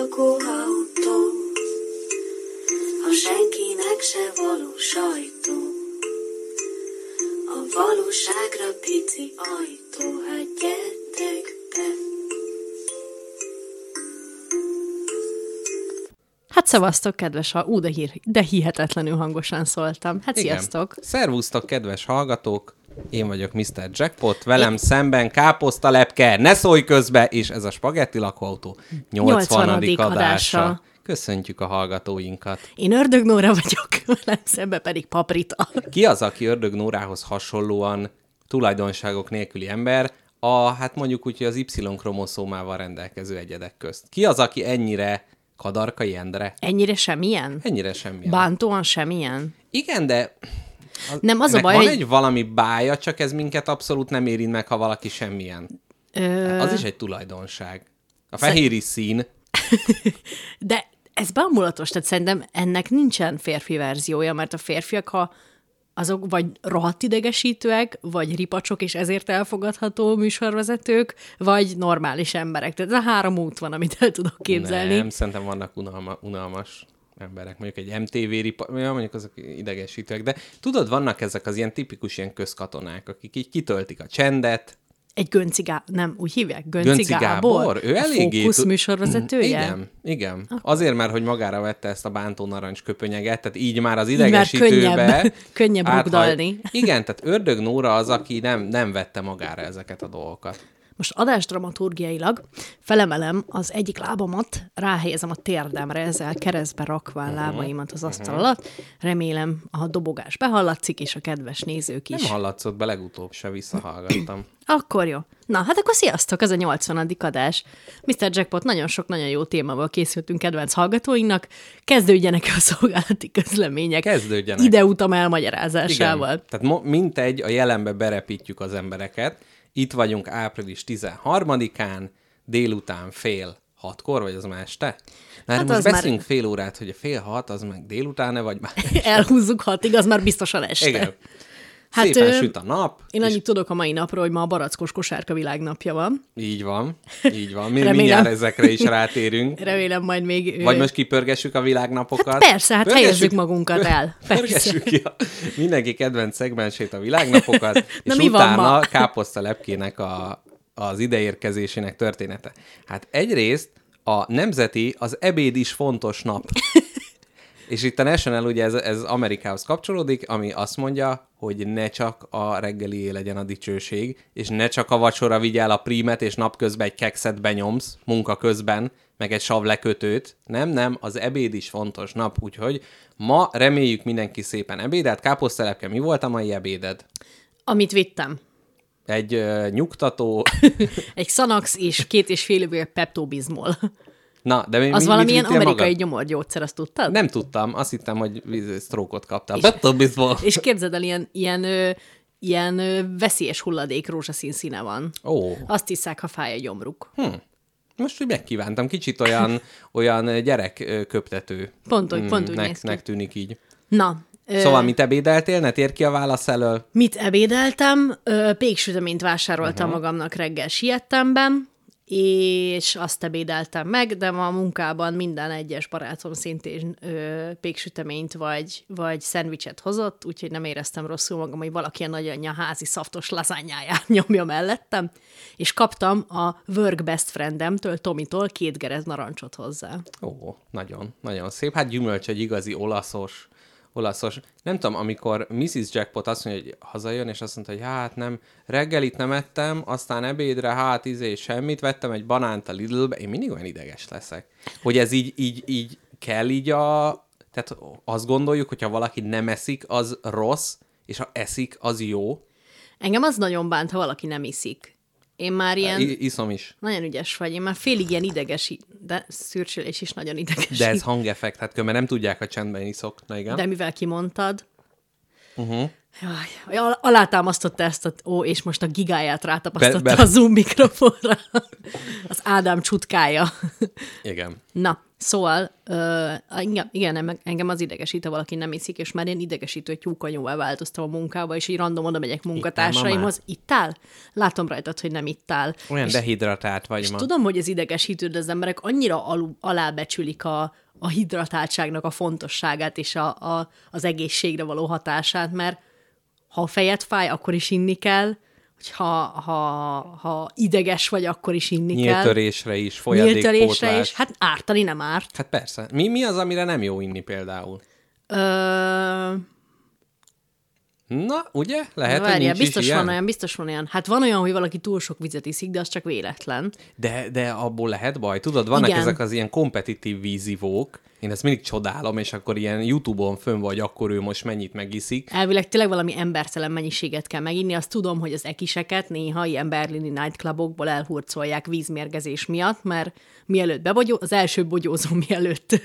lakóautó, a senkinek se való sajtó, a valóságra pici ajtó, hát gyertek be. Hát szevasztok, kedves ha Ú, de, hír, de hihetetlenül hangosan szóltam. Hát Igen. sziasztok! Szervusztok, kedves hallgatók! Én vagyok Mr. Jackpot, velem szemben káposzta lepke, ne szólj közbe! És ez a Spagetti lakóautó 80. 80. adása. adása. Köszöntjük a hallgatóinkat. Én Ördög Nóra vagyok, velem szembe pedig Paprita. Ki az, aki Ördög Nórához hasonlóan tulajdonságok nélküli ember, a, hát mondjuk úgy, hogy az Y-kromoszómával rendelkező egyedek közt? Ki az, aki ennyire kadarkai Endre? Ennyire semmilyen? Ennyire semmi. Bántóan semmilyen? Igen, de Nem, az a ennek baj, van hogy- egy valami bája, csak ez minket abszolút nem érint meg, ha valaki semmilyen. Ö, Az is egy tulajdonság. A fehéri szín. de ez bámulatos, tehát szerintem ennek nincsen férfi verziója, mert a férfiak, ha azok vagy rohadt idegesítőek, vagy ripacsok és ezért elfogadható műsorvezetők, vagy normális emberek. Tehát ez a három út van, amit el tudok képzelni. Nem, szerintem vannak unalma, unalmas emberek, mondjuk egy MTV ripa, ja, mondjuk azok idegesítőek, de tudod, vannak ezek az ilyen tipikus ilyen közkatonák, akik így kitöltik a csendet. Egy Gönci Gábor, nem, úgy hívják? Gönci, Gönci Gábor, ő A eléggé... Fókusz tud- műsorvezetője? Igen, igen. Azért már, hogy magára vette ezt a bántó narancs köpönyeget, tehát így már az már idegesítőbe... könnyebb- könnyebb áthaj- rugdalni. Igen, tehát Ördög Nóra az, aki nem, nem vette magára ezeket a dolgokat. Most adásdramaturgiailag felemelem az egyik lábamat, ráhelyezem a térdemre, ezzel keresztbe Mhm. rakván lábaimat az asztal alatt. Remélem a dobogás behallatszik, és a kedves nézők is. Nem hallatszott be legutóbb se, visszahallgattam. Akkor jó. Na, hát akkor sziasztok, ez a 80. adás. Mr. Jackpot, nagyon sok nagyon jó témával készültünk kedvenc hallgatóinknak. Kezdődjenek a szolgálati közlemények. Kezdődjenek. Ideutam elmagyarázásával. Igen. Tehát mo- mintegy, a jelenbe berepítjük az embereket. Itt vagyunk április 13-án, délután fél hatkor, vagy az már este? Na, hát Hát most az már- beszélünk fél órát, hogy a fél hat, az meg délutáne, vagy már... Elhúzzuk hatig, az már biztosan este. Igen. Hát Hát, Szépen ö, süt a nap, Én annyit tudok a mai napról, hogy ma a barackos kosárka világnapja van. így van, így van. Mi Remélem. mindjárt ezekre is rátérünk. Remélem majd még... Vagy ö, most kipörgessük a világnapokat. Hát persze, hát helyezzük magunkat el. Pörgessük ki a, mindenki kedvenc szegmensét, a világnapokat, és mi van utána ma? káposzta lepkének a, az ideérkezésének története. Hát egyrészt a nemzeti, az ebéd is fontos nap. És itt a National ugye ez, ez Amerikához kapcsolódik, ami azt mondja, hogy ne csak a reggelié legyen a dicsőség, és ne csak a vacsora vigyál a prímet, és napközben egy kekszet benyomsz, munka közben, meg egy savlekötőt. Nem, nem, az ebéd is fontos nap, úgyhogy ma reméljük mindenki szépen ebédet. Káposztelepke, mi volt a mai ebéded? Amit vittem. Egy ö, nyugtató... Egy Xanax és két és fél üveg Pepto-Bismol. Na, de mi, Az mi, valamilyen mit vittél amerikai magad? gyomorgyógyszer, azt tudtad? Nem tudtam, azt hittem, hogy víz- sztrókot kaptál. Betobizból. És képzeld el, ilyen, ilyen, ö, ilyen ö, veszélyes hulladék rózsaszín színe van. Ó. Azt hiszák, ha fáj a gyomruk. Hm. Most úgy megkívántam, kicsit olyan, olyan gyerekköptető. Pont úgy, pont úgy Mm, nek, néz ki. nek tűnik így. Na, ö, Szóval mit ebédeltél? Ne tér ki a válasz elől. Mit ebédeltem? Ö, Péksüteményt vásároltam uh-huh. magamnak reggel siettemben, és azt ebédeltem meg, de ma a munkában minden egyes barátom szintén ö, péksüteményt vagy, vagy szendvicset hozott, úgyhogy nem éreztem rosszul magam, hogy valaki a nagyanyja házi szaftos lazányáját nyomja mellettem, és kaptam a work best friendemtől, Tomitól két gerez narancsot hozzá. Ó, nagyon, nagyon szép. Hát gyümölcs egy igazi olaszos, olaszos. Nem tudom, amikor Mrs. Jackpot azt mondja, hogy hazajön, és azt mondta, hogy hát nem, reggelit nem ettem, aztán ebédre, hát izé, semmit, vettem egy banánt a Lidlbe, én mindig olyan ideges leszek. Hogy ez így, így, így kell így a... Tehát azt gondoljuk, hogyha valaki nem eszik, az rossz, és ha eszik, az jó. Engem az nagyon bánt, ha valaki nem iszik. Én már ilyen... I- iszom is. Nagyon ügyes vagy, én már félig ilyen ideges, de szürcsölés is nagyon ideges. De ez hangeffekt, hát mert nem tudják, hogy csendben iszok. Na igen. de mivel kimondtad, uh-huh. jaj, al- alátámasztotta ezt a, ó, és most a gigáját rátapasztotta Be- be, be- a Zoom mikrofonra. Az Ádám csutkája. Igen. Na, Szóval, ö, engem, igen, em- engem az idegesít, ha valaki nem iszik, és már én idegesítő tyúkanyóvá változtam a munkába, és így random oda megyek munkatársaimhoz. Ittál? Látom rajtad, hogy nem ittál. Olyan és, dehidratált vagy és ma. tudom, hogy ez idegesítő, de az emberek annyira alul, alábecsülik a, a hidratáltságnak a fontosságát és a, a, az egészségre való hatását, mert ha a fejed fáj, akkor is inni kell, ha, ha, ha ideges vagy, akkor is inni kell. Nyíltörésre Nyíltörésre is, folyadékpótlás. is. Hát ártani nem árt. Hát persze. Mi, mi az, amire nem jó inni például? Ö, Na, ugye? Lehet, Hát, hogy várjál, nincs biztos is van ilyen. olyan, biztos van olyan. Hát van olyan, hogy valaki túl sok vizet iszik, de az csak véletlen. De, de abból lehet baj. Tudod, vannak Igen. Igen. ezek az ilyen kompetitív vízivók, én ezt mindig csodálom, és akkor ilyen YouTube-on fönn vagy, akkor ő most mennyit megiszik. Elvileg tényleg valami embertelen mennyiséget kell meginni. Azt tudom, hogy az ekiseket néha ilyen berlini nightclubokból elhurcolják vízmérgezés miatt, mert mielőtt bebogyó, az első bogyózó mielőtt,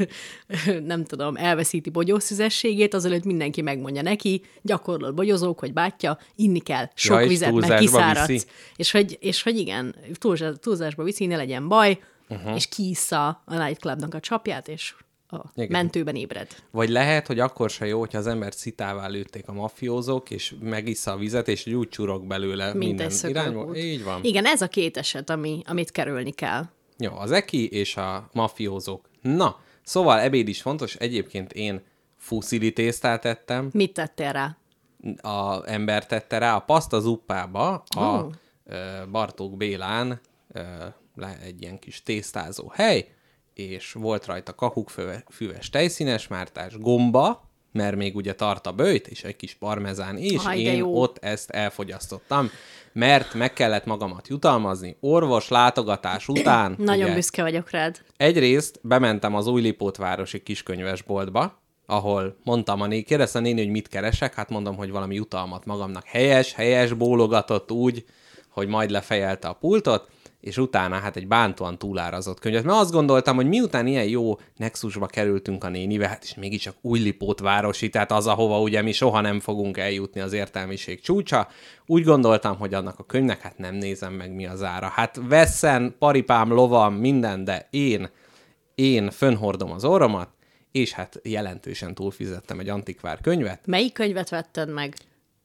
nem tudom, elveszíti bogyószüzességét, azelőtt mindenki megmondja neki, gyakorló bogyózók, hogy bátya, inni kell, sok és vizet, meg túlzásba kiszáradsz. viszi. És hogy, és hogy igen, túlzás, túlzásba viszi, ne legyen baj, uh-huh. és kiissza a nightclubnak a csapját, és a igen. Igen. mentőben ébred. Vagy lehet, hogy akkor se jó, hogyha az ember szitává lőtték a mafiózók, és megissza a vizet, és így úgy csurog belőle Mint minden egy irányból. szökőkút. Így van. Igen, ez a két eset, ami, amit kerülni kell. Jó, az Eki és a mafiózók. Na, szóval ebéd is fontos. Egyébként én fuszili tésztát ettem, Mit tettél rá? a ember tette rá a paszta zuppába a Ó. ö, Bartók Bélán ö, le- egy ilyen kis tésztázó hely, és volt rajta kakukfüves tejszínes mártás gomba, mert még ugye tart a bőjt, és egy kis parmezán is, Aj, de én jó. ott ezt elfogyasztottam, mert meg kellett magamat jutalmazni orvos látogatás után. Nagyon ugye, büszke vagyok rád. Egyrészt bementem az új Lipótvárosi kiskönyvesboltba, ahol mondtam a néni, kérdezte a néni, hogy mit keresek, hát mondom, hogy valami jutalmat magamnak. Helyes, helyes, bólogatott úgy, hogy majd lefejelte a pultot, és utána hát egy bántóan túlárazott könyvet. Mert azt gondoltam, hogy miután ilyen jó nexusba kerültünk a nénivel, hát és mégiscsak új Lipótvárosi, tehát az, ahova ugye mi soha nem fogunk eljutni az értelmiség csúcsa, úgy gondoltam, hogy annak a könyvnek hát nem nézem meg mi az ára. Hát veszen, paripám, lovam, minden, de én én fönhordom az orromat, és hát jelentősen túlfizettem egy antikvár könyvet. Melyik könyvet vetted meg?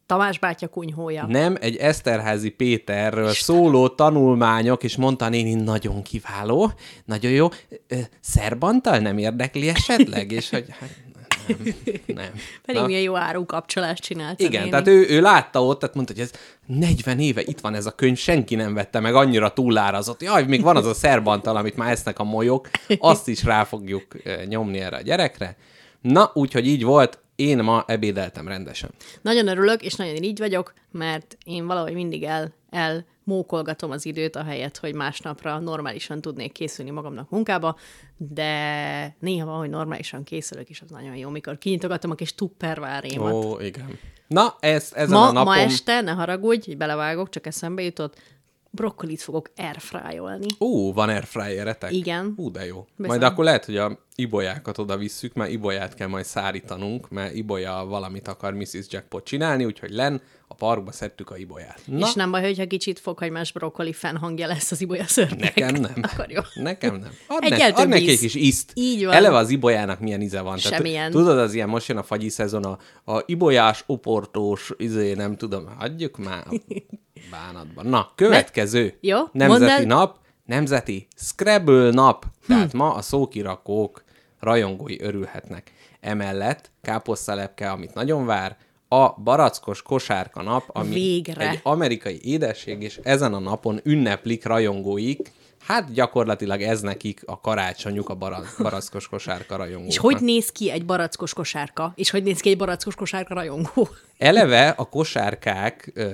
Tamás bátya kunyhója. Nem, egy Eszterházi Péterről szóló tanulmányok, és mondta a néni, nagyon kiváló, nagyon jó. Ö, Szerbantal nem érdekli esetleg? És hogy hát, nem, nem. Pedig Na. milyen jó árukapcsolást csinált. a Igen, néni. tehát ő, ő látta ott, tehát mondta, hogy ez 40 éve itt van ez a könyv, senki nem vette meg, annyira túlárazott. Jaj, még van az a szerbantal, amit már esznek a molyok, azt is rá fogjuk eh, nyomni erre a gyerekre. Na, úgyhogy így volt, én ma ebédeltem rendesen. Nagyon örülök, és nagyon így vagyok, mert én valahogy mindig el, el mókolgatom az időt, ahelyett, hogy másnapra normálisan tudnék készülni magamnak munkába, de néha van, hogy normálisan készülök, és az nagyon jó, mikor kinyitogatom a kis tuppervárémat. Ó, igen. Na, ez, ezen ma, a napon... ma este, ne haragudj, így belevágok, csak eszembe jutott, brokkolit fogok airfryolni. Ó, van airfryeretek? Igen. Ú, de jó. Bizony. Majd akkor lehet, hogy a ibolyákat oda visszük, mert ibolyát kell majd szárítanunk, mert ibolya valamit akar Mrs. Jackpot csinálni, úgyhogy len a parkba szedtük a ibolyát. Na, Na. És nem baj, hogyha kicsit fokhagymás brokkoli fennhangja lesz az ibolya szörnynek. Nekem nem. Akkor jó. Nekem nem. Add, Egy ne, eltöbb add neki íz. egy kis ízt. Így van. Eleve az ibolyának milyen íze van. Tehát, Semmilyen. Tudod, az ilyen most jön a fagyi szezon, a, a ibolyás, oportós, izé, nem tudom, adjuk már a bánatba. Na, következő. Jó, mondd el. Nemzeti nap, nemzeti Scrabble nap. Tehát ma a szókirakók rajongói örülhetnek. Emellett káposztalepke, amit nagyon vár, a barackos kosárka nap, ami Végre. egy amerikai édesség, és ezen a napon ünneplik rajongóik, hát gyakorlatilag ez nekik a karácsonyuk, a bara- barackos kosárka rajongóknak. És hogy néz ki egy barackos kosárka? És hogy néz ki egy barackos kosárka rajongó? Eleve a kosárkák ö,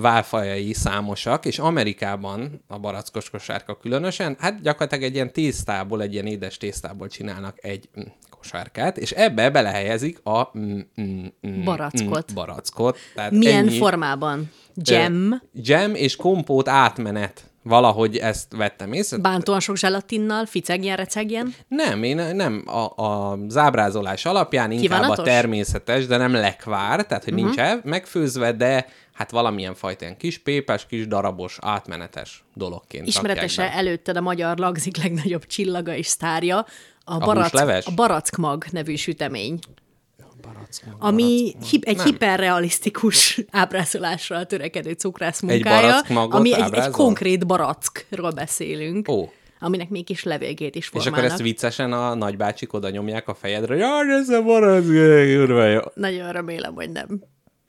válfajai számosak, és Amerikában a barackos kosárka különösen, hát gyakorlatilag egy ilyen tésztából, egy ilyen édes tésztából csinálnak egy mm, kosárkát, és ebbe belehelyezik a mm, mm, mm, Barackot. Mm, barackot. Tehát Milyen ennyi- formában? Jam? Ö, Jam és kompót átmenet. Valahogy ezt vettem észre. Bántóan sok zselatinnal? Ficegjen, recegjen? Nem, én nem. A, a zábrázolás alapján inkább Kívánatos? Mhm. a természetes, de nem lekvár, tehát hogy uh-huh. nincs el- megfőzve, de hát valamilyen fajta ilyen kis pépes, kis darabos, átmenetes dologként. rakják Ismeretese e- be. előtted a magyar lagzik legnagyobb csillaga és sztárja, a, húsleves? barack, a barackmag nevű sütemény, ami hip, egy hiperrealisztikus ábrázolásra törekedő cukrász munkája, barackmagot ami egy, egy ábrázol? konkrét barackról beszélünk, Ó. aminek még kis levélgét is És formálnak. akkor ezt viccesen a nagybácsik oda nyomják a fejedre, hogy jaj, ez a barack, jaj, kurva jó. Nagyon remélem, hogy nem.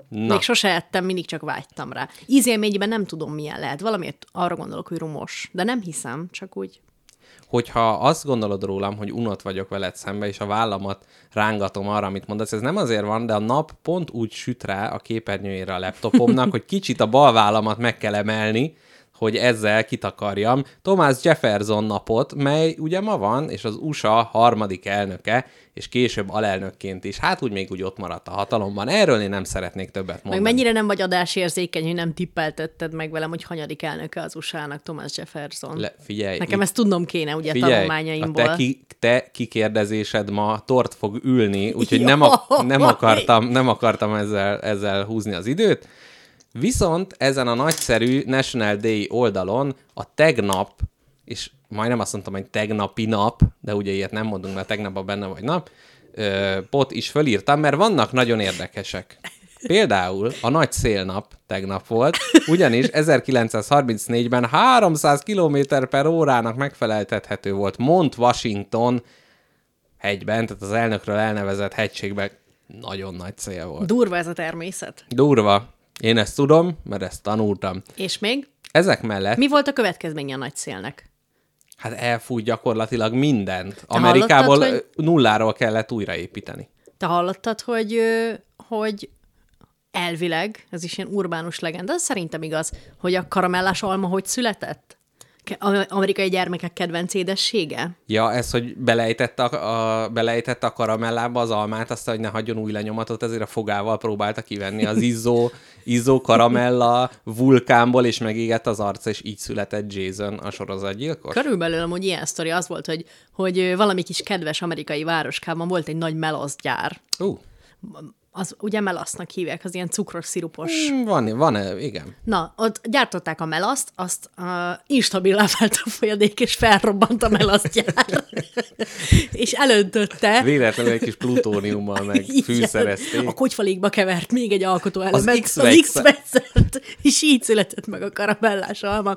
Na. Még sose ettem, mindig csak vágytam rá. Ízélményben nem tudom, milyen lehet. Valamiért arra gondolok, hogy rumos. De nem hiszem, csak úgy. hogyha azt gondolod rólam, hogy unott vagyok veled szembe, és a vállamat rángatom arra, amit mondasz, ez nem azért van, de a nap pont úgy süt rá a képernyőjére a laptopomnak, hogy kicsit a bal vállamat meg kell emelni, hogy ezzel kitakarjam Thomas Jefferson napot, mely ugye ma van, és az USA harmadik elnöke, és később alelnökként is. Hát úgy még úgy ott maradt a hatalomban. Erről én nem szeretnék többet Meg mondani. mennyire nem vagy adásérzékeny, hogy nem tippeltetted meg velem, hogy hanyadik elnöke az USA-nak Thomas Jefferson. Le, figyelj, Nekem itt- ezt tudnom kéne, ugye, Figyelj, tanulmányaimból. A te, ki, te kikérdezésed ma tort fog ülni, úgyhogy nem, Jaj! a, nem akartam, nem akartam ezzel, ezzel húzni az időt. Viszont ezen a nagyszerű National Day oldalon a tegnap, és majdnem azt mondtam, hogy tegnapi nap, de ugye ilyet nem mondunk, mert tegnap a benne vagy nap, ö, pot is fölírtam, mert vannak nagyon érdekesek. Például a nagy szélnap tegnap volt, ugyanis 1934-ben 300 km per órának megfeleltethető volt Mont Washington hegyben, tehát az elnökről elnevezett hegységben nagyon nagy cél volt. Durva ez a természet. Durva. Én ezt tudom, mert ezt tanultam. És még? Ezek mellett, Mi volt a következménye a nagy szélnek? hát elfúj gyakorlatilag mindent. Amerikából hallottad, hogy- ö, nulláról kellett újraépíteni. Te hallottad, hogy, ö, hogy elvileg, ez is ilyen urbánus legenda, ez szerintem igaz, hogy a karamellás alma hogy született? Ke- a- Amerikai gyermekek kedvenc édessége? Ja, ez, hogy belejtette a, a, belejtette a karamellába az almát, aztán, hogy ne hagyjon új lenyomatot, ezért a fogával próbálta kivenni az izzó, izzó karamella vulkánból, és megégett az arc, és így született Jason a sorozatgyilkos. Körülbelül amúgy ilyen sztori az volt, hogy, hogy ö, valami kis kedves amerikai városkában volt egy nagy melaszgyár. Ú, Az ugye melasznak hívják, az ilyen cukros szirupos van, van, igen. Na, ott gyártották a melaszt, azt uh, instabilá vált a folyadék, és felrobbant a melasztjár. és elöntötte. Véletlenül egy kis plutóniummal meg Igen. fűszerezték. A kocsfalékba kevert még egy alkotóelemet, Az az x X-vexet. és így született meg a karamellás alma.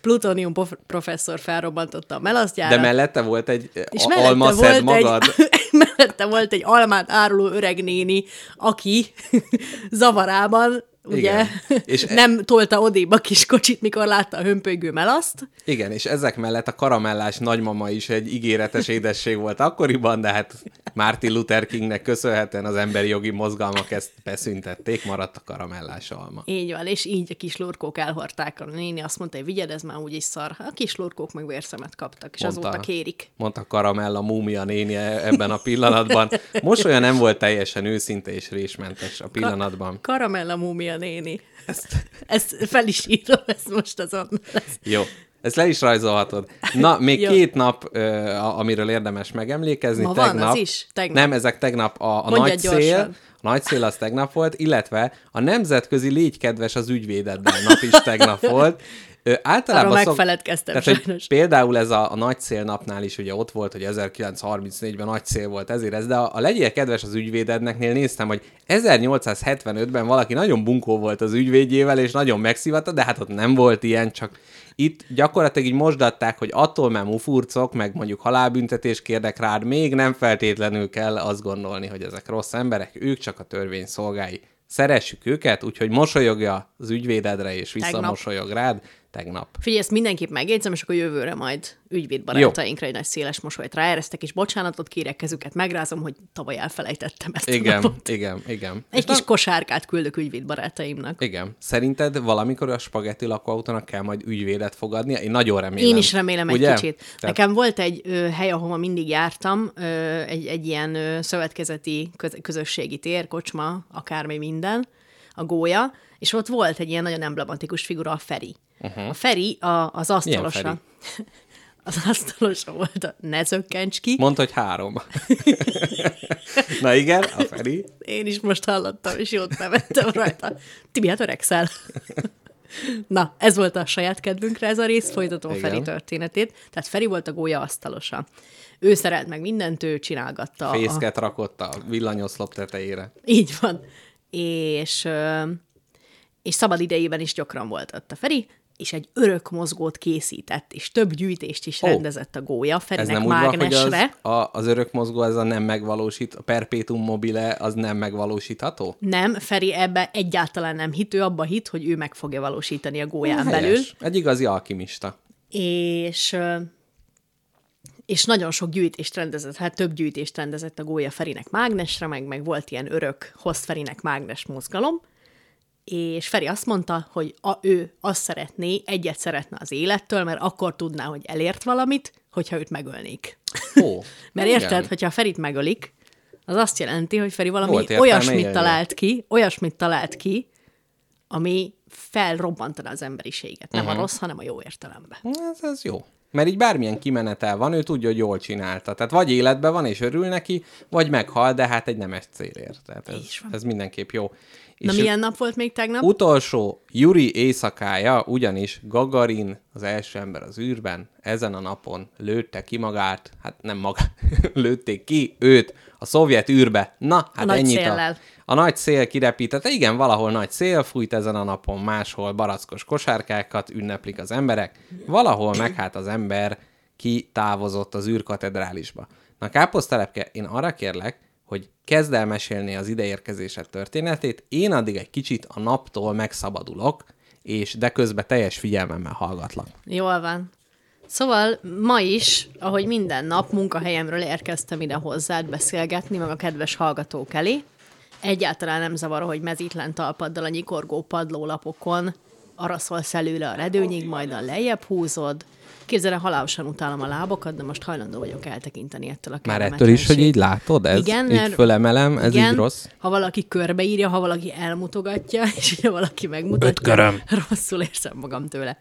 Plutónium prof- professzor felrobbantotta a melasztjárat. De mellette volt egy és a- mellette alma volt szed magad. Egy, mellette volt egy almát áruló öreg néni, aki zavarában ugye, Igen. és És- e- nem tolta odébb a kis kocsit, mikor látta a hömpölygő melaszt. Igen, és ezek mellett a karamellás nagymama is egy ígéretes édesség volt akkoriban, de hát Martin Luther Kingnek köszönhetően az emberi jogi mozgalmak ezt beszüntették, maradt a karamellás alma. Így van, és így a kis lurkók elhorták. A néni azt mondta, hogy vigyed, ez már úgyis szar. A kis lurkók meg vérszemet kaptak, és Mondta. azóta kérik. Mondta Karamella múmia néni e- ebben a pillanatban. Most olyan nem volt teljesen őszinte és résmentes a pillanatban. Karamella múmia néni. Ezt, ezt fel is írom, ezt most azon. lesz. Jó. Ezt le is rajzolhatod. Na, még Jó. két nap, ö, a- amiről érdemes megemlékezni. Ma van tegnap, az is? Tegnap. Nem, ezek tegnap a, a Mondjad nagy gyorsan. szél. A nagy szél az tegnap volt, illetve a nemzetközi légy kedves az ügyvédeddel nap is tegnap volt. Ö, általában Arról szok- megfeledkeztem Tehát, hogy sajnos. Például ez a, a nagy célnapnál is ugye ott volt, hogy 1934-ben nagy cél volt ezért ez, de a, a legyél kedves az ügyvédedneknél néztem, hogy 1875-ben valaki nagyon bunkó volt az ügyvédjével, és nagyon megszivatta, de hát ott nem volt ilyen, csak itt gyakorlatilag így mosdatták, hogy attól már mufurcok, meg mondjuk halálbüntetés kérdek rád, még nem feltétlenül kell azt gondolni, hogy ezek rossz emberek, ők csak a törvény szolgái. Szeressük őket, úgyhogy mosolyogja az ügyvédedre, és visszamosolyog rád tegnap. Figyelj, ezt mindenképp megjegyzem, és akkor jövőre majd ügyvédbarátainkra egy nagy széles mosolyt ráeresztek, és bocsánatot kérek kezüket, megrázom, hogy tavaly elfelejtettem ezt a Igen, napot. igen, igen. Egy kis kosárkát küldök ügyvédbarátaimnak. Igen. Szerinted valamikor a spagetti lakóautónak kell majd ügyvédet fogadnia? Én nagyon remélem. Én is remélem egy Ugye? kicsit. Tehát... Nekem volt egy ö, hely, ahova mindig jártam, ö, egy, egy ilyen ö, szövetkezeti köz, közösségi tér, kocsma, akármi minden, a gólya, és ott volt egy ilyen nagyon emblematikus figura, a Feri. Uh-huh. A Feri a, az asztalosa. Feri? Az asztalosa volt a Ne zökkents ki. Mondd, hogy három. Na igen, a Feri. Én is most hallottam, és jót nevettem rajta. Tibi, hát öregszel. Na, ez volt a saját kedvünkre ez a rész, folytatom Igen. Igen. Feri történetét. Tehát Feri volt a gólya asztalosa. Ő szerelt meg mindent, ő csinálgatta. a... Fészket rakott a villanyoszlop tetejére. Így van. És, ö, és szabad idejében is gyakran volt ott a Feri, és egy örök mozgót készített, és több gyűjtést is Ó. rendezett a gólya Ez Ferinek nem úgy van, hogy az, mágnesre. a, az örök mozgó, ez a nem megvalósít, a perpétum mobile, az nem megvalósítható? Nem, Feri ebbe egyáltalán nem hit, ő abba hit, hogy ő meg fogja valósítani a gólyán Helyes. belül. Egy igazi alkimista. és, ö, és nagyon sok gyűjtést rendezett, hát több gyűjtést rendezett a Gólya Ferinek mágnesre, meg, meg volt ilyen örök Hossz Ferinek mágnes mozgalom, és Feri azt mondta, hogy a, ő azt szeretné, egyet szeretne az élettől, mert akkor tudná, hogy elért valamit, hogyha őt megölnék. Ó, Mert Hát igen. Igen. érted, hogyha Ferit megölik, az azt jelenti, hogy Feri valami Volt értelme olyasmit élni. talált ki, olyasmit talált ki, ami felrobbantana az emberiséget. Nem Mhm. uh-huh. a rossz, hanem a jó értelemben. Ez, ez jó. Mert így bármilyen kimenetel van, ő tudja, hogy jól csinálta. Tehát vagy életben van és örül neki, vagy meghal, de hát egy nemes célért. Tehát ez, ez mindenképp jó. Na és milyen nap volt még tegnap? Ut- utolsó Yuri éjszakája, ugyanis Gagarin, az első ember az űrben, ezen a napon lőtte ki magát, hát nem magát, lőtték ki őt a szovjet űrbe. Na, hát nagy ennyit széllel. a nagy szél kirepítette, igen, valahol nagy szél fújt ezen a napon, máshol barackos kosárkákat ünneplik az emberek, valahol meg hát az ember kitávozott az űrkatedrálisba. Na káposztelepke, én arra kérlek, hogy kezd el mesélni az ideérkezésed történetét, én addig egy kicsit a naptól megszabadulok, és de közben teljes figyelmemmel hallgatlak. Jól van. Szóval ma is, ahogy minden nap munkahelyemről érkeztem ide hozzád beszélgetni, meg a kedves hallgatók elé. Egyáltalán nem zavar, hogy mezítlen talpaddal a nyikorgó padlólapokon araszolsz előle a redőnyig, majd a lejjebb húzod. Képzeld, el, halálosan utálom a lábakat, de most hajlandó vagyok eltekinteni ettől a Már ettől is, hogy így látod, ez Igen, igen, mert- így fölemelem, ez Igen, így rossz. Ha valaki körbeírja, ha valaki elmutogatja, és ha valaki megmutatja, öt köröm. rosszul érzem magam tőle.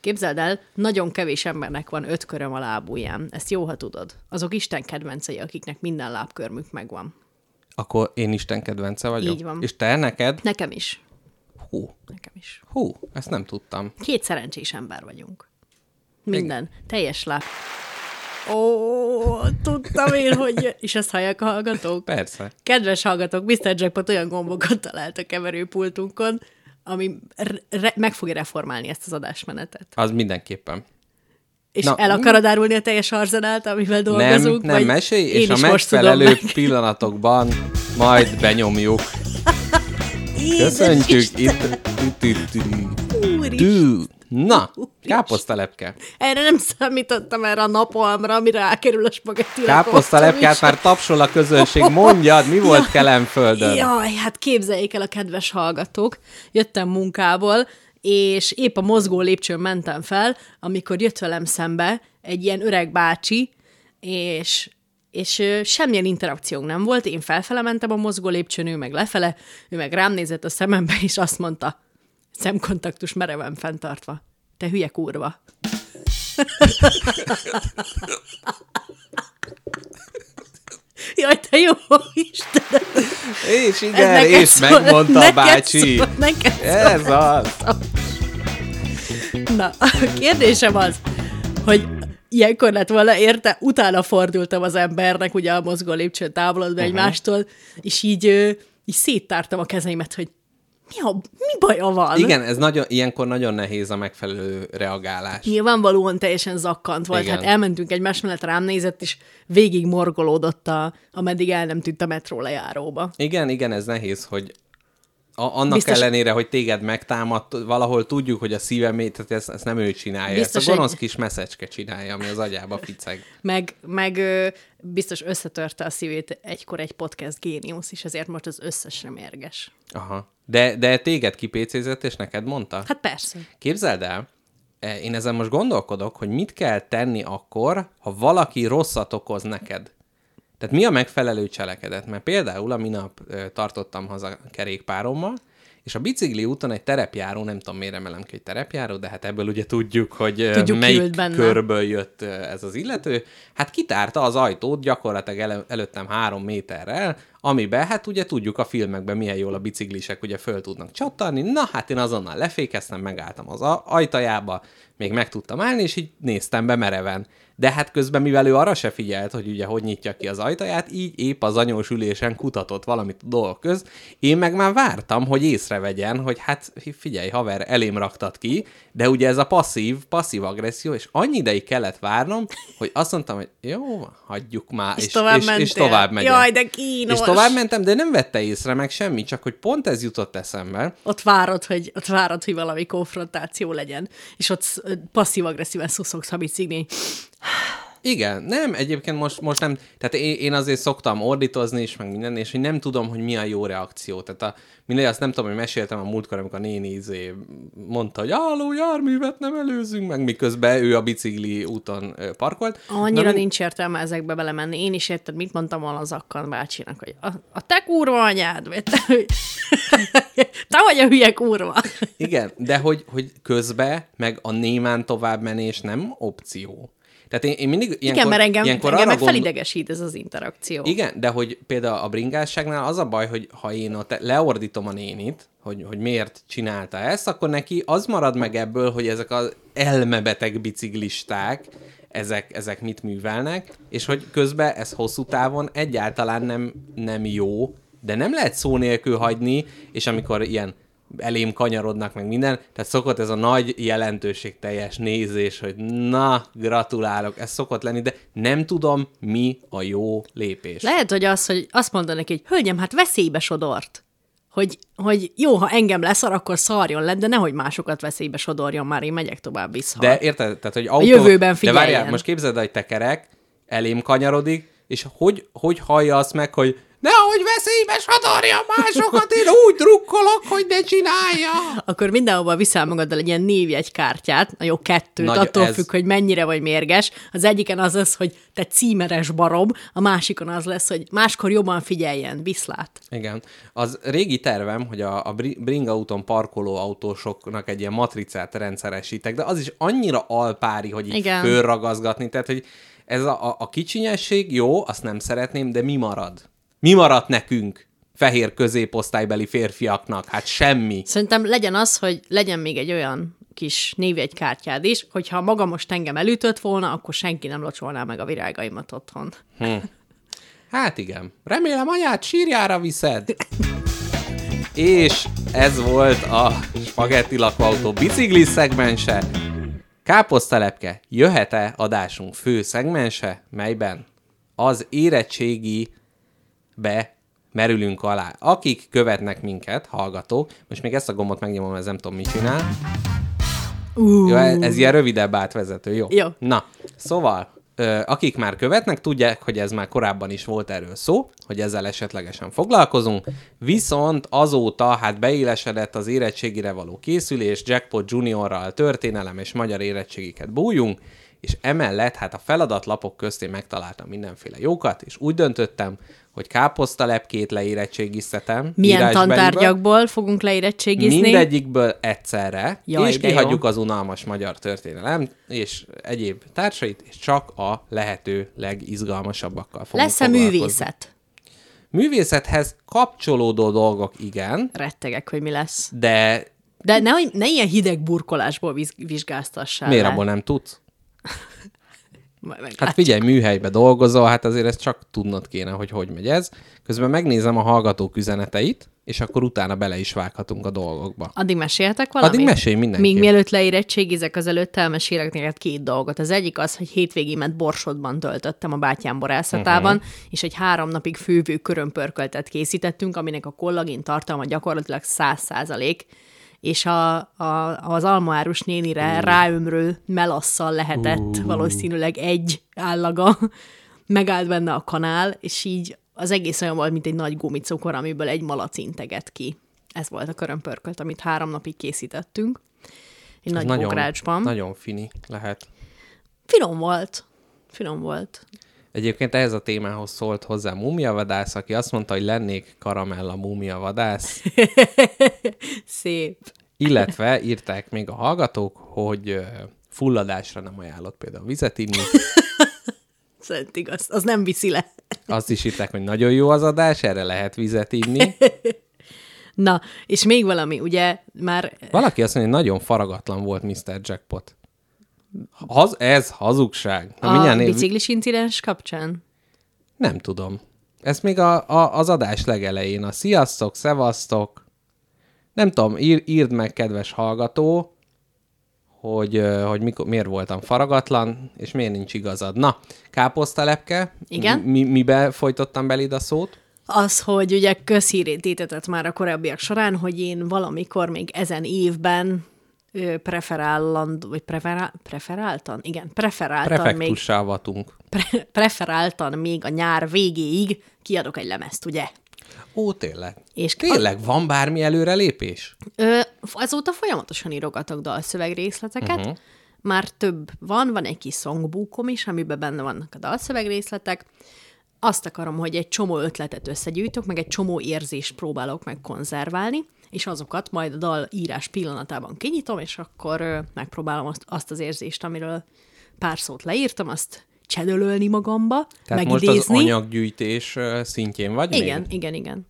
Képzeld el, nagyon kevés embernek van öt köröm a lábujján. Ezt jó, ha tudod. Azok Isten kedvencei, akiknek minden lábkörmük megvan. Akkor én Isten kedvence vagyok. Így van. És te neked? Nekem is. Hú, Nekem is. hú, ezt nem tudtam. Két szerencsés ember vagyunk. Minden. Teljes láb. Ó, tudtam én, hogy... És ezt hallják a hallgatók? Persze. Kedves hallgatók, Mr. Jackpot olyan gombokat talált a keverőpultunkon, ami re- re- meg fogja reformálni ezt az adásmenetet. Az mindenképpen. És Na, Na, el akarod árulni a teljes arzenált, amivel Nem, dolgozunk? nem vagy mesélj, én és a is most tudom megfelelő meg? pillanatokban majd benyomjuk. Köszöntjük itt. Úristen! Dű. Na, káposztalepke. Erre nem számítottam erre a napalmra, amire rákerül a spagetti Káposztalepkát már tapsol a közönség. Mondjad, mi volt Kelenföldön? Jaj, hát képzeljék el a kedves hallgatók, jöttem munkából, és épp a mozgó lépcsőn mentem fel, amikor jött velem szembe egy ilyen öreg bácsi, és, és ö, semmilyen interakciónk nem volt, én felfele mentem a mozgó lépcsőn, ő meg lefele, ő meg rám nézett a szemembe, és azt mondta, szemkontaktus mereven fenntartva, te hülye kurva. Jaj, te jó Istenem! Ez És igen, neked és szól, megmondta a szóval- neked bácsi. szól, neked szól. Ez az. Na, a kérdésem az, hogy ilyenkor lett volna érte, utána fordultam az embernek, ugye a mozgó lépcsőn távolodva uh-huh. egymástól, és így, ö, így széttártam a kezeimet, hogy mi, a, mi baja van? Igen, ez nagyon, ilyenkor nagyon nehéz a megfelelő reagálás. Nyilvánvalóan teljesen zakkant volt, Igen. hát elmentünk egymás mellett, rám nézett, és végig morgolódott, a, ameddig el nem tűnt a metró lejáróba. Igen, igen, ez nehéz, hogy a, annak Biztos- Biztos... ellenére, hogy téged megtámadt, valahol tudjuk, hogy a szívemét, tehát ezt, ezt nem ő csinálja, Biztos Biztos ezt a gonosz egy- egy... kis meszecske csinálja, ami az agyába ficeg. Meg, meg ö, biztos összetörte a szívét egykor egy podcast géniusz, és ezért most az összesre mérges. Aha. De, de téged kipécézett, és neked mondta? Hát persze. Képzeld el, eh, én ezen most gondolkodok, hogy mit kell tenni akkor, ha valaki rosszat okoz neked. Tehát mi a megfelelő cselekedet? Mert például a minap eh, tartottam haza kerékpárommal, és a bicikli úton egy terepjáró, nem tudom miért emelem ki, egy terepjáró, de hát ebből ugye tudjuk, hogy eh, Tudjuk, ki ült melyik benne. körből jött eh, ez az illető. Hát kitárta az ajtót gyakorlatilag ele- előttem három méterrel, amiben hát ugye tudjuk a filmekben milyen jól a biciklisek ugye föl tudnak csattanni, na hát én azonnal lefékeztem, megálltam az a- ajtajába, még meg tudtam állni, és így néztem be mereven. De hát közben, mivel ő arra se figyelt, hogy ugye hogy nyitja ki az ajtaját, így épp az anyós ülésen kutatott valamit a dolgok köz. Én meg már vártam, hogy észrevegyen, hogy hát figyelj, haver, elém raktad ki, de ugye ez a passzív, passzív agresszió, és annyi ideig kellett várnom, hogy azt mondtam, hogy jó, van, hagyjuk már, és, és, tovább és, és mentél. tovább megyek. Jaj, de kínos. És tovább mentem, de nem vette észre meg semmi, csak hogy pont ez jutott eszembe, Ott várod, hogy, ott várod, hogy valami konfrontáció legyen, és ott sz- ö, passzív-agresszíven szuszogsz a biciklin. Igen, nem, egyébként most, most nem, tehát én, én azért szoktam ordítozni is, meg minden, és hogy nem tudom, hogy mi a jó reakció. Tehát a, mindegy, azt nem tudom, hogy meséltem a múltkor, amikor a néni izé mondta, hogy álló járművet nem előzünk, meg miközben ő a bicikli úton ö, parkolt. Annyira Na, Na, nincs értelme ezekbe belemenni. Én is érted, mit mondtam volna az Akkan bácsinak, hogy a, a te kurva anyád, vagy te, hogy- te vagy a hülye kurva. Igen, de hogy, hogy közbe, meg a némán továbbmenés nem opció. Tehát én, én mindig ilyenkor, Igen, mert engem, ilyenkor engem arra meg gondol- felidegesít ez az interakció. Igen, de hogy például a bringásságnál az a baj, hogy ha én ott leordítom a nénit, hogy, hogy miért csinálta ezt, akkor neki az marad meg ebből, hogy ezek az elmebeteg biciklisták, ezek, ezek mit művelnek, és hogy közben ez hosszú távon egyáltalán nem, nem jó, de nem lehet szó nélkül hagyni, és amikor ilyen elém kanyarodnak, meg minden, tehát szokott ez a nagy jelentőségteljes nézés, hogy na, gratulálok, ez szokott lenni, de nem tudom, mi a jó lépés. Lehet, hogy az, hogy azt mondta neki, hogy hölgyem, hát veszélybe sodort. Hogy, hogy jó, ha engem leszar, akkor szarjon le, de nehogy másokat veszélybe sodorjon már, én megyek tovább vissza. De érted? Tehát, hogy autó... jövőben De várjál, figyeljen. most képzeld, el, hogy tekerek, elém kanyarodik, és hogy, hogy hallja azt meg, hogy nehogy veszélybe sodorja másokat, én úgy drukkolok, hogy ne csinálja. Akkor mindenhova viszel magaddal egy ilyen névjegykártyát, a jó kettőt, Nagy- Nagy, attól ez- ez... függ, hogy mennyire vagy mérges. Az egyiken az lesz, hogy te címeres barom, a másikon az lesz, hogy máskor jobban figyeljen, viszlát. Igen. Az régi tervem, hogy a, a bri- bringa úton parkoló autósoknak egy ilyen matricát rendszeresítek, de az is annyira alpári, hogy így Igen. fölragazgatni, tehát hogy ez a, a, a kicsinyesség, jó, azt nem szeretném, de mi marad? Mi maradt nekünk? fehér középosztálybeli férfiaknak, hát semmi. Szerintem legyen az, hogy legyen még egy olyan kis névjegykártyád is, hogyha maga most engem elütött volna, akkor senki nem locsolná meg a virágaimat otthon. Hát igen. Remélem anyát sírjára viszed. És ez volt a Spagetti lakóautó bicikli szegmense. Káposztelepke, jöhet-e adásunk fő szegmense, melyben az érettségi be merülünk alá. Akik követnek minket, hallgatók, most még ezt a gombot megnyomom, mert ez nem tudom, mit csinál. Uh. Jó, ez ez ilyen rövidebb átvezető, jó? Jó. Na, szóval, ö, akik már követnek, tudják, hogy ez már korábban is volt erről szó, hogy ezzel esetlegesen foglalkozunk, viszont azóta hát beélesedett az érettségire való készülés, Jackpot Juniorral történelem és magyar érettségiket bújunk, és emellett hát a feladatlapok közté megtaláltam mindenféle jókat, és úgy döntöttem, hogy káposztalepkét leérettségiztetem. Milyen írásbeliből. tantárgyakból fogunk leérettségizni? Mindegyikből egyszerre, Jaj, Jaj, és de jó. kihagyjuk az unalmas magyar történelem és egyéb társait, és csak a lehető legizgalmasabbakkal fogunk Lesz-e foglalkozni. művészet? Művészethez kapcsolódó dolgok igen, Rettegek, hogy mi lesz. de De ne, ne ilyen hideg burkolásból viz, vizsgáztassál miért le. abból nem tudsz? Majd meg- Hát figyelj, műhelybe dolgozol, hát azért ezt csak tudnod kéne, hogy hogy megy ez. Közben megnézem a hallgatók üzeneteit, és akkor utána bele is vághatunk a dolgokba. Addig meséltek valamit? Addig mesélj mindenképp. Még mielőtt leérettségizek, azelőtt elmesélek neked két dolgot. Az egyik az, hogy hétvégémet Borsodban töltöttem a bátyám borászatában, uh-huh. és egy három napig fővő körömpörköltet készítettünk, aminek a kollagén tartalma gyakorlatilag száz százalék, és a, a, az almaárus nénire uh. ráömrő melasszal lehetett uh. valószínűleg egy állaga. Megállt benne a kanál, és így az egész olyan volt, mint egy nagy gumicukor, amiből egy malac integet ki. Ez volt a körömpörkölt, amit három napig készítettünk. Egy Ez nagy bográcsban. nagyon fini lehet. Finom volt. Finom volt. Egyébként ehhez a témához szólt hozzá múmiavadász, aki azt mondta, hogy lennék karamella múmiavadász, Szép. illetve írták még a hallgatók, hogy ö, fulladásra nem ajánlott például vizet inni. Szerint igaz. Az nem viszi le. Azt is írták, hogy nagyon jó az adás, erre lehet vizet inni. Na, és még valami, ugye már Valaki azt mondja, hogy nagyon faragatlan volt Mr. Jackpot. Haz, ez hazugság. Na, a mindjárt én- biciklis incidens kapcsán? Nem tudom. Ezt még a, a, az adás legelején, a sziasztok, szevasztok. Nem tudom, ír, írd meg, kedves hallgató, hogy, ö, hogy mikor, miért voltam faragatlan, és miért nincs igazad. Na, káposztalepke. Igen? Hát, Mi, mibe folytottam beléd a szót? Az, hogy ugye közhírítétetett már a korábbiak során, hogy én valamikor még ezen évben ö, preferáland, vagy preferál, preferáltan? Igen, preferáltan még, Prefektussal vatunk. pre, preferáltan még a nyár végéig kiadok egy lemezt, ugye? Ó, tényleg. És- tényleg, van bármi előrelépés? Ö, azóta folyamatosan írogatok dalszövegrészleteket, Mhm. uh-huh. már több van, van egy kis songbookom is, amiben benne vannak a dalszövegrészletek. Azt akarom, hogy egy csomó ötletet összegyűjtök, meg egy csomó érzést próbálok meg konzerválni, és azokat majd a dal írás pillanatában kinyitom, és akkor ö, megpróbálom azt, azt az érzést, amiről pár szót leírtam, azt csedölölni magamba, Tehát megidézni. most az anyaggyűjtés ö, szintjén vagy még? Igen, igen, igen.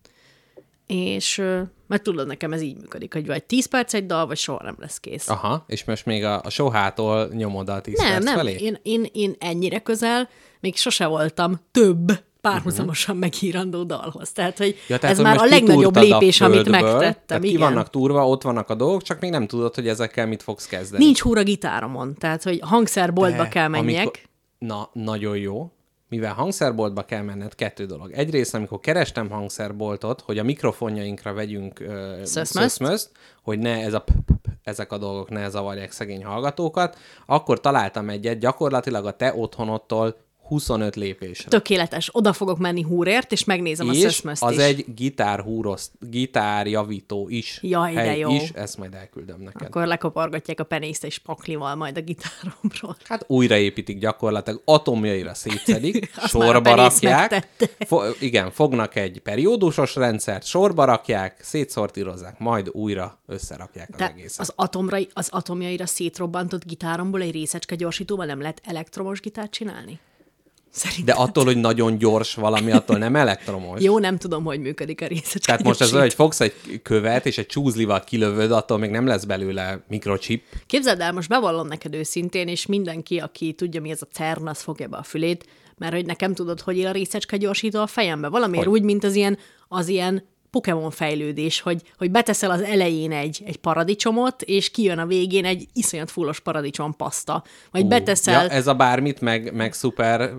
És ö, mert tudod, nekem ez így működik, hogy vagy 10 perc egy dal, vagy soha nem lesz kész. Aha, és most még a, a sohától nyomod a tíz nem, perc nem, felé? én, én, én ennyire közel még sose voltam több párhuzamosan megírandó dalhoz. Tehát, hogy Mhm. Ja, ez tehát, hogy már a most legnagyobb kitúrtad a lépés, amit földből, megtettem. Tehát ki Igen. vannak túrva, ott vannak a dolgok, csak még nem tudod, hogy ezekkel mit fogsz kezdeni. Nincs húra gitáromon, tehát, hogy hangszerboltba De kell menjek. Amikor... Na, nagyon jó. Mivel hangszerboltba kell menned, kettő dolog. Egyrészt, amikor kerestem hangszerboltot, hogy a mikrofonjainkra vegyünk ö, Szöszmözt? szöszmözt, hogy ne ez a p- p- p- ezek a dolgok ne zavarják szegény hallgatókat, akkor találtam egyet gyakorlatilag a te otthonodtól 25 lépésre. Tökéletes, oda fogok menni húrért, és megnézem a és szöszmözt az is. egy gitárhúrosz, gitárjavító is. Jaj, de hely jó. Is, ezt majd elküldöm neked. Akkor lekopargatják a penészt és paklival majd a gitáromról. Hát újraépítik gyakorlatilag, atomjaira szétszedik, Azt már a sorba penész rakják, megtette. fo- igen, fognak egy periódusos rendszert, sorba rakják, szétszortírozzák, majd újra összerakják az Te egészet. az, atomra, az atomjaira szétrobbantott gitáromból egy részecske gyorsítóval nem lehet elektromos gitárt csinálni? Szerintem. De attól, hogy nagyon gyors valami, attól nem elektromos. Jó, nem tudom, hogy működik a részecske Tehát most az, gyorsító. hogy fogsz egy követ, és egy csúzlival kilövöd, attól még nem lesz belőle mikrochip. Képzeld el, most bevallom neked őszintén, és mindenki, aki tudja, mi ez a CERN, az fogja be a fülét, mert hogy nekem tudod, hogy él a részecske gyorsító a fejembe. Valamiért Hogy? úgy, mint az ilyen, az ilyen Pokémon fejlődés, hogy, hogy beteszel az elején egy, egy paradicsomot, és kijön a végén egy iszonyat fullos paradicsom paszta. Vagy beteszel Ja, ez a bármit, meg, meg szuper...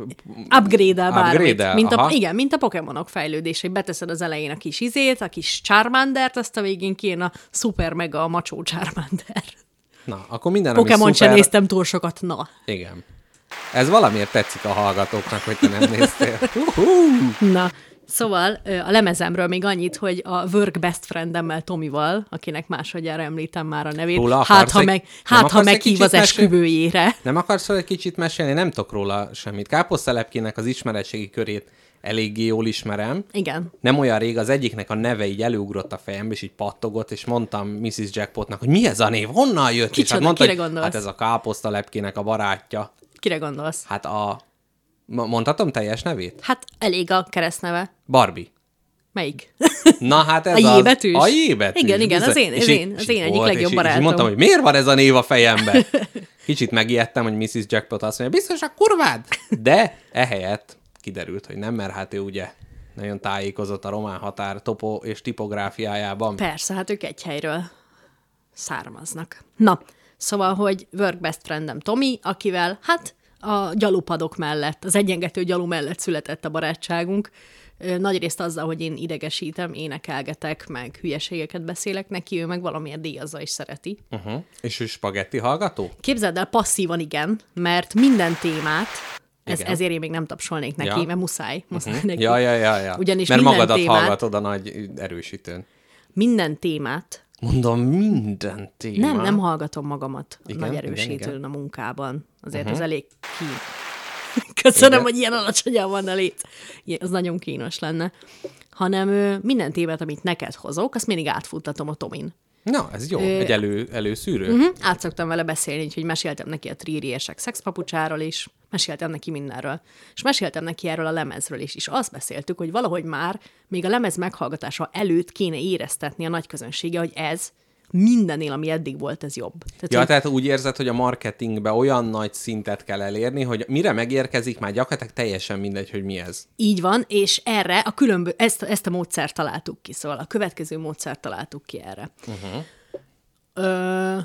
upgrade-el bármit. Upgrade-el, Mint a, aha. igen, mint a Pokémonok fejlődés, hogy beteszed az elején a kis izét, a kis Charmandert, azt a végén kijön a szuper mega a macsó Charmander. Na, akkor minden, Pokémon ami se szuper... néztem túl sokat, na. Igen. Ez valamiért tetszik a hallgatóknak, hogy te nem néztél. Na, szóval ö, a lemezemről még annyit, hogy a work best friendemmel, Tomival, akinek máshogyára említem már a nevét, Róla hát akarsz ha, egy- meg, nem hát, ha akarsz egy meghív kicsit az mesélni? esküvőjére. Nem akarsz róla egy kicsit mesélni? Nem tudok róla semmit. Káposztelepkének az ismeretségi körét eléggé jól ismerem. Igen. Nem olyan rég az egyiknek a neve így előugrott a fejembe, és így pattogott, és mondtam Mrs. Jackpotnak, hogy mi ez a név, honnan jött? és Kicsoda, hát mondta, kire hogy gondolsz? Hát ez a káposztalepkének a barátja. Kire gondolsz? Hát a... Ma- Mondhatom teljes nevét? Hát elég a keresztneve. Barbie. Melyik? Na hát ez A az... J betűs? A J betűs. Igen, igen, az bizony. én- És az így- én- és az így én egyik volt, és legjobb így- És barátom. így mondtam, hogy miért van ez a név a fejembe? Kicsit megijedtem, hogy Mrs. Jackpot azt mondja, biztos a kurvád? De ehelyett kiderült, hogy nem, mert hát ő ugye nagyon tájékozott a román határ topo és tipográfiájában. Persze, hát ők egy helyről származnak. Na, szóval, hogy work best friendem Tomi, akivel hát a gyalupadok mellett, az egyengető gyalu mellett született a barátságunk. Ö, Nagyrészt azzal, hogy én idegesítem, énekelgetek, meg hülyeségeket beszélek neki, ő meg valamiért díjazza is szereti. Uh-huh. És ő spagetti hallgató? Képzeld el, passzívan igen, mert minden témát, ez, Igen. ezért én még nem tapsolnék neki, Ja. Mhm. ja. mert muszáj, muszáj uh-huh. neki. Ja, ja, ja, ja. Ugyanis mert minden magadat témát- hallgatod a nagy erősítőn. Minden témát Mondom, minden téma. Nem, nem hallgatom magamat igen, Igen, nagy igen, erősítőn igen, igen. Mhm. a munkában. Azért uh-huh. az elég kín. Köszönöm, igen. hogy ilyen alacsonyan van a léc. Ilyen- Az nagyon kínos lenne. Hanem ö, minden témát, amit neked hozok, azt mindig átfuttatom a Tomin. Na, ez jó, egy elő, előszűrő. Mhm. Hm? Át szoktam vele beszélni, úgyhogy meséltem neki a tríriesek szexpapucsáról is. meséltem neki mindenről. És meséltem neki erről a lemezről is, és azt beszéltük, hogy valahogy már még a lemez meghallgatása előtt kéne éreztetni a nagy közönsége, hogy ez mindenél, ami eddig volt, ez jobb. Tehát, Ja, hogy- tehát úgy érzed, hogy a marketingbe olyan nagy szintet kell elérni, hogy mire megérkezik, már gyakorlatilag teljesen mindegy, hogy mi ez. Így van, és erre a különböző, ezt, ezt a módszert találtuk ki, szóval a következő módszert találtuk ki erre. Uh-huh. Ö,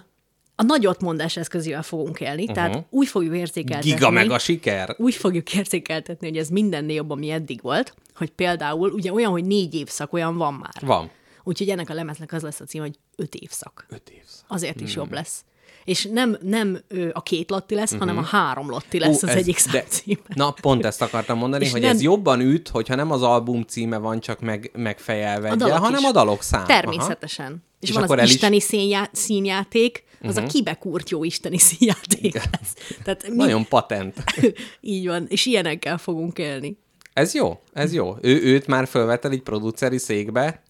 a nagyotmondás eszközével fogunk élni, uh-huh. tehát úgy fogjuk érzékeltetni. Giga meg a siker. Úgy fogjuk érzékeltetni, hogy ez mindennél jobb, ami eddig volt, hogy például ugye olyan, hogy négy évszak olyan van már. Van. Úgyhogy ennek a lemeznek az lesz a cím, hogy öt évszak. Öt évszak. Azért is hmm. jobb lesz. És nem, nem ö, a két lotti lesz, Mhm. uh-huh. hanem a három lotti lesz az egyik szám címe. Na, pont ezt akartam mondani, És hogy nem- ez jobban üt, hogyha nem az album címe van csak meg, megfejelve, dalok hanem is. a dalok szám. Természetesen. Aha. És, És van akkor el az is- Mhm. isteni színjá- színjáték, az uh-huh. a kibekúrt jó isteni színjáték lesz. Tehát mi... Aha. Nagyon patent. Így van, és ilyenekkel fogunk élni. Ez jó, ez jó. Ő, őt már fölvetel így produceri székbe.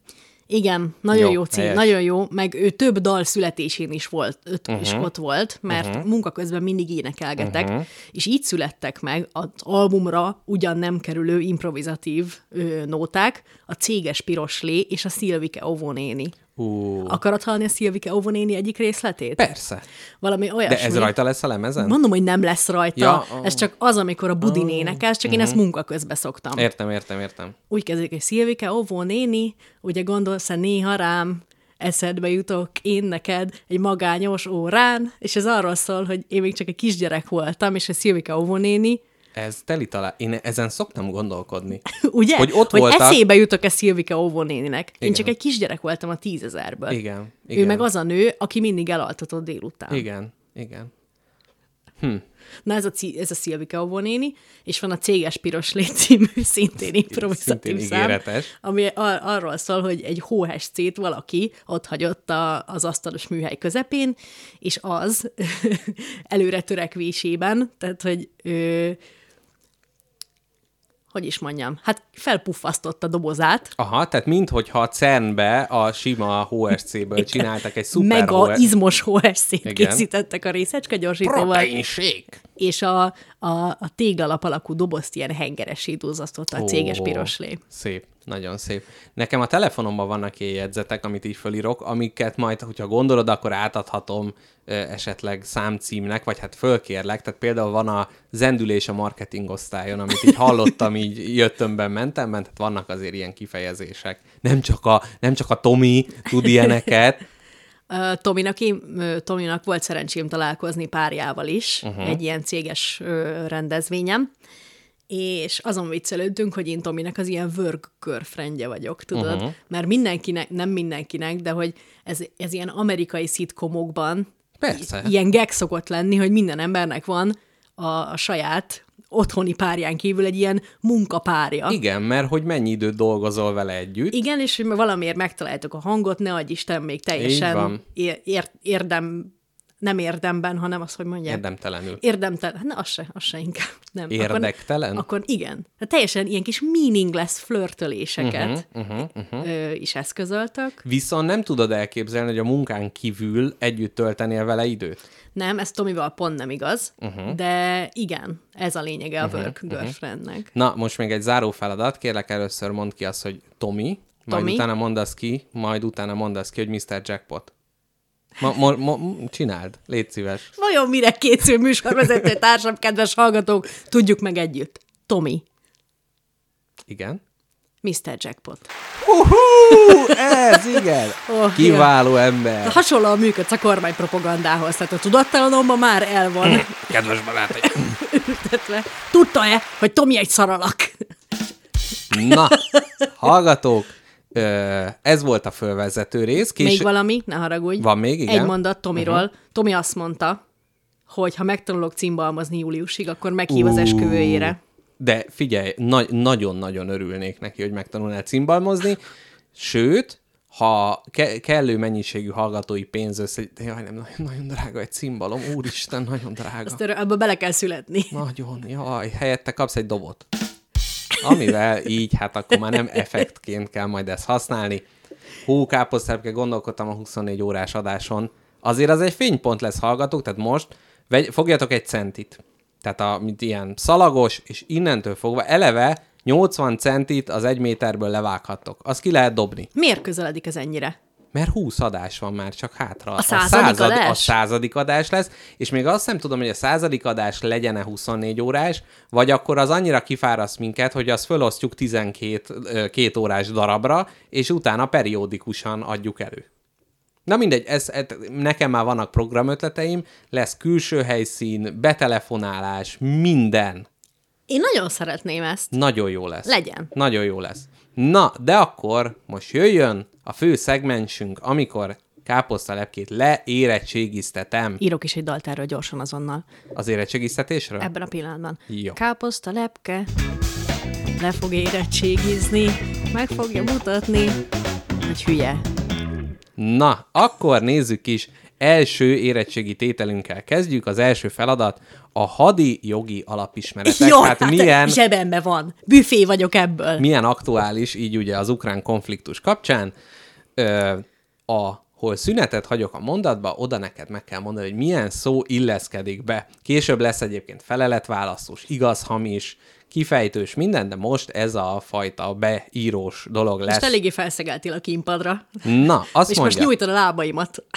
Igen, nagyon jó, Jó, jó cím, helyes. nagyon jó, meg ő több dal születésén is volt, öt, uh-huh. Mhm. és ott volt, mert uh-huh. munka közben mindig énekelgetek, uh-huh. és így születtek meg az albumra ugyan nem kerülő improvizatív ö, nóták, a Céges Piroslé és a Szilvike Ovonéni. Ú, Akarod hallani a Szilvike Ovonéni egyik részletét? persze. Valami olyasmi. De ez rajta lesz a lemezen? Mondom, hogy nem lesz rajta. Ja, Ja, Mhm. oh. Ez csak az, amikor a budin oh. énekel, csak én ezt munka közben szoktam. Ért. Értem, értem, értem. Úgy kezdődik, hogy Szilvike, óvó néni, ugye gondolsz-e néha rám, eszedbe jutok én neked egy magányos órán, és ez arról szól, hogy én még csak egy kisgyerek voltam, és a Szilvike óvó néni, Ez teli talál. Én ezen szoktam gondolkodni. ugye? Hogy ott hogy voltak. eszébe jutok-e Szilvike óvó néninek. Én Igen. csak egy kisgyerek voltam a tízezerből. Igen, Ő igen. meg az a nő, aki mindig elaltatott délután. Igen, igen. Na ez a, ci- ez a Szilvike Ovó néni, és van a Céges Piros Lé című szintén improvizatív szintén szám, ígéretes. ami ar- arról szól, hogy egy hóhes cét valaki ott hagyott a- az asztalos műhely közepén, és az előre törekvésében, tehát hogy ő, hogy is mondjam, hát felpuffasztotta a dobozát, Aha, tehát minthogyha a CERN-be a sima HSC-ből csináltak egy szuper mega HSC izmos hóhes szét Igen. készítettek a részecske gyorsítóval. protein shake. és a, a, a téglalap alakú dobozt ilyen hengeresé duzzasztotta a céges Ó, piroslé. Szép, nagyon szép. Nekem a telefonomban vannak ilyen jegyzetek, amit így fölírok, amiket majd, hogyha gondolod, akkor átadhatom ö, esetleg számcímnek, vagy hát fölkérlek. Tehát például van a zendülés a marketing osztályon, amit így hallottam, így jöttömben mentem, ment, tehát vannak azért ilyen kifejezések. Nem csak a, nem csak a Tomi tud ilyeneket, Ö, Tominak, én, ö, Tominak volt szerencsém találkozni párjával is, uh-huh. egy ilyen céges ö, rendezvényem, és azon viccelődtünk, hogy én Tominak az ilyen work girlfriendje vagyok, tudod? Uh-huh. Mert mindenkinek, nem mindenkinek, de hogy ez, ez ilyen amerikai szitkomokban Persze. i- ilyen gag szokott lenni, hogy minden embernek van a, a saját otthoni párján kívül egy ilyen munkapárja. Igen, mert hogy mennyi időt dolgozol vele együtt. Igen, és hogy valamiért megtaláltuk a hangot, ne adj Isten, még Így teljesen van. é- ér- érdem, nem érdemben, hanem az, hogy mondják. Érdemtelenül. Érdemtelen. Hát ne, az se, az se inkább. Nem. Érdektelen? Akkor, akkor igen. Hát teljesen ilyen kis meaningless flörtöléseket Mhm, uh-huh, uh-huh, uh-huh. Ö, is eszközöltök. Viszont nem tudod elképzelni, hogy a munkán kívül együtt töltenél vele időt. Nem, ez Tomival pont nem igaz, Mhm. uh-huh. de igen, ez a lényege a work girlfriendnek. Na, most még egy záró feladat. Kérlek, először mondd ki azt, hogy Tomi, majd Tomi. utána mondd azt ki, majd utána mondd azt ki, hogy Mr. Jackpot. Ma, ma, ma, csináld, légy szíves. Vajon mire készül műsorvezető társam, kedves hallgatók? Tudjuk meg együtt. Tomi, Igen. Mr. Jackpot. Uhú, ez igen. Ó, Kiváló ember. Hasonlóan működsz a kormánypropagandához, tehát a tudattalanomban már el Hm. van Kedves barátaim. ültetve. Tudta-e, hogy Tomi egy szaralak? Na, hallgatók, ö, ez volt a fölvezető rész. Kis... Még Késő... valami? Ne haragudj. Van még, igen? Mhm. Egy mondat Tomiról. Uh-huh. Tomi azt mondta, hogy ha megtanulok cimbalmazni júliusig, akkor meghív az Ú, esküvőjére. De figyelj, na- nagyon-nagyon örülnék neki, hogy megtanulnál cimbalmozni, sőt, ha ke- kellő mennyiségű hallgatói pénzösszeg... Jaj, nem, nagyon, nagyon drága egy cimbalom, úristen, nagyon drága. Ezt erre- Ebbe bele kell születni. Nagyon, jaj, helyette kapsz egy dobot. Amivel így, hát akkor már nem effektként kell majd ezt használni. Hú, káposzterpke, gondolkodtam a 24 órás adáson. Azért az egy fénypont lesz, hallgatók, tehát most vegy, fogjatok egy centit. Tehát a, mint ilyen szalagos, és innentől fogva eleve 80 centit az egy méterből levághattok. Azt ki lehet dobni. Miért közeledik ez ennyire? Mert 20 adás van már csak hátra. A századik adás? A századik adás lesz, és még azt nem tudom, hogy a századik adás legyen-e 24 órás, vagy akkor az annyira kifáraszt minket, hogy azt fölosztjuk 12 ö, két órás darabra, és utána periódikusan adjuk elő. Na mindegy, ez, ez, nekem már vannak programötleteim, lesz külső helyszín, betelefonálás, minden. Én nagyon szeretném ezt. Nagyon jó lesz. Legyen. Nagyon jó lesz. Na, de akkor most jöjjön a fő szegmensünk, amikor káposztalepkét leérettségiztetem Írok is egy dalt erről gyorsan azonnal. az érettségiztetésről. Ebben a pillanatban. Jó. Káposzta lepke le fog érettségizni, meg fogja mutatni, hogy hülye. Na, akkor nézzük is, első érettségi tételünkkel kezdjük. Az első feladat a hadi jogi alapismeretek. Jó, hát Tehát hát milyen, zsebembe van. Büfé vagyok ebből. milyen aktuális, így ugye az ukrán konfliktus kapcsán, ö, a hol szünetet hagyok a mondatba, oda neked meg kell mondani, hogy milyen szó illeszkedik be. Később lesz egyébként feleletválasztós, igaz, hamis, kifejtős, minden, de most ez a fajta beírós dolog lesz. Most eléggé felszegeltél a kínpadra. Na, azt és mondja. Ah. most nyújtod a lábaimat.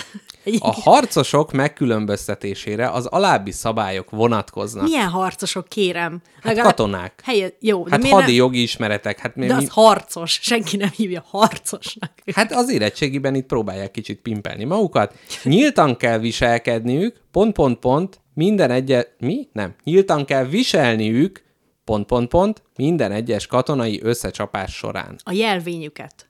A harcosok megkülönböztetésére az alábbi szabályok vonatkoznak. Milyen harcosok, kérem? Hát katonák. Helye, jó, de, Hát miért hadi nem, jogi ismeretek. Hát, mi, de mi, az harcos. Senki nem hívja harcosnak. hát az érettségiben itt próbálják kicsit pimpelni magukat. Nyíltan kell viselkedniük, pont, pont, pont, minden egyes... Mi? Nem. Nyíltan kell viselniük, pont, pont, pont, minden egyes katonai összecsapás során. A jelvényüket.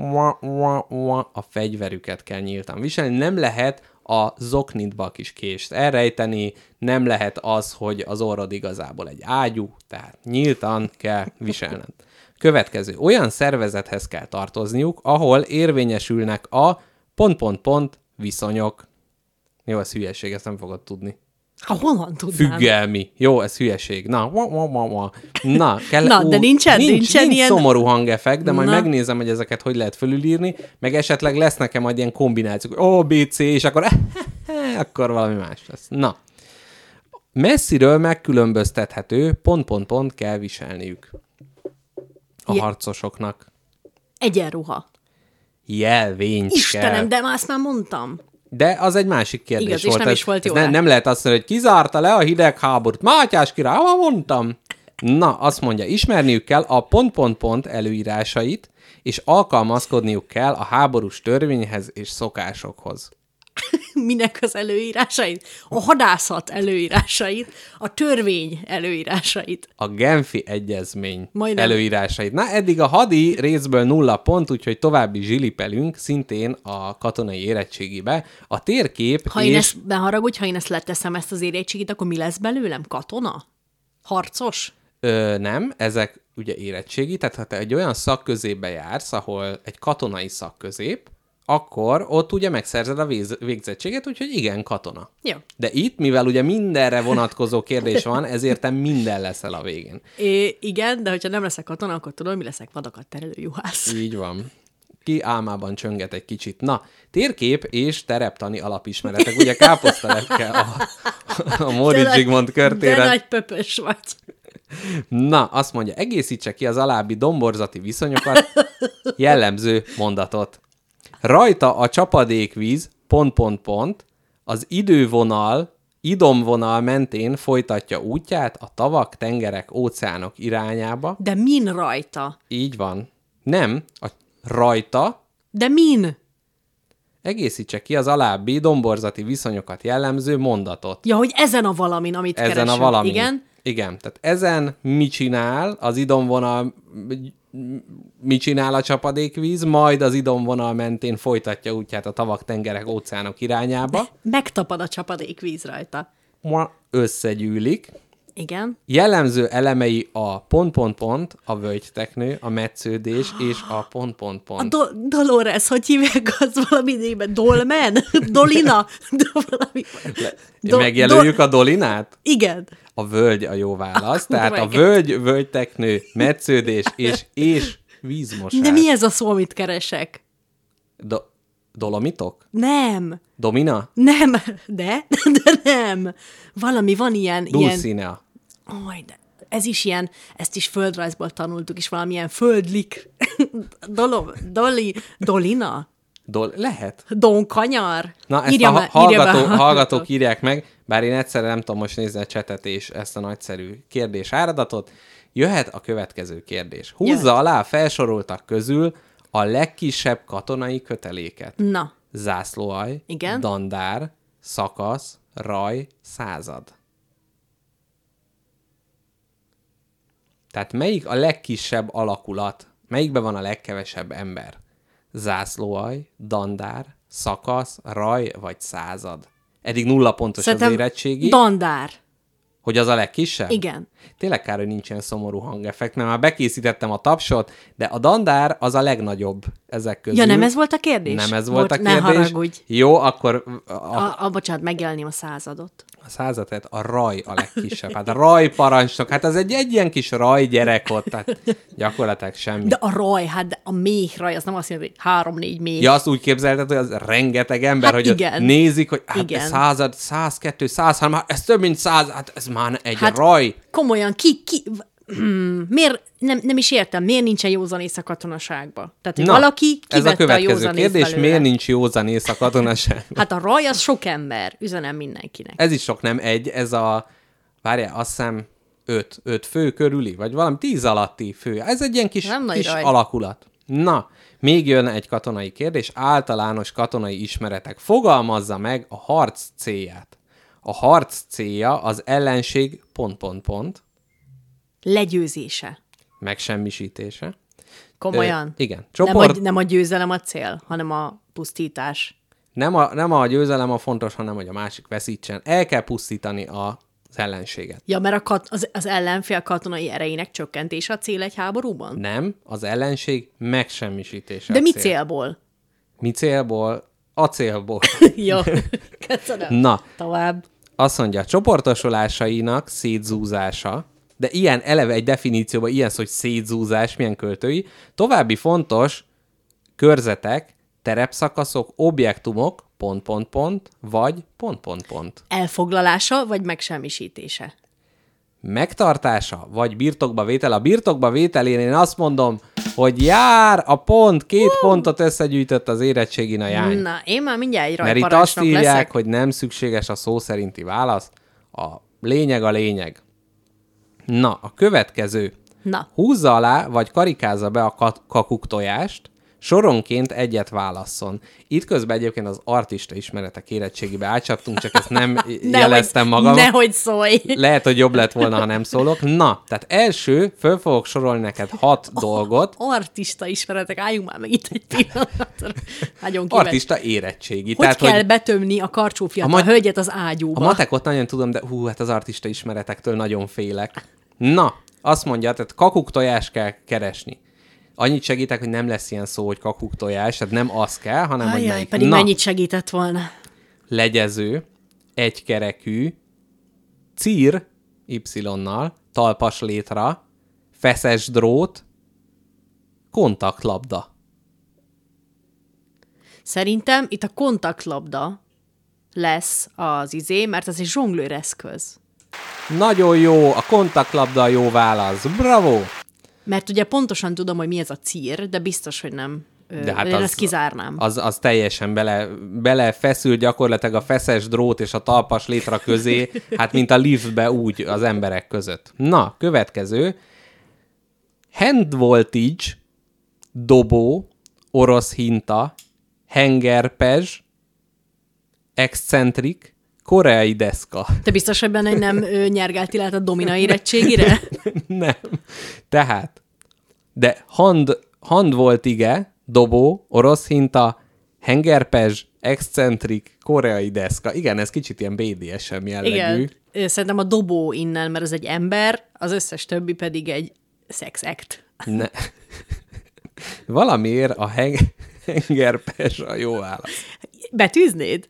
Mua, mua, mua, a fegyverüket kell nyíltan viselni. Nem lehet a zoknitba a kis kést elrejteni, nem lehet az, hogy az orrod igazából egy ágyú, tehát nyíltan kell viselned. Következő. Olyan szervezethez kell tartozniuk, ahol érvényesülnek a pont-pont-pont viszonyok. Jó, ez hülyeség, ezt nem fogod tudni. Ha honnan tudnám? Függelmi. Jó, ez hülyeség. Na, ma, ma, ma, ma. Na, kell, Na, de nincsen- nincs, nincsen nincs ilyen- szomorú hangeffekt, de majd Na. megnézem, hogy ezeket hogy lehet fölülírni, meg esetleg lesz nekem majd ilyen kombinációk, hogy O, B, C, és akkor akkor valami más lesz. Na. Messziről megkülönböztethető, pont, pont, pont kell viselniük a Je- harcosoknak. Egyenruha. Jelvényt kell. Istenem, de már azt már mondtam. De az egy másik kérdés Igaz, és volt. nem ez, is volt ez jó ne, rá. nem lehet azt mondani, hogy kizárta le a hidegháborút. Mátyás király, ha mondtam. Na, azt mondja, ismerniük kell a pont-pont-pont előírásait, és alkalmazkodniuk kell a háborús törvényhez és szokásokhoz. Minek az előírásait? A hadászat előírásait, a törvény előírásait. A Genfi Egyezmény Majdnem. előírásait. Na, eddig a hadi részből nulla pont, úgyhogy további zsilipelünk szintén a katonai érettségibe. A térkép Ha és... én ezt, ne haragudj, ha én ezt leteszem, ezt az érettségit, akkor mi lesz belőlem? Katona? Harcos? Ö, nem, ezek ugye érettségi, tehát ha te egy olyan szakközébe jársz, ahol egy katonai szakközép, akkor ott ugye megszerzed a véz- végzettséget, úgyhogy igen, katona. Jó. De itt, mivel ugye mindenre vonatkozó kérdés van, ezért te minden leszel a végén. É, igen, de hogyha nem leszek katona, akkor tudom, mi leszek vadakat terelő juhász. Így van. Ki álmában csönget egy kicsit. Na, térkép és tereptani alapismeretek. Ugye káposztalepke a, a De Móricz nagy- Zsigmond De körtére. nagy pöpös vagy. Na, azt mondja, egészítse ki az alábbi domborzati viszonyokat, jellemző mondatot. Rajta a csapadékvíz, pont, pont, pont, az idővonal, idomvonal mentén folytatja útját a tavak, tengerek, óceánok irányába. De min rajta? Így van. Nem, a rajta De min? egészítse ki az alábbi domborzati viszonyokat jellemző mondatot. Ja, hogy ezen a valamin, amit Ezen keresünk. a valami. Igen? Igen, tehát ezen mi csinál, az idomvonal mi csinál a csapadékvíz, majd az idomvonal mentén folytatja útját a tavak, tengerek, óceánok irányába, Megtapad a csapadék víz rajta. Mua, összegyűlik. Igen? Jellemző elemei a pont-pont-pont, a völgyteknő, a metsződés és a pont-pont-pont. A do- Dolores, hogy hívják az valami néven? Dolmen? Dolina? Do- valami... Do- Megjelöljük do- a dolinát? Igen. A völgy a jó válasz. Ah, Tehát kurva a igen. völgy, völgyteknő, metsződés és, és vízmosás. De mi ez a szó, amit keresek? Do- Dolomitok? Nem, Domina? nem, de, de nem. Valami van ilyen, ilyen Dulcinea? Aj, de ez is ilyen, ezt is földrajzból tanultuk, és valamilyen földlik, Dolo, doli, dolina, Dol- lehet? donkanyar. Na, ezt a ha- írja hallgató, a hallgatók írják meg, bár én egyszerre nem tudom most nézni a csetet és ezt a nagyszerű kérdés áradatot. Jöhet a következő kérdés. Húzza Jöhet. alá a felsoroltak közül a legkisebb katonai köteléket. Na, Zászlóaj, Igen. dandár, szakasz, raj, század. Tehát melyik a legkisebb alakulat? Melyikben van a legkevesebb ember? Zászlóaj, dandár, szakasz, raj vagy század? Eddig nulla pontos Szerintem az érettségi, dandár. hogy az a legkisebb? Igen. Tényleg kár, hogy nincs ilyen szomorú hangeffekt, mert már bekészítettem a tapsot, de a dandár az a legnagyobb ezek közül. Ja, nem ez volt a kérdés? Nem ez volt, a kérdés. Ne haragudj. Jó, akkor a, A, a, bocsánat, megjelenném a századot. a százatet, a raj a legkisebb. Hát a raj parancsnok, hát az egy, egy ilyen kis raj gyerek ott, tehát gyakorlatilag semmi. De a raj, hát de a méh raj, az nem azt jelenti, hogy három-négy méh. Ja, azt úgy képzelted, hogy az rengeteg ember, Hát hogy ott igen. nézik, hogy hát Igen. igen. század, 102, 103, hát ez több mint száz, hát ez már egy Hát- hát, raj. Komolyan, ki, ki, hmm, miért, nem, nem is értem, miért nincsen józanész a katonaságba? Tehát, hogy valaki ez a kivette a, következő józanész kérdés, belőle. miért nincs józanész a katonaság? Hát a raj az sok ember, üzenem mindenkinek. Ez is sok nem egy, ez a, várjál, azt hiszem, öt, öt fő körüli, vagy valami tíz alatti fő. Ez egy ilyen kis, Nem nagy kis raj. alakulat. Na, még jön egy katonai kérdés, általános katonai ismeretek. Fogalmazza meg a harc célját. A harc célja az ellenség pont-pont-pont Legyőzése. megsemmisítése. Komolyan. Ö, igen. Nem, Csoport- a, nem a győzelem a cél, hanem a pusztítás. Nem a, nem a győzelem a fontos, hanem hogy a másik veszítsen. El kell pusztítani a, az ellenséget. Ja, mert a kat- az, az ellenfél katonai erejének csökkentése a cél egy háborúban? Nem, az ellenség megsemmisítése. De a mi cél. célból? Mi célból? A célból. Jó, köszönöm. Na, Tovább. azt mondja, csoportosulásainak szétzúzása, de ilyen eleve egy definícióban ilyen szó, hogy szétzúzás, milyen költői. További fontos körzetek, terepszakaszok, objektumok, pont, pont, pont, vagy pont, pont, pont. Elfoglalása vagy megsemmisítése? Megtartása, vagy birtokba vétel. A birtokba vételén én azt mondom, hogy jár a pont, két pontot összegyűjtött az érettségin a jány. Na, én már mindjárt egy Mert itt rajparancsnok azt írják, leszek. leszek. hogy nem szükséges a szó szerinti válasz. A lényeg a lényeg. Na, a következő. Na, Húzza alá, vagy karikázza be a kat- kakuk tojást, soronként egyet válasszon. Itt közben egyébként az artista ismeretek érettségibe átcsaptunk, csak ezt nem jeleztem magam. Nehogy szólj. Lehet, hogy jobb lett volna, ha nem szólok. Na, tehát első, föl fogok sorolni neked hat dolgot. Artista ismeretek, álljunk már meg itt egy pillanatra. Nagyon kíváncsi. Artista érettségi. Hogy tehát, kell hogy betömni a karcsú fiatal a ma- hölgyet az A ágyúba? matekot nagyon tudom, de hú, hát az artista ismeretektől nagyon félek. Na, azt mondja, tehát kakuk tojás kell keresni. Annyit segítek, hogy nem lesz ilyen szó, hogy kakuk tojás, tehát nem az kell, hanem hogy Ajaj, melyik. pedig Na, mennyit segített volna. legyező, egykerekű, cír, y-nal, talpas létra, feszes drót, kontaktlabda. Szerintem itt a kontaktlabda lesz az izé, mert ez egy zsonglőr eszköz. Nagyon jó, a kontaktlabda a jó válasz. Bravo! Mert ugye pontosan tudom, hogy mi ez a cír, de biztos, hogy nem. De hát én az, ezt kizárnám. Az... Az, az teljesen bele, bele feszül gyakorlatilag a feszes drót és a talpas létra közé, hát mint a liftbe úgy az emberek között. Na, következő. Hand voltage, dobó, orosz hinta, hengerpezs, excentrik, koreai deszka. Te biztos, hogy benne nem ö, nyergálti lehet a domina érettségére? Nem. Tehát, de hand, hand volt ige, dobó, orosz hinta, hengerpezs, excentrik, koreai deszka. Igen, ez kicsit ilyen BDSM jellegű. Igen. Ö, Szerintem a dobó innen, mert ez egy ember, az összes többi pedig egy sex act. Ne. Valamiért a heng- hengerpezs a jó válasz. Betűznéd?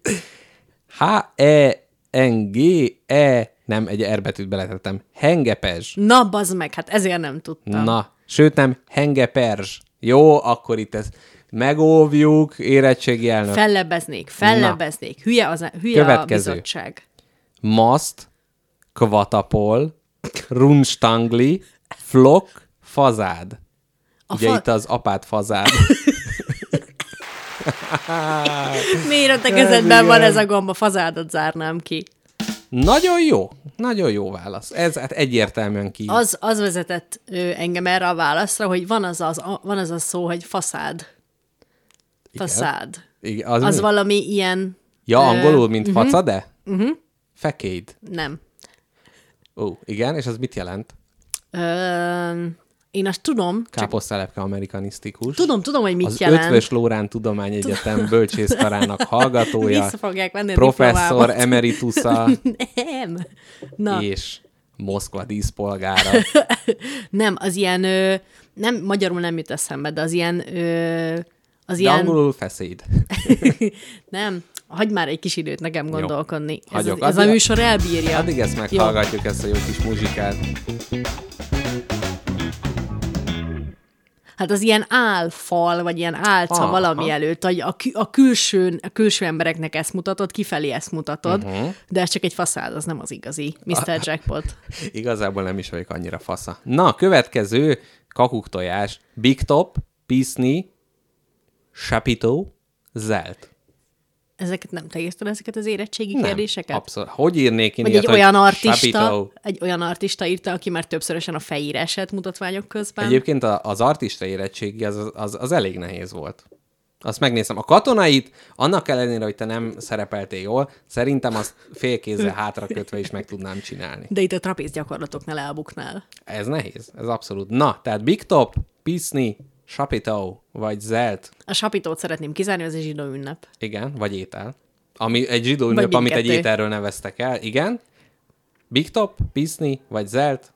H-E-N-G-E, nem, egy R betűt beletettem. Hengepezs. Na, bazd meg, hát ezért nem tudtam. Na, sőt nem, hengeperzs. Jó, akkor itt ez megóvjuk, érettségi elnök. Fellebbeznék, fellebbeznék. Hülye, az, e- hülye a Következő. bizottság. Maszt, kvatapol, runstangli, flok, fazád. A Ugye fa- itt az apát fazád. Miért a te kezedben van ez a gomba? Fazádot zárnám ki. nagyon jó, nagyon jó válasz. Ez hát egyértelműen ki. Az, az vezetett ö, engem erre a válaszra, hogy van az, az, a, van az a szó, hogy faszád. Faszád. Igen, az, Az, mhm. mi? valami ilyen... Ja, angolul, mint uh-huh. facade? Uh-huh. Fekéd. Nem. Ó, igen, és az mit jelent? Ö, én azt tudom, csak Káposztelepke amerikanisztikus. tudom, tudom, hogy mit az jelent. Ötvös Lórán Tudomány Egyetem bölcsészkarának hallgatója, Vissza fogják venni a professzor diplomámat. emeritusa Nem. Na, és Moszkva díszpolgára. nem, az ilyen... Ö, nem, magyarul nem jut eszembe, de az ilyen... Ö, az De ilyen... angolul feszéd. Nem, hagyd már egy kis időt nekem gondolkodni. Ez, Hagyok. ez a Addig- műsor elbírja. Addig Hát ezt Jó. meghallgatjuk, ezt a jó kis muzsikát. Hát az ilyen álfal, vagy ilyen álca Aha. Aha. valami előtt, hogy a, kü- a, külsőn, a külső embereknek ezt mutatod, kifelé ezt mutatod, Mhm. uh-huh. de ez csak egy faszád, az nem az igazi Mr. Jackpot. Igazából nem is vagyok annyira fasza. Na, következő kakuktojás. Big Top, Pisni, Chapiteau, Zelt. Ezeket nem te írtad, ezeket az érettségi Nem, kérdéseket? Abszolút. Hogy írnék én Vagy ilyet, egy hogy olyan artista, Chapiteau? egy olyan artista írta, aki már többszörösen a fejére esett mutatványok közben. Egyébként a- az artista érettségi az, az, az elég nehéz volt. Azt megnézem. A katonait, annak ellenére, hogy te nem szerepeltél jól, szerintem azt félkézzel hátra kötve is meg tudnám csinálni. De itt a trapéz gyakorlatoknál elbuknál. Ez nehéz, ez abszolút. Na, tehát Big Top, Pisni, Chapiteau, vagy Zelt, A sapitót szeretném kizárni, az egy zsidó ünnep. igen, vagy étel. Ami egy zsidó ünnep, amit egy mindkettő. ételről neveztek el, igen. Big Top, Pisni, vagy Zelt,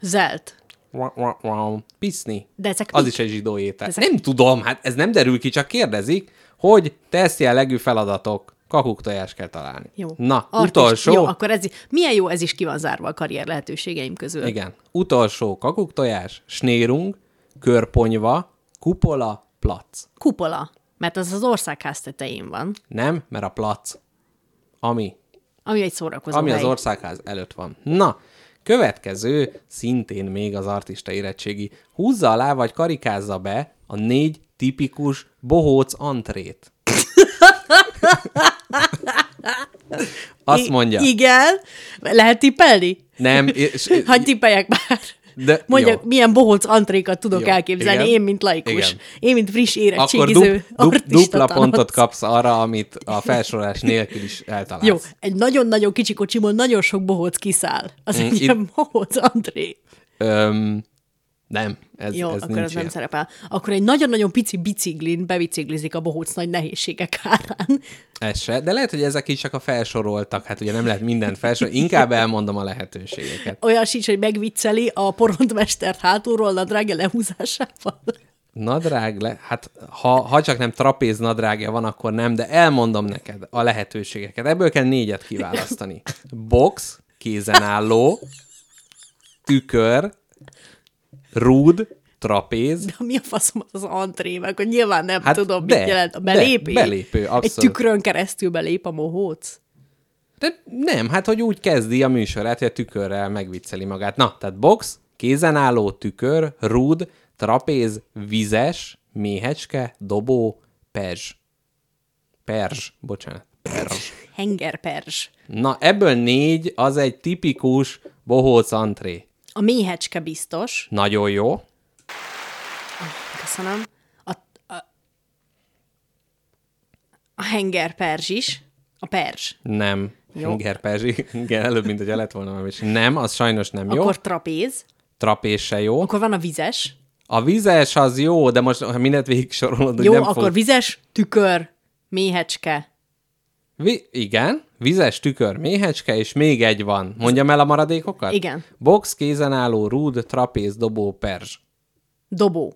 Zelt. Wah, wah, wah. Piszni. De ezek Az mik? is egy zsidó étel. Ezek- Nem tudom, hát ez nem derül ki, csak kérdezik, hogy teszt jellegű feladatok. Kakuktojás kell találni. Jó. Na, Artist- utolsó. Jó, akkor ez, milyen jó, ez is ki van zárva a karrier lehetőségeim közül. Igen. Utolsó kakuktojás, snérung, körponyva, kupola, plac. Kupola, mert az az országház tetején van, Nem, mert a plac, ami, ami egy szórakozó ami hely. az országház előtt van. Na, következő, szintén még az artista érettségi. Húzza alá vagy karikázza be a négy tipikus bohóc antrét. Azt I- mondja. Igen, lehet tippelni? Nem, és, Hagyj tippeljek már. De- Mondjak, jó. milyen bohóc antrékat tudok Jó, elképzelni, igen. én, mint laikus. Igen. Én, mint friss akkor érettségiző dup, dup, artista dupla tanult. pontot kapsz arra, amit a felsorolás nélkül is eltalálsz. Jó, egy nagyon-nagyon kicsi kocsiból nagyon sok bohóc kiszáll. Az egy itt- ilyen bohóc antré. Öm, nem, ez, Jó, ez akkor nincs az nem ilyen. szerepel. Akkor egy nagyon-nagyon pici biciklin bebiciklizik a bohóc nagy nehézségek árán. Ez se, de lehet, hogy ezek is csak a felsoroltak, hát ugye nem lehet mindent felsorolni, inkább elmondom a lehetőségeket. Olyan sincs, hogy megvicceli a porontmestert hátulról nadrágja lehúzásával. Nadrág, le, hát ha, ha csak nem trapéz nadrágja van, akkor nem, de elmondom neked a lehetőségeket. Ebből kell négyet kiválasztani. Box, kézenálló, tükör, rúd, trapéz, De mi a faszom az az antré, meg hogy nyilván nem Hát hát tudom, de, mit jelent. A de, belépő? belépő, Egy abszolút. tükrön keresztül belép a mohóc? De nem, hát hogy úgy kezdi a műsorát, hogy a tükörrel megvicceli magát. Na, tehát box, kézenálló, tükör, rúd, trapéz, vizes, méhecske, dobó, perzs. Perzs, bocsánat. Perzs. Hengerperzs. Na, ebből négy az egy tipikus bohóc antré. A méhecske biztos. Nagyon jó. Köszönöm. A, a, a hengerperzs is. A perzs. Nem. Jó. Inger Perzsi. Igen, előbb, mint hogy lett volna valami. is. Nem, az sajnos nem jó. Akkor trapéz. Trapéz se jó. Akkor van a vizes. A vizes az jó, de most ha mindent végig sorolod, Jó, nem akkor fog... vizes, tükör, méhecske. Vi- igen, vizes tükör, méhecske, és még egy van. Mondjam el a maradékokat? Igen. Box, kézenálló, rúd, trapéz, dobó, perzs. Dobó.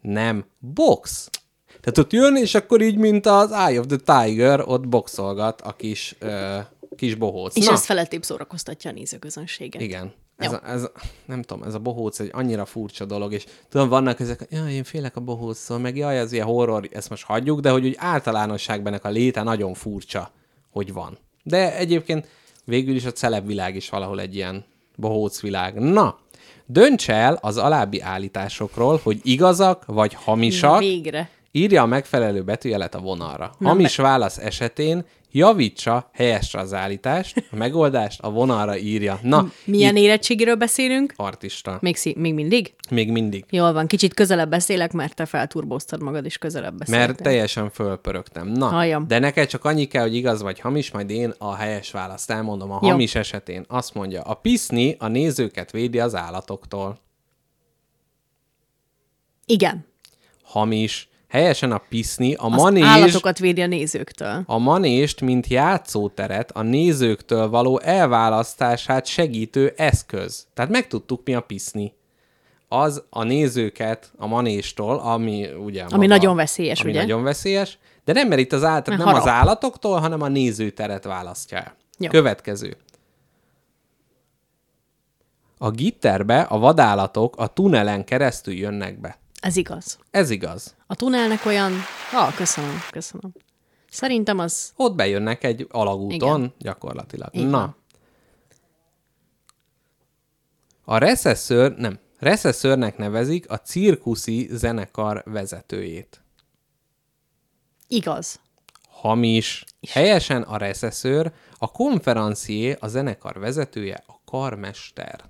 Nem, box. Tehát ott jön, és akkor így, mint az Eye of the Tiger, ott boxolgat a kis ö, kis bohóc. És Na, ez felettébb szórakoztatja a nézőközönséget. igen. Ez, Jó. a, ez, a- nem tudom, ez a bohóc egy annyira furcsa dolog, és tudom, vannak ezek, hogy jaj, én félek a bohóctól, meg jaj, az ilyen horror, ezt most hagyjuk, de hogy úgy általánosságban ennek a léte nagyon furcsa, hogy van. De egyébként végül is a celeb világ is valahol egy ilyen bohóc világ. Na, dönts el az alábbi állításokról, hogy igazak vagy hamisak, Végre. Írja a megfelelő betűjelet a vonalra. Hamis válasz esetén javítsa helyesre az állítást, a megoldást a vonalra írja. Na, Milyen érettségiről beszélünk? artista. Még, szí- még mindig? Még mindig. Jól van, kicsit közelebb beszélek, mert te felturbóztad magad, és közelebb beszéltél. Mert teljesen fölpörögtem. Na, Halljam. de neked csak annyi kell, hogy igaz vagy hamis, majd én a helyes választ elmondom a Jó. hamis esetén. Azt mondja, a piszni a nézőket védi az állatoktól. Igen. Hamis. Helyesen a piszni a Az manés... állatokat védi a nézőktől. A manést, mint játszóteret a nézőktől való elválasztását segítő eszköz. Tehát megtudtuk, mi a piszni. Az a nézőket a manéstól, ami ugye... Ami nagyon veszélyes, ami ugye? nagyon veszélyes, de nem, mert itt az állat, nem Mert harap. az harap. állatoktól, hanem a nézőteret választja el. Jó. Következő. A gitterbe a vadállatok a tunelen keresztül jönnek be. Ez igaz. Ez igaz. A tunelnek olyan... Ah, köszönöm, köszönöm. Szerintem az... Ott bejönnek egy alagúton, Igen. gyakorlatilag. Így Na. van. A recesszőr, nem, recesszőrnek nevezik a cirkuszi zenekar vezetőjét. Igaz. Hamis. Helyesen a recesszőr, a konferencié, a zenekar vezetője, a karmester.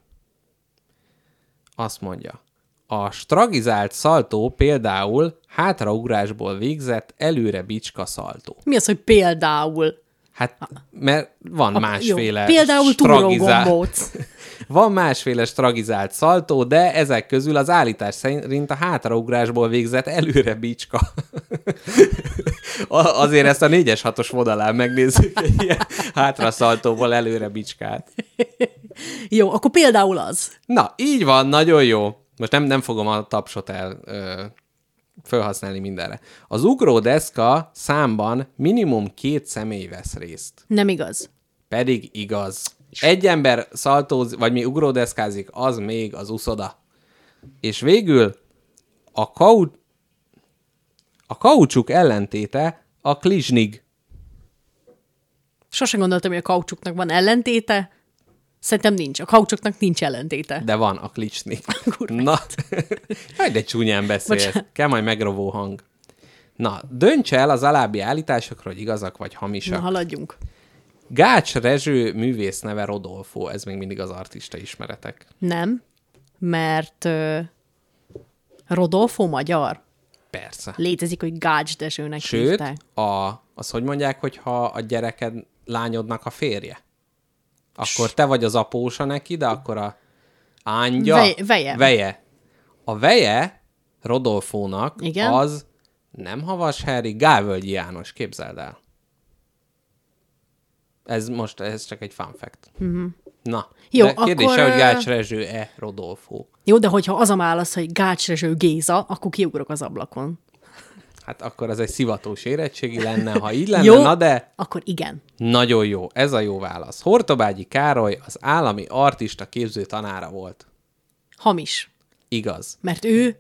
Azt mondja. A stragizált szaltó például hátraugrásból végzett előre bicska szaltó. Mi az, hogy például? Hát, mert van másféle Jó. Például stragizált, túrógombóc. van másféle stragizált szaltó, de ezek közül az állítás szerint a hátraugrásból végzett előre bicska. A- Azért ezt a 4-es 6-os vonalán megnézzük egy ilyen hátraszaltóból előre bicskát. Jó, akkor például az. Na, így van, nagyon jó. Most nem, nem fogom a tapsot el ö, felhasználni mindenre. Az ugródeszka számban minimum két személy vesz részt. Nem igaz. Pedig igaz. Egy ember szaltóz, vagy mi ugródeszkázik, az még az uszoda. És végül a, kau... a kaucsuk ellentéte a klizsnig. Sose gondoltam, hogy a kaucsuknak van ellentéte. Szerintem nincs. A kaucsuknak nincs ellentéte. De van a klicsni. Na, hagyd de csúnyán beszélsz. Bocsánat. Kell majd megrovó hang. Na, dönts el az alábbi állításokról, hogy igazak vagy Na, hamisak. haladjunk. Gács Rezső művész neve Rodolfo, ez még mindig az artista ismeretek. Nem, mert ö, Rodolfo magyar. Persze. Létezik, hogy Gács Dezsőnek Sőt, hívták. a, az hogy mondják, hogyha a gyereked lányodnak a férje? Akkor te vagy az apósa neki, de akkor a ángya... Vej- veje. veje. A veje Rodolfónak Igen? az nem Havas Harry, Gávölgyi János, képzeld el. Ez most, ez csak egy fun fact. Uh-huh. Na, Mhm. Jó, de kérdése, akkor, hogy ö- Gács Rezső-e Rodolfó? Jó, de hogyha az a válasz, hogy Gács Rezső Géza, akkor kiugrok az ablakon. Hát akkor az egy szivatós érettségi lenne, ha így lenne, Jó. na de... Akkor igen. Nagyon jó, ez a jó válasz. Hortobágyi Károly az állami artista képző tanára volt. Hamis. Igaz. Mert ő...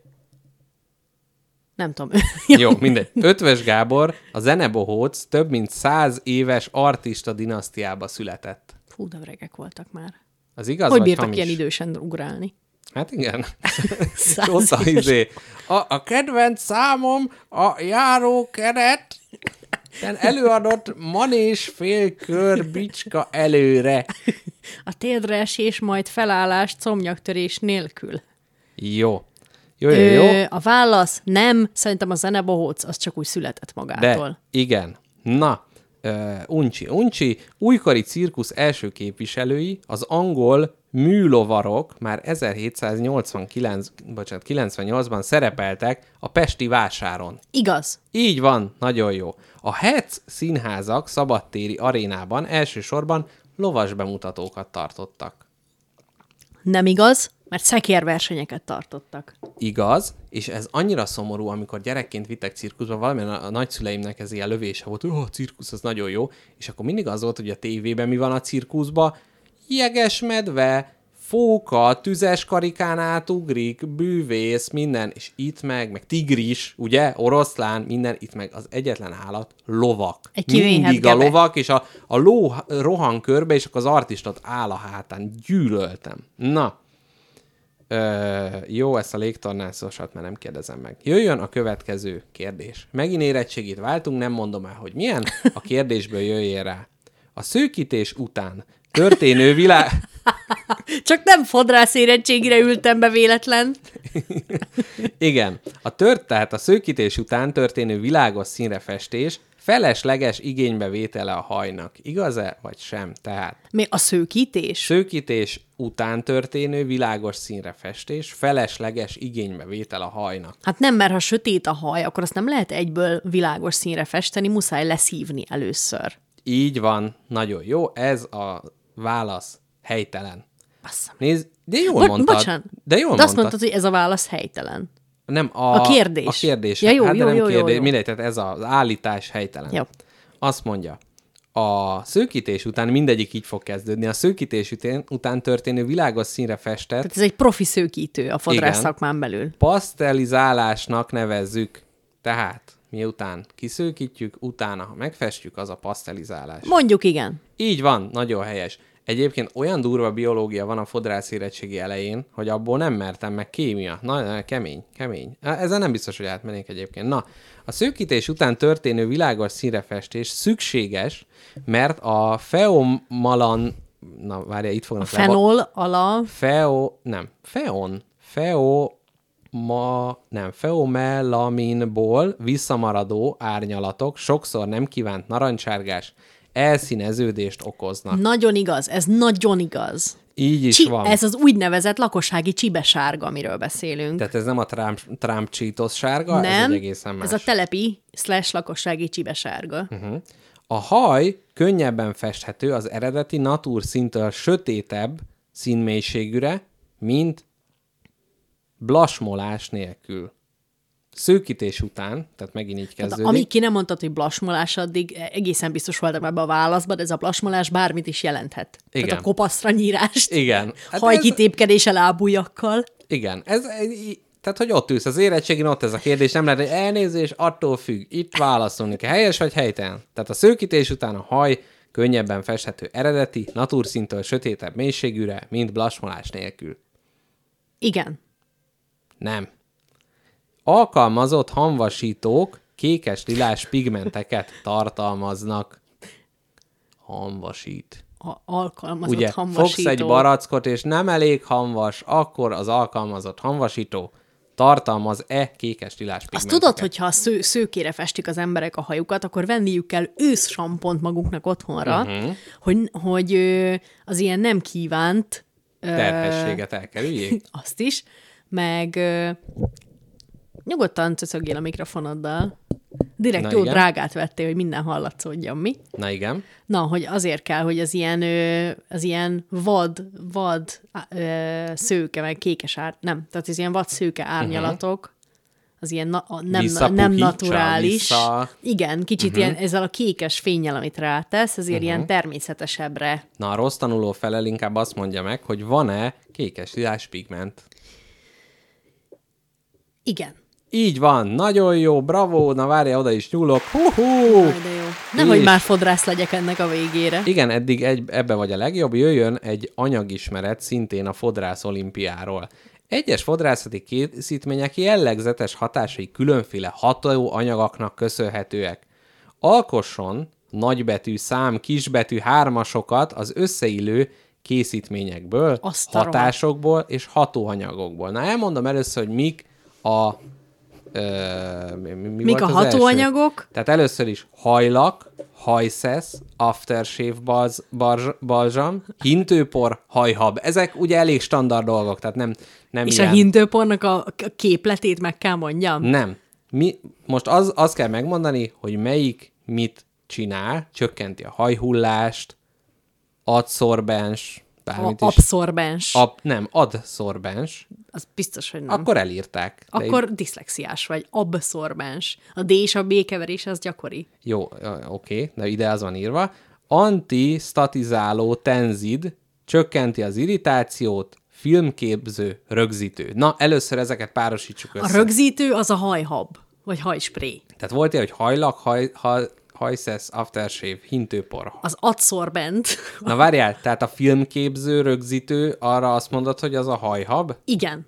Nem tudom. Jó, mindegy. Ötves Gábor, a zenebohóc több mint száz éves artista dinasztiába született. Fú, de öregek voltak már. Az igaz hogy vagy bírtak hamis? ilyen idősen ugrálni? Hát igen. Száz És ott a, éves. izé, a, a kedvenc számom a járókeret, ten előadott manés félkör bicska előre. A térdre esés, majd felállás, comnyaktörés nélkül. Jó. Jó, jó, jó. Ö, a válasz nem, szerintem a zenebohóc az csak úgy született magától. De, De. igen. Na, uh, uncsi, uncsi, újkori cirkusz első képviselői, az angol műlovarok már 1789, bocsánat, 98-ban szerepeltek a Pesti vásáron. Igaz. Így van, nagyon jó. A Hetz színházak szabadtéri arénában elsősorban lovas bemutatókat tartottak. nem igaz, mert szekérversenyeket tartottak. Igaz, és ez annyira szomorú, amikor gyerekként vittek cirkuszba, valamilyen a a nagyszüleimnek ez ilyen lövése volt, hogy oh, a cirkusz az nagyon jó, és akkor mindig az volt, hogy a tévében mi van a cirkuszba, jeges medve, fóka, tüzes karikán átugrik, bűvész, minden, és itt meg, meg tigris, ugye, oroszlán, minden, itt meg az egyetlen állat, lovak. Egy kivénhet mindig a gebe. lovak, és a, a ló rohan körbe, és akkor az artistot áll a hátán. Gyűlöltem. Na, Ö, jó, ezt a légtornászosat már nem kérdezem meg. Jöjjön a következő kérdés. Megint érettségit váltunk, nem mondom el, hogy milyen. A kérdésből jöjjél rá. A szőkítés után történő világ... Csak nem fodrász érettségire ültem be véletlen. Igen. A tört, tehát a szőkítés után történő világos színre festés felesleges igénybevétele a hajnak. Igaz-e, vagy sem? Tehát Mi a szőkítés? szőkítés után történő világos színre festés felesleges igénybevétel a hajnak. Hát nem, mert ha sötét a haj, akkor azt nem lehet egyből világos színre festeni, muszáj leszívni először. Így van, nagyon jó, ez a válasz helytelen. Basszam. Nézd, de jól Bo- mondtad. bocsánat. De jól De azt mondtad. mondtad, hogy ez a válasz helytelen. Nem, a, A kérdés. A kérdés. Ja, jó, hát, de jó, nem jó, jó, kérdés, jó. Mindegy, tehát ez az állítás helytelen. Jó. Azt mondja, a szőkítés után mindegyik így fog kezdődni. A szőkítés után, után történő világos színre festett Tehát ez egy profi szőkítő a fodrász Igen. szakmán belül. pasztelizálásnak nevezzük. Tehát, miután kiszőkítjük, utána, ha megfestjük, az a pasztelizálás. Mondjuk igen. Így van, nagyon helyes. Egyébként olyan durva biológia van a fodrász érettségi elején, hogy abból nem mertem meg kémia. Na, na, kemény, kemény. Á, Ezen nem biztos, hogy átmennék egyébként. Na, a szőkítés után történő világos színrefestés szükséges, mert a feomalan... Na, várja, itt fognak... leba- Fenol, ala, Feo... Nem. Feon. Feo... Ma, nem, feomelaminból visszamaradó árnyalatok sokszor nem kívánt narancsárgás elszíneződést okoznak. nagyon igaz, ez nagyon igaz. Így is Csi, van. ez az úgynevezett lakossági csibesárga, amiről beszélünk. Tehát ez nem a Trump, Trump csítos sárga, ez nem, egy egészen más. Mhm. ez a telepi slash lakossági csibesárga. Uh-huh. A haj könnyebben festhető az eredeti natúr szintől sötétebb színmélységűre, mint blasmolás nélkül. Szőkítés után, tehát megint így kezdődik. Amíg ki nem mondtad, hogy blasmolás, addig egészen biztos voltam ebbe a válaszban, de ez a blasmolás bármit is jelenthet. Igen. Tehát a kopaszra nyírást, Igen. hát Hát hajkitépkedése lábújakkal. Igen, ez, ez í- tehát, hogy ott ülsz az érettségén, ott ez a kérdés, nem lehet, hogy elnézés, attól függ, itt válaszolni kell, helyes vagy helytelen. Tehát a szőkítés után a haj könnyebben festhető eredeti, natúrszintől sötétebb mélységűre, mint blasmolás nélkül. Igen. Nem. Alkalmazott hamvasítók kékes-lilás pigmenteket tartalmaznak. Hamvasít. A alkalmazott Ugye, hamvasító. fogsz egy barackot, és nem elég hamvas, akkor az alkalmazott hamvasító tartalmaz-e kékes-lilás Azt pigmenteket. tudod, hogy ha sző, szőkére festik az emberek a hajukat, akkor venniük kell őszsampont maguknak otthonra, Mhm. uh-huh. hogy, hogy ö, az ilyen nem kívánt, Terhességet elkerüljék. azt is, meg ö, nyugodtan cöcögjél a mikrofonoddal. Na Direkt jó igen. drágát vettél, hogy minden hallatszódjon, mi? Na igen. Na, hogy azért kell, hogy az ilyen, ö, az ilyen vad, vad á- ö, szőke, meg kékes ár, nem, tehát az ilyen vad Mhm. szőke árnyalatok, az ilyen na, a nem, Visszapuhítsa, nem naturális. vissza- Mhm. Igen, kicsit uh-huh. ilyen ezzel a kékes fényjel, amit rátesz, ezért uh-huh. ilyen természetesebbre. Na, a rossz tanuló felel inkább azt mondja meg, hogy van-e kékes-lilás pigment. Igen. Így van, nagyon jó, bravo, na várja, oda is nyúlok. Hú-hú! Jaj, de jó. Nehogy És- már fodrász legyek ennek a végére. Igen, eddig egy, ebbe vagy a legjobb, jöjjön egy anyagismeret szintén a fodrász olimpiáról. Egyes fodrászati készítmények jellegzetes hatásai különféle ható anyagaknak köszönhetőek. Alkosson nagybetű, szám, kisbetű hármasokat az összeillő készítményekből, Azt a rohadt. hatásokból és hatóanyagokból. Na elmondom először, hogy mik a... Ö, mi, mi mi Mik volt a az első? hatóanyagok? Tehát először is hajlak, hajszesz, aftershave balz, barz, balzsam, hintőpor, hajhab. Ezek ugye elég standard dolgok, tehát nem, nem És ilyen. a hintőpornak a a képletét meg kell mondjam. Nem. Mi, most az, azt kell megmondani, hogy melyik mit csinál, csökkenti a hajhullást, adszorbens, bármit A, is. abszorbens. Ab, nem, adszorbens. Az biztos, hogy nem. Akkor, Akkor elírták. De Akkor diszlexiás vagy. Abszorbens. A D és a B keverés az gyakori. Jó, ö, oké, de ide az van írva. Antistatizáló tenzid csökkenti az irritációt, filmképző, rögzítő. Na, először ezeket párosítsuk A össze. rögzítő az a hajhab, vagy hajspré. Tehát volt ilyen, hogy hajlak, haj, haj, hajszesz, aftershave, hintőpor. Az adszorbent. Na várjál, tehát a filmképző, rögzítő, arra azt mondod, hogy az a hajhab? Igen.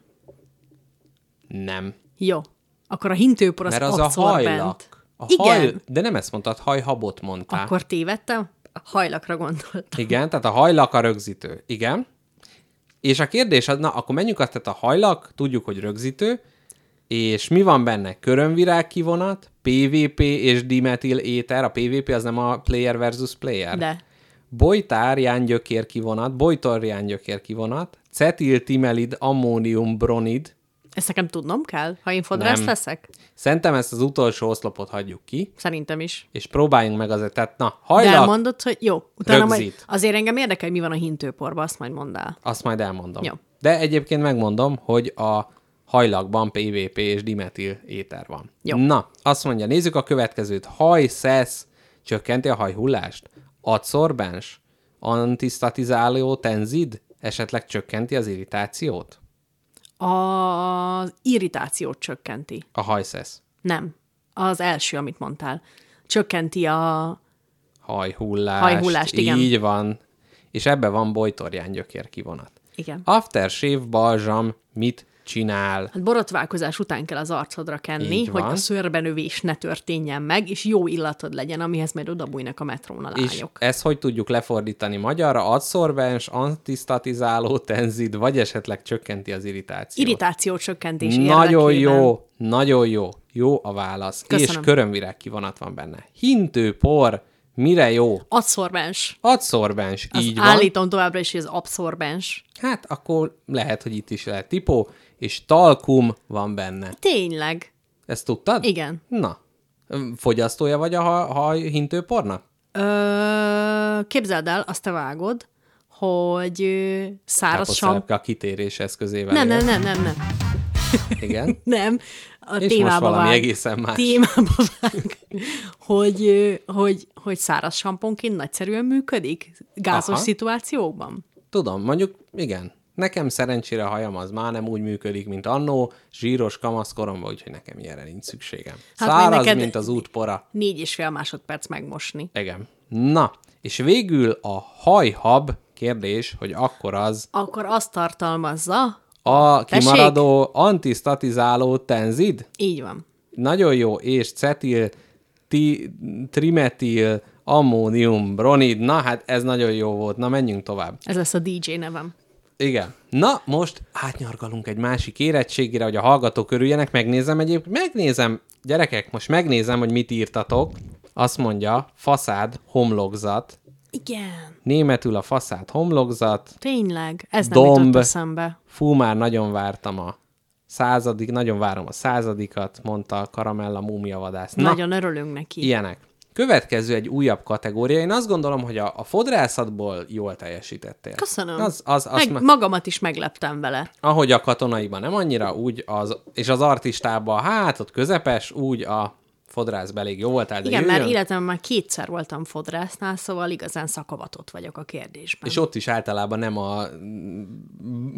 Nem. Jó. Akkor a hintőpor az Mert az a adszorbent. hajlak. A Igen. haj, de nem ezt mondtad, hajhabot mondtál. Akkor tévedtem? A hajlakra gondoltam. Igen, tehát a hajlak a rögzítő. Igen. És a kérdés az, na akkor menjünk azt, tehát a hajlak, tudjuk, hogy rögzítő, és mi van benne? Körömvirág kivonat, PvP és dimetil éter. A PvP az nem a player versus player. De. Bojtár jángyökér kivonat, bojtor jángyökér kivonat, cetil timelid ammónium bronid. Ezt nekem tudnom kell, ha én fodrász Nem. leszek? Szerintem ezt az utolsó oszlopot hagyjuk ki, Szerintem is. és próbáljunk meg azért. Tehát na, De hajlak, elmondod, hogy jó, utána majd Rögzít. azért engem érdekel, hogy mi van a hintőporban, azt majd mondd el. azt majd elmondom. Jó. De egyébként megmondom, hogy a hajlakban PVP és dimetil éter van. Jó. Na, azt mondja, nézzük a következőt. Haj, szesz, csökkenti a hajhullást. Adszorbens, antisztatizáló tenzid, esetleg csökkenti az irritációt. Az irritációt csökkenti. A hajszesz, Nem. Az első, amit mondtál. Csökkenti a... hajhullást. Hajhullást, igen. Így van. És ebbe van bojtorján gyökér kivonat. Igen. Aftershave balzsam mit csinál? Hát borotválkozás után kell az arcodra kenni, Így hogy a van. szőrbenövés ne történjen meg, és jó illatod legyen, amihez majd odabújnak a metrón a És lányok. ezt hogy tudjuk lefordítani magyarra? Adszorbens, antisztatizáló, tenzid, vagy esetleg csökkenti az irritációt? Irritáció csökkentés Nagyon érdekében. jó, nagyon jó. Jó a válasz. Köszönöm. És körömvirág kivonat van benne. Hintőpor, mire jó? Adszorbens. Adszorbens, Az így van. állítom továbbra is, hogy az abszorbens. Hát akkor lehet, hogy itt is lehet tipó, és talkum van benne. Tényleg. Ezt tudtad? Igen. Na, fogyasztója vagy a ha- haj hintőpornak? Ö, képzeld el, azt te vágod, hogy ö, száraz sam... Káposztelepke a kitérés eszközével. Nem, él. nem, nem, nem, nem. Igen. Nem, a És témába most valami vág. egészen más. Témába vág, hogy, ö, hogy, hogy száraz samponként nagyszerűen működik gázos Aha. szituációkban. Tudom, mondjuk igen. Nekem szerencsére a hajam az már nem úgy működik, mint annó, zsíros kamaszkoromban, úgyhogy nekem ilyenre nincs szükségem. Hát Hát majd Száraz, neked- neked... mint az útpora. Négy és fél másodperc megmosni. Igen. Na, és végül a hajhab kérdés, hogy akkor az Akkor azt tartalmazza, a kimaradó antisztatizáló tenzid? így van. Nagyon jó, és cetil, ti, trimetil, ammónium, bronid, na hát ez nagyon jó volt, na menjünk tovább. Ez lesz a DJ nevem. Igen. Na, most átnyargalunk egy másik érettségére, hogy a hallgatók örüljenek. Megnézem egyébként. Megnézem, gyerekek, most megnézem, hogy mit írtatok. Azt mondja, faszád, homlokzat. Igen, Németül a faszád, homlokzat. tényleg. Ez nem Domb. Domb. jutott eszembe. Fú, már nagyon vártam a századik, nagyon várom a századikat, mondta a Karamella múmiavadász. Na, Nagyon örülünk neki. ilyenek. Következő egy újabb kategória. Én azt gondolom, hogy a, a fodrászatból jól teljesítettél. Köszönöm. Az, az, az Meg, ma- Magamat is megleptem vele. ahogy a katonaiban nem annyira, úgy az, és az artistában, hát ott közepes, úgy a fodrászban elég jó voltál, de Igen, mert jöjjön. életemben már kétszer voltam fodrásznál, szóval igazán szakavatott vagyok a kérdésben. És ott is általában nem a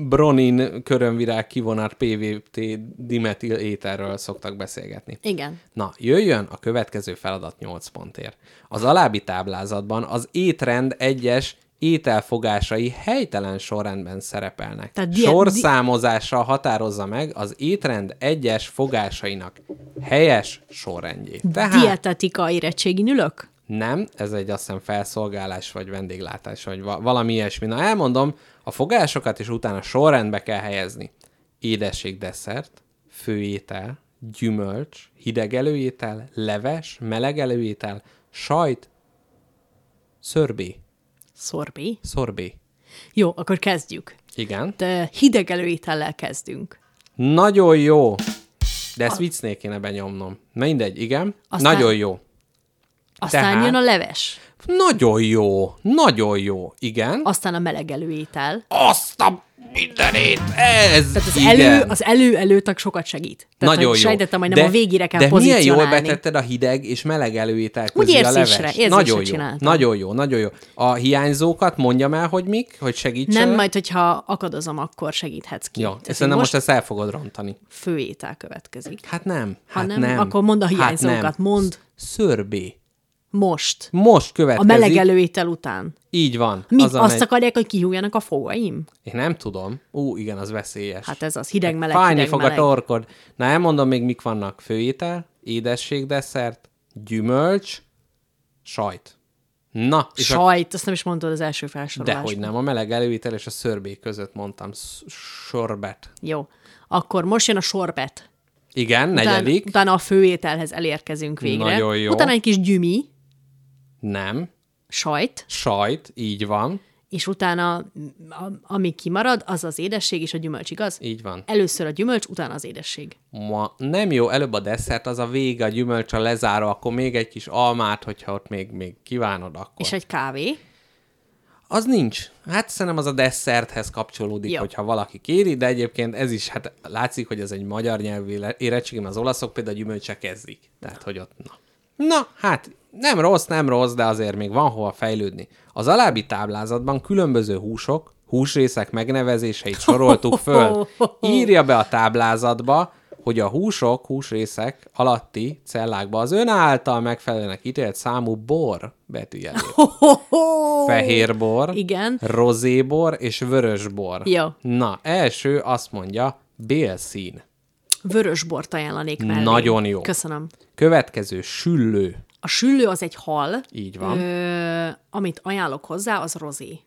Bronin körönvirág kivonat PVT dimetil éterről szoktak beszélgetni. Igen. Na, jöjjön a következő feladat 8 pontért. Az alábbi táblázatban az étrend egyes ételfogásai helytelen sorrendben szerepelnek. Tehát Tehát die- Sorszámozással határozza meg az étrend egyes fogásainak helyes sorrendjét. Tehát Dietetika érettségi nülök? nem, ez egy azt hiszem felszolgálás vagy vendéglátás, vagy va- valami ilyesmi. Na, elmondom, a fogásokat is utána sorrendbe kell helyezni. Édesség, desszert, főétel, gyümölcs, hideg előétel, leves, meleg előétel, sajt, szörbé, Szorbi. szorbé. Jó, akkor kezdjük. Igen. De hideg előétellel kezdünk. Nagyon jó. De ezt viccnél kéne benyomnom. Mindegy, igen. Aztán- Nagyon jó. Aztán Tehát- jön a leves. Nagyon jó, nagyon jó, igen. Aztán a melegelő étel. Azt a mindenét, ez Tehát az igen. elő, az elő előtag sokat segít. Tehát, Nagyon hogy jó. Sejtettem, hogy nem a végére kell De milyen jól pozícionálni. betetted a hideg és meleg előétel Úgy közé a érzésre, leves. érzésre nagyon jó, csináltam. nagyon jó, nagyon jó. A hiányzókat mondjam el, hogy mik, hogy segítsen. Nem, majd, hogyha akadozom, akkor segíthetsz ki. Jó, Tehát, ezt hogy nem most most ezt el fogod rontani. főétel következik. Hát nem, Ha hát nem, nem. akkor mondd a hát hiányzókat, nem. mondd. Szörbé. Most. Most A következik. melegelő étel után. Így van. Mit, az a azt megy- akarják, hogy kihújjanak a fogaim? Én nem tudom. Ú, igen, az veszélyes. Hát ez az hideg meleg, Fájni hideg fog meleg. a torkod. Na, elmondom még, mik vannak. Főétel, édességdesszert, gyümölcs, sajt. Na, és a Sajt, azt nem is mondtad az első felsorolásban. Dehogy nem, a meleg előétel és a szörbék között mondtam sz- sorbet. Jó. Akkor most jön a sorbet. Igen, negyedik. Utána, utána a főételhez elérkezünk végre. Nagyon jó. Utána egy kis gyümi, Nem. sajt, Sajt, így van. és utána a, ami kimarad, az az édesség és a gyümölcs, igaz? Így van. Először a gyümölcs, utána az édesség. Ma nem jó, előbb a desszert, az a vége, a gyümölcs, a lezáró, akkor még egy kis almát, hogyha ott még, még kívánod, akkor. És egy kávé. Az nincs. Hát szerintem az a desszerthez kapcsolódik, Jó. hogyha valaki kéri, de egyébként ez is, hát látszik, hogy ez egy magyar nyelvű le- érettségim, az olaszok például gyümölcse kezdik. Tehát, hogy ott na. Na, hát nem rossz, nem rossz, de azért még van hova fejlődni. Az alábbi táblázatban különböző húsok, húsrészek megnevezéseit soroltuk föl. Írja be a táblázatba, hogy a húsok, húsrészek alatti cellákba az ön által megfelelőnek ítélt számú bor betűjelő fehér bor, Igen. rozébor és vörös bor. Jó. Na, első azt mondja, bélszín. Vörös bort ajánlanék mellé. Nagyon jó. Köszönöm. Következő, süllő. A süllő az egy hal. Így van. Ö... Ö, amit ajánlok hozzá, az rozé.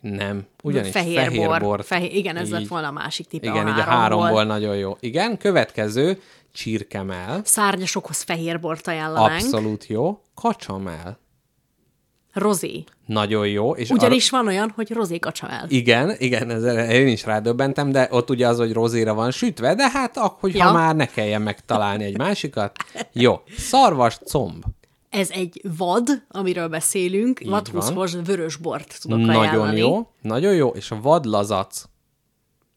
Nem, ugyanis fehér, fehér bor. bort. Fehér, igen, ez Így. lett volna a másik tipe. Igen, így a háromból nagyon jó. Igen, következő, csirkemel. Szárnyasokhoz fehér bort ajánlanánk. Abszolút jó. Kacsamel. Rozé. Nagyon jó. És ar- Ugyanis van olyan, hogy rozé kacsamel. Igen, igen, ezzel én is rádöbbentem, de ott ugye az, hogy rozéra van sütve, de hát akkor, ja. Ja. ha már ne kelljen megtalálni egy másikat. Jó, szarvas comb. Ez egy vad, amiről beszélünk. Vadhúszhoz vörös bort tudok Nagyon ajánlani. jó, nagyon jó, és a vadlazac.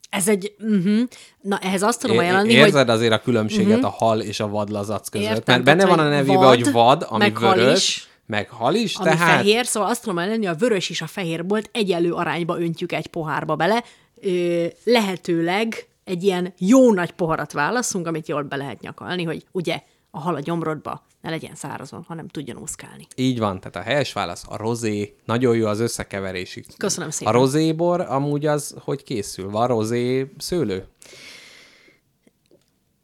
Ez egy... Uh-huh. Na, ehhez azt tudom É- ajánlani, hogy Mhm. Érzed azért a különbséget a hal és a vadlazac között, Értem, tehát, mert benne van a hogy nevében, vad, hogy vad, ami meg hal vörös, is. meg hal is, ami tehát fehér, szóval azt tudom ajánlani, hogy a vörös és a fehér bolt egyelő arányba öntjük egy pohárba bele. Ö, lehetőleg egy ilyen jó nagy poharat válaszunk, amit jól be lehet nyakalni, hogy ugye a hal a gyomrodba ne legyen szárazon, hanem tudjon úszkálni. Így van, tehát a helyes válasz a rozé, nagyon jó az összekeverésig. Köszönöm A szépen. rozébor amúgy az, hogy készül, van rozé szőlő.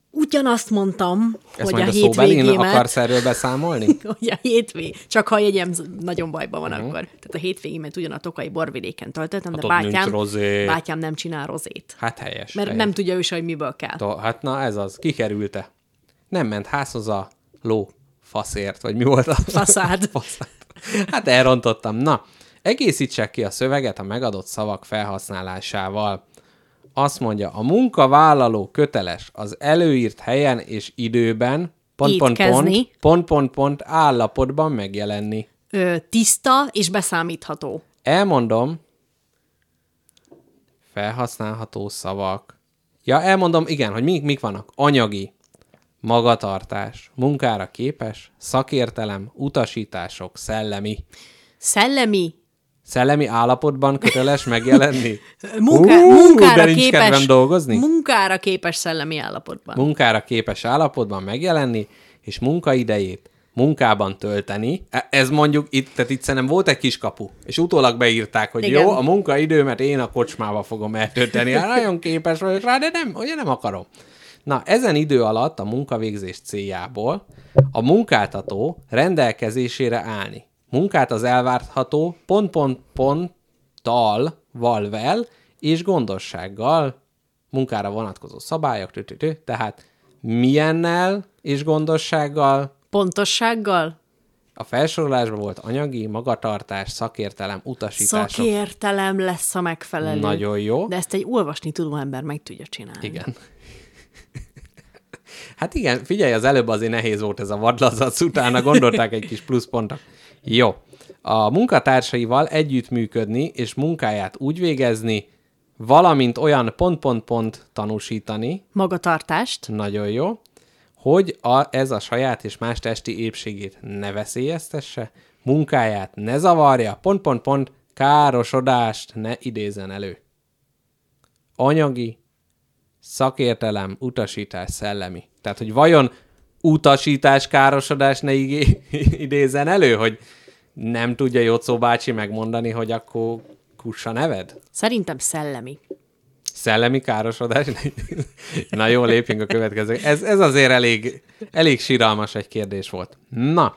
Ugyanazt mondtam, Ezt hogy a majd a szóbelin hétvégémet, akarsz erről beszámolni? hogy a hétvég, csak ha a jegyem z- nagyon bajban van akkor. Tehát a hétvégémet ugyan a tokai borvidéken töltöttem, de Mhm. Hát ott nincs bátyám, rozé. bátyám nem csinál rozét. Hát helyes. Mert helyes. nem tudja ő se, hogy miből kell. To- Hát na ez az, kikerülte. Nem ment házhoz a ló faszért, vagy mi volt a Faszád. faszád. Hát elrontottam. Na, egészítsek ki a szöveget a megadott szavak felhasználásával. Azt mondja, a munkavállaló köteles az előírt helyen és időben pont, pont, Étkezni. pont, pont, pont, pont állapotban megjelenni. Ö, tiszta és beszámítható. Elmondom. Felhasználható szavak. Ja, elmondom, igen, hogy mik, mik vannak. Anyagi, magatartás, munkára képes, szakértelem, utasítások, szellemi. Szellemi, Szellemi állapotban köteles megjelenni? munká, Ú, munkára de nincs képes, kedvem dolgozni? munkára képes szellemi állapotban. munkára képes állapotban megjelenni, és munkaidejét munkában tölteni. E- Ez mondjuk itt, tehát itt szerintem volt egy kiskapu, és utólag beírták, hogy Igen. Igen. jó, a munkaidőmet én a kocsmába fogom eltölteni. Hát nagyon képes vagyok rá, de nem, ugye nem akarom. Na, ezen idő alatt a munkavégzés céljából a munkáltató rendelkezésére állni. Munkát az elvárható pont-pont-ponttal, valvel és gondossággal munkára vonatkozó szabályok, tü-tü-tü, tehát milyennel és gondossággal Pontossággal, a felsorolásban volt anyagi, magatartás, szakértelem, utasítások. szakértelem lesz a megfelelő. Nagyon jó. De ezt egy olvasni tudó ember meg tudja csinálni. Igen. Hát igen, figyelj, az előbb azért nehéz volt ez a vadlazac, utána gondolták egy kis pluszpontra. Jó. a munkatársaival együttműködni és munkáját úgy végezni, valamint olyan pont-pont-pont tanúsítani, Magatartást. nagyon jó, hogy a, ez a saját és más testi épségét ne veszélyeztesse, munkáját ne zavarja, pont-pont-pont károsodást ne idézen elő. Anyagi, szakértelem, utasítás, szellemi. Tehát, hogy vajon utasítás, károsodás ne igé- idézen elő, hogy nem tudja Jocó bácsi megmondani, hogy akkor kussa neved? Szerintem szellemi. Szellemi károsodás? Na jó, lépjünk a következő. Ez, ez azért elég, elég siralmas egy kérdés volt. Na,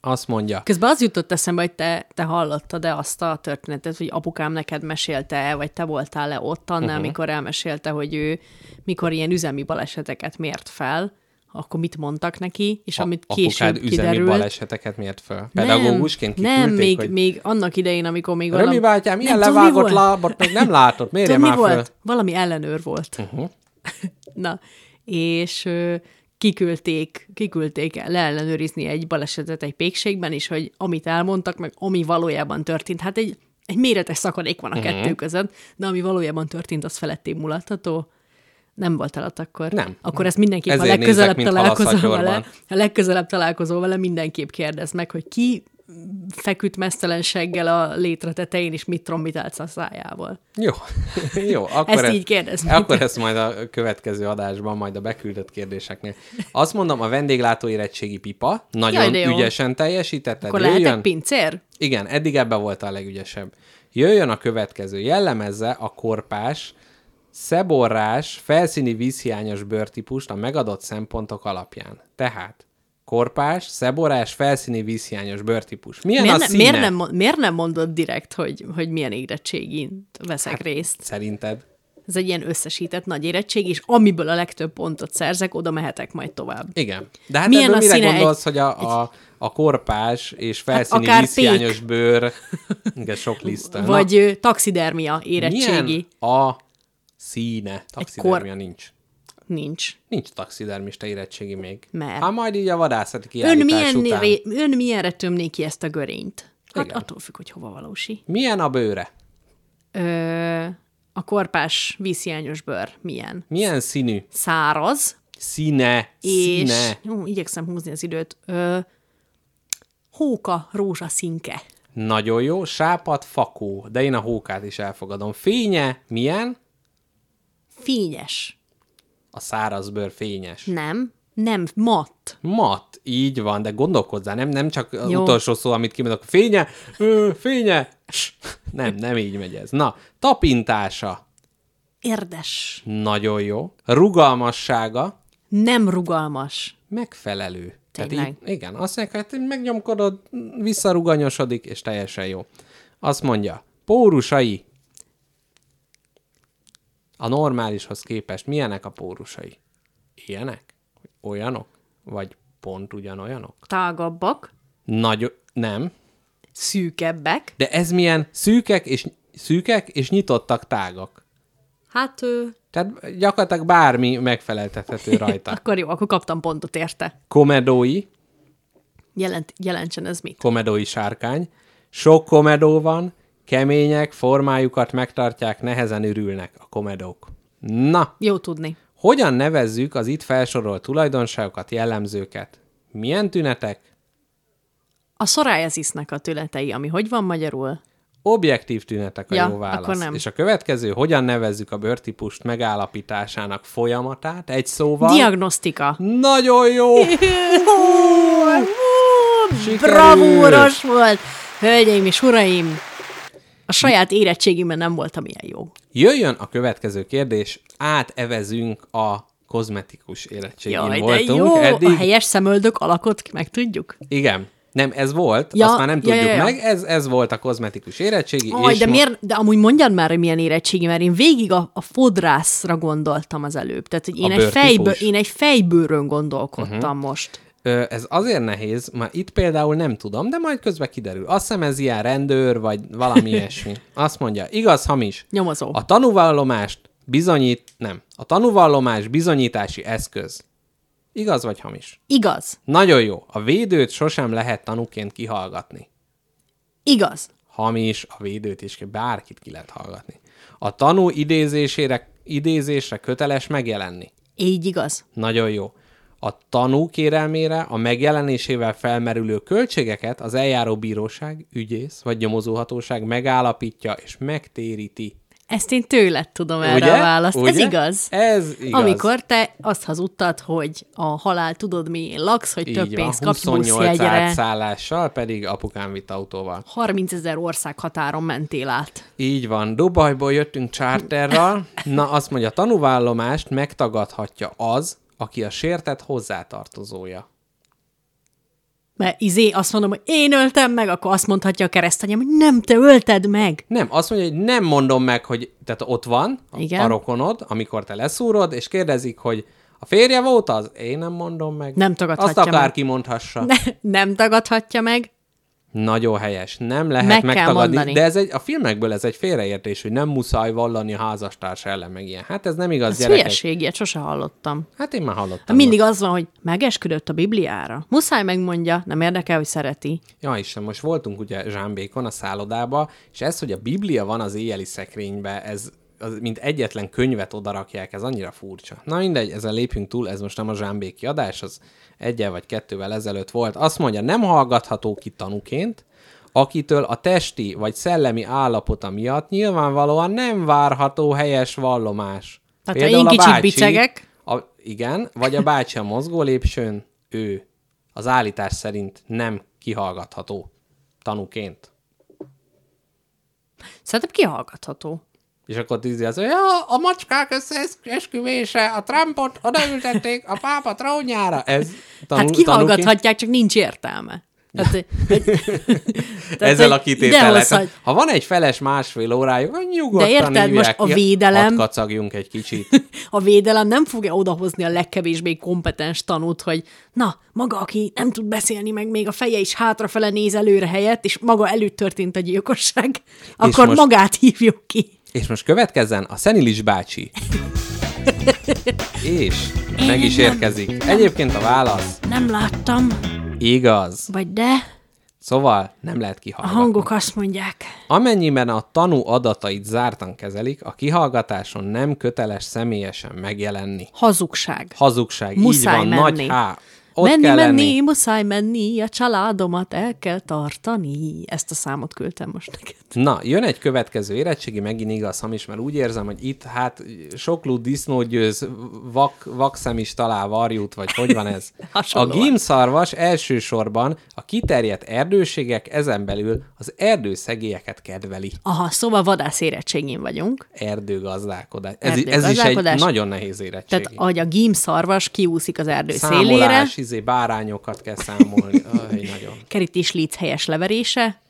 azt mondja, Közben az jutott eszembe, hogy te, te hallottad-e azt a történetet, hogy apukám neked mesélte el, vagy te voltál-e ott Mhm. annál, uh-huh. mikor elmesélte, hogy ő mikor ilyen üzemi baleseteket mért fel, akkor mit mondtak neki, és a- amit apukád később üzemi kiderült. baleseteket miért föl? Nem, Pedagógusként kiküldték, Nem, még, hogy még annak idején, amikor még Römi valami... bátyám, ilyen tudom, mi levágott volt. lábat még nem látott, mérje Tudod, mi már föl. volt? Valami ellenőr volt. Uh-huh. Na, és ö, kiküldték, kiküldték leellenőrizni egy balesetet egy pékségben, és hogy amit elmondtak, meg ami valójában történt. Hát egy, egy méretes szakadék van a uh-huh. kettő között, de ami valójában történt, az feletté mulatható. Nem voltál ott akkor. Nem. Akkor ezt mindenképp, ha Ezért nézek, legközelebb mint találkozol halaszatyorban. vele, ha legközelebb találkozol vele, mindenképp kérdezd meg, hogy ki feküdt mesztelenséggel a létre tetején, és mit trombitálsz a szájával. Jó, jó. Akkor Ezt így kérdezd meg. Akkor ezt majd a következő adásban, majd a beküldött kérdéseknél. Azt mondom, a vendéglátó érettségi pipa nagyon de jó. ügyesen teljesítetted. Akkor lehet jöjjön. egy pincér? Igen, eddig ebben volt a legügyesebb. Jöjjön a következő. Jellemezze a korpás, szeborrás, felszíni vízhiányos bőrtípust a megadott szempontok alapján. Tehát korpás, szeborrás, felszíni vízhiányos bőrtípus. Milyen Miért, a ne, színe? miért, nem, mo- miért nem mondod direkt, hogy, hogy milyen érettségin veszek hát. részt? Szerinted? Ez egy ilyen összesített nagy érettség, és amiből a legtöbb pontot szerzek, oda mehetek majd tovább. Igen. De hát Milyen ebből a mire színe? gondolsz, hogy a, a, a korpás és felszíni akár pék. hát vízhiányos bőr, igen, sok lista. Vagy ö, taxidermia Na, érettségi. milyen a színe? Taxidermia nincs. Nincs. Nincs taxidermista érettségi még. Mert? Hát majd így a vadászati Ön, kiállítás milyen, után. ré, ön milyenre tömné ki ezt a görényt? Hát Igen. attól függ, hogy hova valósi. Milyen a bőre? Ö, a korpás vízhiányos bőr milyen? Milyen színű? Száraz, Színe. és Színe. Ú, igyekszem húzni az időt. Ö, hóka, rózsaszínke. Nagyon jó. Sápat, fakó. De én a hókát is elfogadom. Fénye milyen? Fényes. A száraz bőr fényes. Nem. Nem. Matt. Mat, így van, de gondolkozzál, nem, nem csak az Jó. utolsó szó, amit kimondok, fénye, ö, fénye, s. nem, nem így megy ez. Na, tapintása, Érdes. nagyon jó, rugalmassága, Nem rugalmas. megfelelő. Tényleg? így, igen, azt mondják, hát megnyomkodod, visszaruganyosodik, és teljesen jó. Azt mondja, pórusai, a normálishoz képest milyenek a pórusai? Ilyenek? Olyanok? Vagy pont ugyanolyanok? Tágabbak. Nagy... Nem. Szűkebbek. De ez milyen szűkek és, szűkek és nyitottak tágak. Hát ő... Tehát gyakorlatilag bármi megfeleltethető rajta. Akkor jó, akkor kaptam pontot érte. Komedói, Jelent, jelentsen ez mit? komedói sárkány. Sok komedó van, kemények, formájukat megtartják, nehezen ürülnek a komedók. Na, Jó tudni. hogyan nevezzük az itt felsorolt tulajdonságokat, jellemzőket? Milyen tünetek? A szorájezisnek a tületei, ami hogy van magyarul? Objektív tünetek a Ja, jó válasz. akkor nem. És a következő, hogyan nevezzük a bőrtípust megállapításának folyamatát? Egy szóval. Diagnosztika. Nagyon jó! Sikerült! Bravúros volt! Hölgyeim és uraim! A saját érettségimben nem voltam ilyen jó. Jöjjön a következő kérdés, átevezünk a kozmetikus érettségén Jaj, de voltunk jó! eddig. A helyes szemöldök alakot meg tudjuk. Igen. Nem, ez volt, Ja, azt már nem ja, tudjuk ja, ja. meg, ez, ez volt a kozmetikus érettségi. Aj, és de, mo- miért, de amúgy mondjad már, hogy milyen érettségi, mert én végig a, a fodrászra gondoltam az előbb. Tehát, hogy én, A Mhm. egy, bőrtípus. fejbő, én egy fejbőrön gondolkodtam uh-huh. most. Ö, ez azért nehéz, már itt például nem tudom, de majd közben kiderül. Azt hiszem ez ilyen rendőr, vagy valami ilyesmi. Azt mondja, igaz, hamis. Nyomozó. A tanúvallomást bizonyít, nem. A tanúvallomás bizonyítási eszköz. Igaz vagy hamis? Igaz. Nagyon jó. A védőt sosem lehet tanúként kihallgatni. Igaz. hamis, a védőt is, bárkit ki lehet hallgatni. A tanú idézésére, idézésre köteles megjelenni. Így igaz. Nagyon jó. A tanú kérelmére a megjelenésével felmerülő költségeket az eljáró bíróság, ügyész vagy nyomozóhatóság megállapítja és megtéríti. Ezt én tőled tudom erre a választ. Ugye? Ez igaz. Ez igaz. Amikor te azt hazudtad, hogy a halál tudod mién laksz, hogy több Így van, pénzt kapsz 28 buszjegyre. átszállással, pedig apukám vitt autóval. 30 ezer ország határon mentél át. Így van, Dubajból jöttünk charterral. Na, azt mondja, a tanúvállomást megtagadhatja az, aki a sértett hozzátartozója. Mert izé azt mondom, hogy én öltem meg, akkor azt mondhatja a keresztanyám, hogy nem, te ölted meg. Nem, azt mondja, hogy nem mondom meg, hogy tehát ott van a- Igen. a rokonod, amikor te leszúrod, és kérdezik, hogy a férje volt az? Én nem mondom meg. Nem tagadhatja Azt meg. akárki mondhassa. Ne, nem tagadhatja meg. Nagyon helyes. Nem lehet Meg meg kell megtagadni. mondani. De ez egy, a filmekből ez egy félreértés, hogy nem muszáj vallani a házastárs ellen meg ilyen. Hát ez nem igaz, Ez gyerekek. hülyeség, ilyet sose hallottam. Hát én már hallottam. Mindig az van, hogy megesküdött a Bibliára. Muszáj megmondja, nem érdekel, hogy szereti. Ja, Isten, most voltunk ugye Zsámbékon a szállodába, és ez, hogy a Biblia van az éjjeli szekrénybe, ez az, mint egyetlen könyvet odarakják, ez annyira furcsa. Na mindegy, ezen lépjünk túl, ez most nem a Zsámbéki adás, az egyel vagy kettővel ezelőtt volt. Azt mondja, nem hallgatható ki tanuként, akitől a testi vagy szellemi állapota miatt nyilvánvalóan nem várható helyes vallomás. Tehát ha én a kicsit bicegek, a, igen, vagy a bácsi a mozgó lépsőn, ő az állítás szerint nem kihallgatható tanúként. Szerintem kihallgatható. Hát És akkor tízi az, hogy "Ja, a macskák összeesküvése, a Trumpot odaültették a pápa trónjára. Ez tanú, Hát tanúként- kihallgathatják, csak nincs értelme. Hát, Tehát, hogy- tehát, Ezzel hogy a kitétellel. idehozhat- Ha van egy feles másfél órájuk, akkor nyugodtan De érted, most hívják a ki, védelem- hadd kacagjunk egy kicsit. A védelem nem fogja odahozni a legkevésbé kompetens tanút, hogy na, maga, aki nem tud beszélni, meg még a feje is hátrafele néz előre helyett, és maga előtt történt a gyilkosság, akkor most- magát hívjuk ki. És most következzen a Szenilis bácsi. És meg is érkezik. Egyébként a válasz Nem láttam, igaz. vagy de Szóval nem lehet a kihallgatni. hangok azt mondják. Amennyiben a tanú adatait zártan kezelik, a kihallgatáson nem köteles személyesen megjelenni. Hazugság. Hazugság, Muszáj így van, menni. nagy H. Ott Ott menni, kell menni, lenni. muszáj menni, a családomat el kell tartani. Ezt a számot küldtem most neked. Na, jön egy következő érettségi, megint igaz, hamis, mert úgy érzem, hogy itt hát soklú disznó győz, vak, vakszem is talál varjút, vagy hogy van ez? a Hasonlóan. gímszarvas elsősorban a kiterjedt erdőségek, ezen belül az erdőszegélyeket kedveli. Aha, szóval vadász érettségén vagyunk. Erdőgazdálkodás. Ez, ez is Erdőgazdálkodás. egy nagyon nehéz érettség. Tehát, ahogy a gímszarvas kiúszik az erdő szélére, Számolás, izé, bárányokat kell számolni. Aj, nagyon. kerítés líc helyes leverése,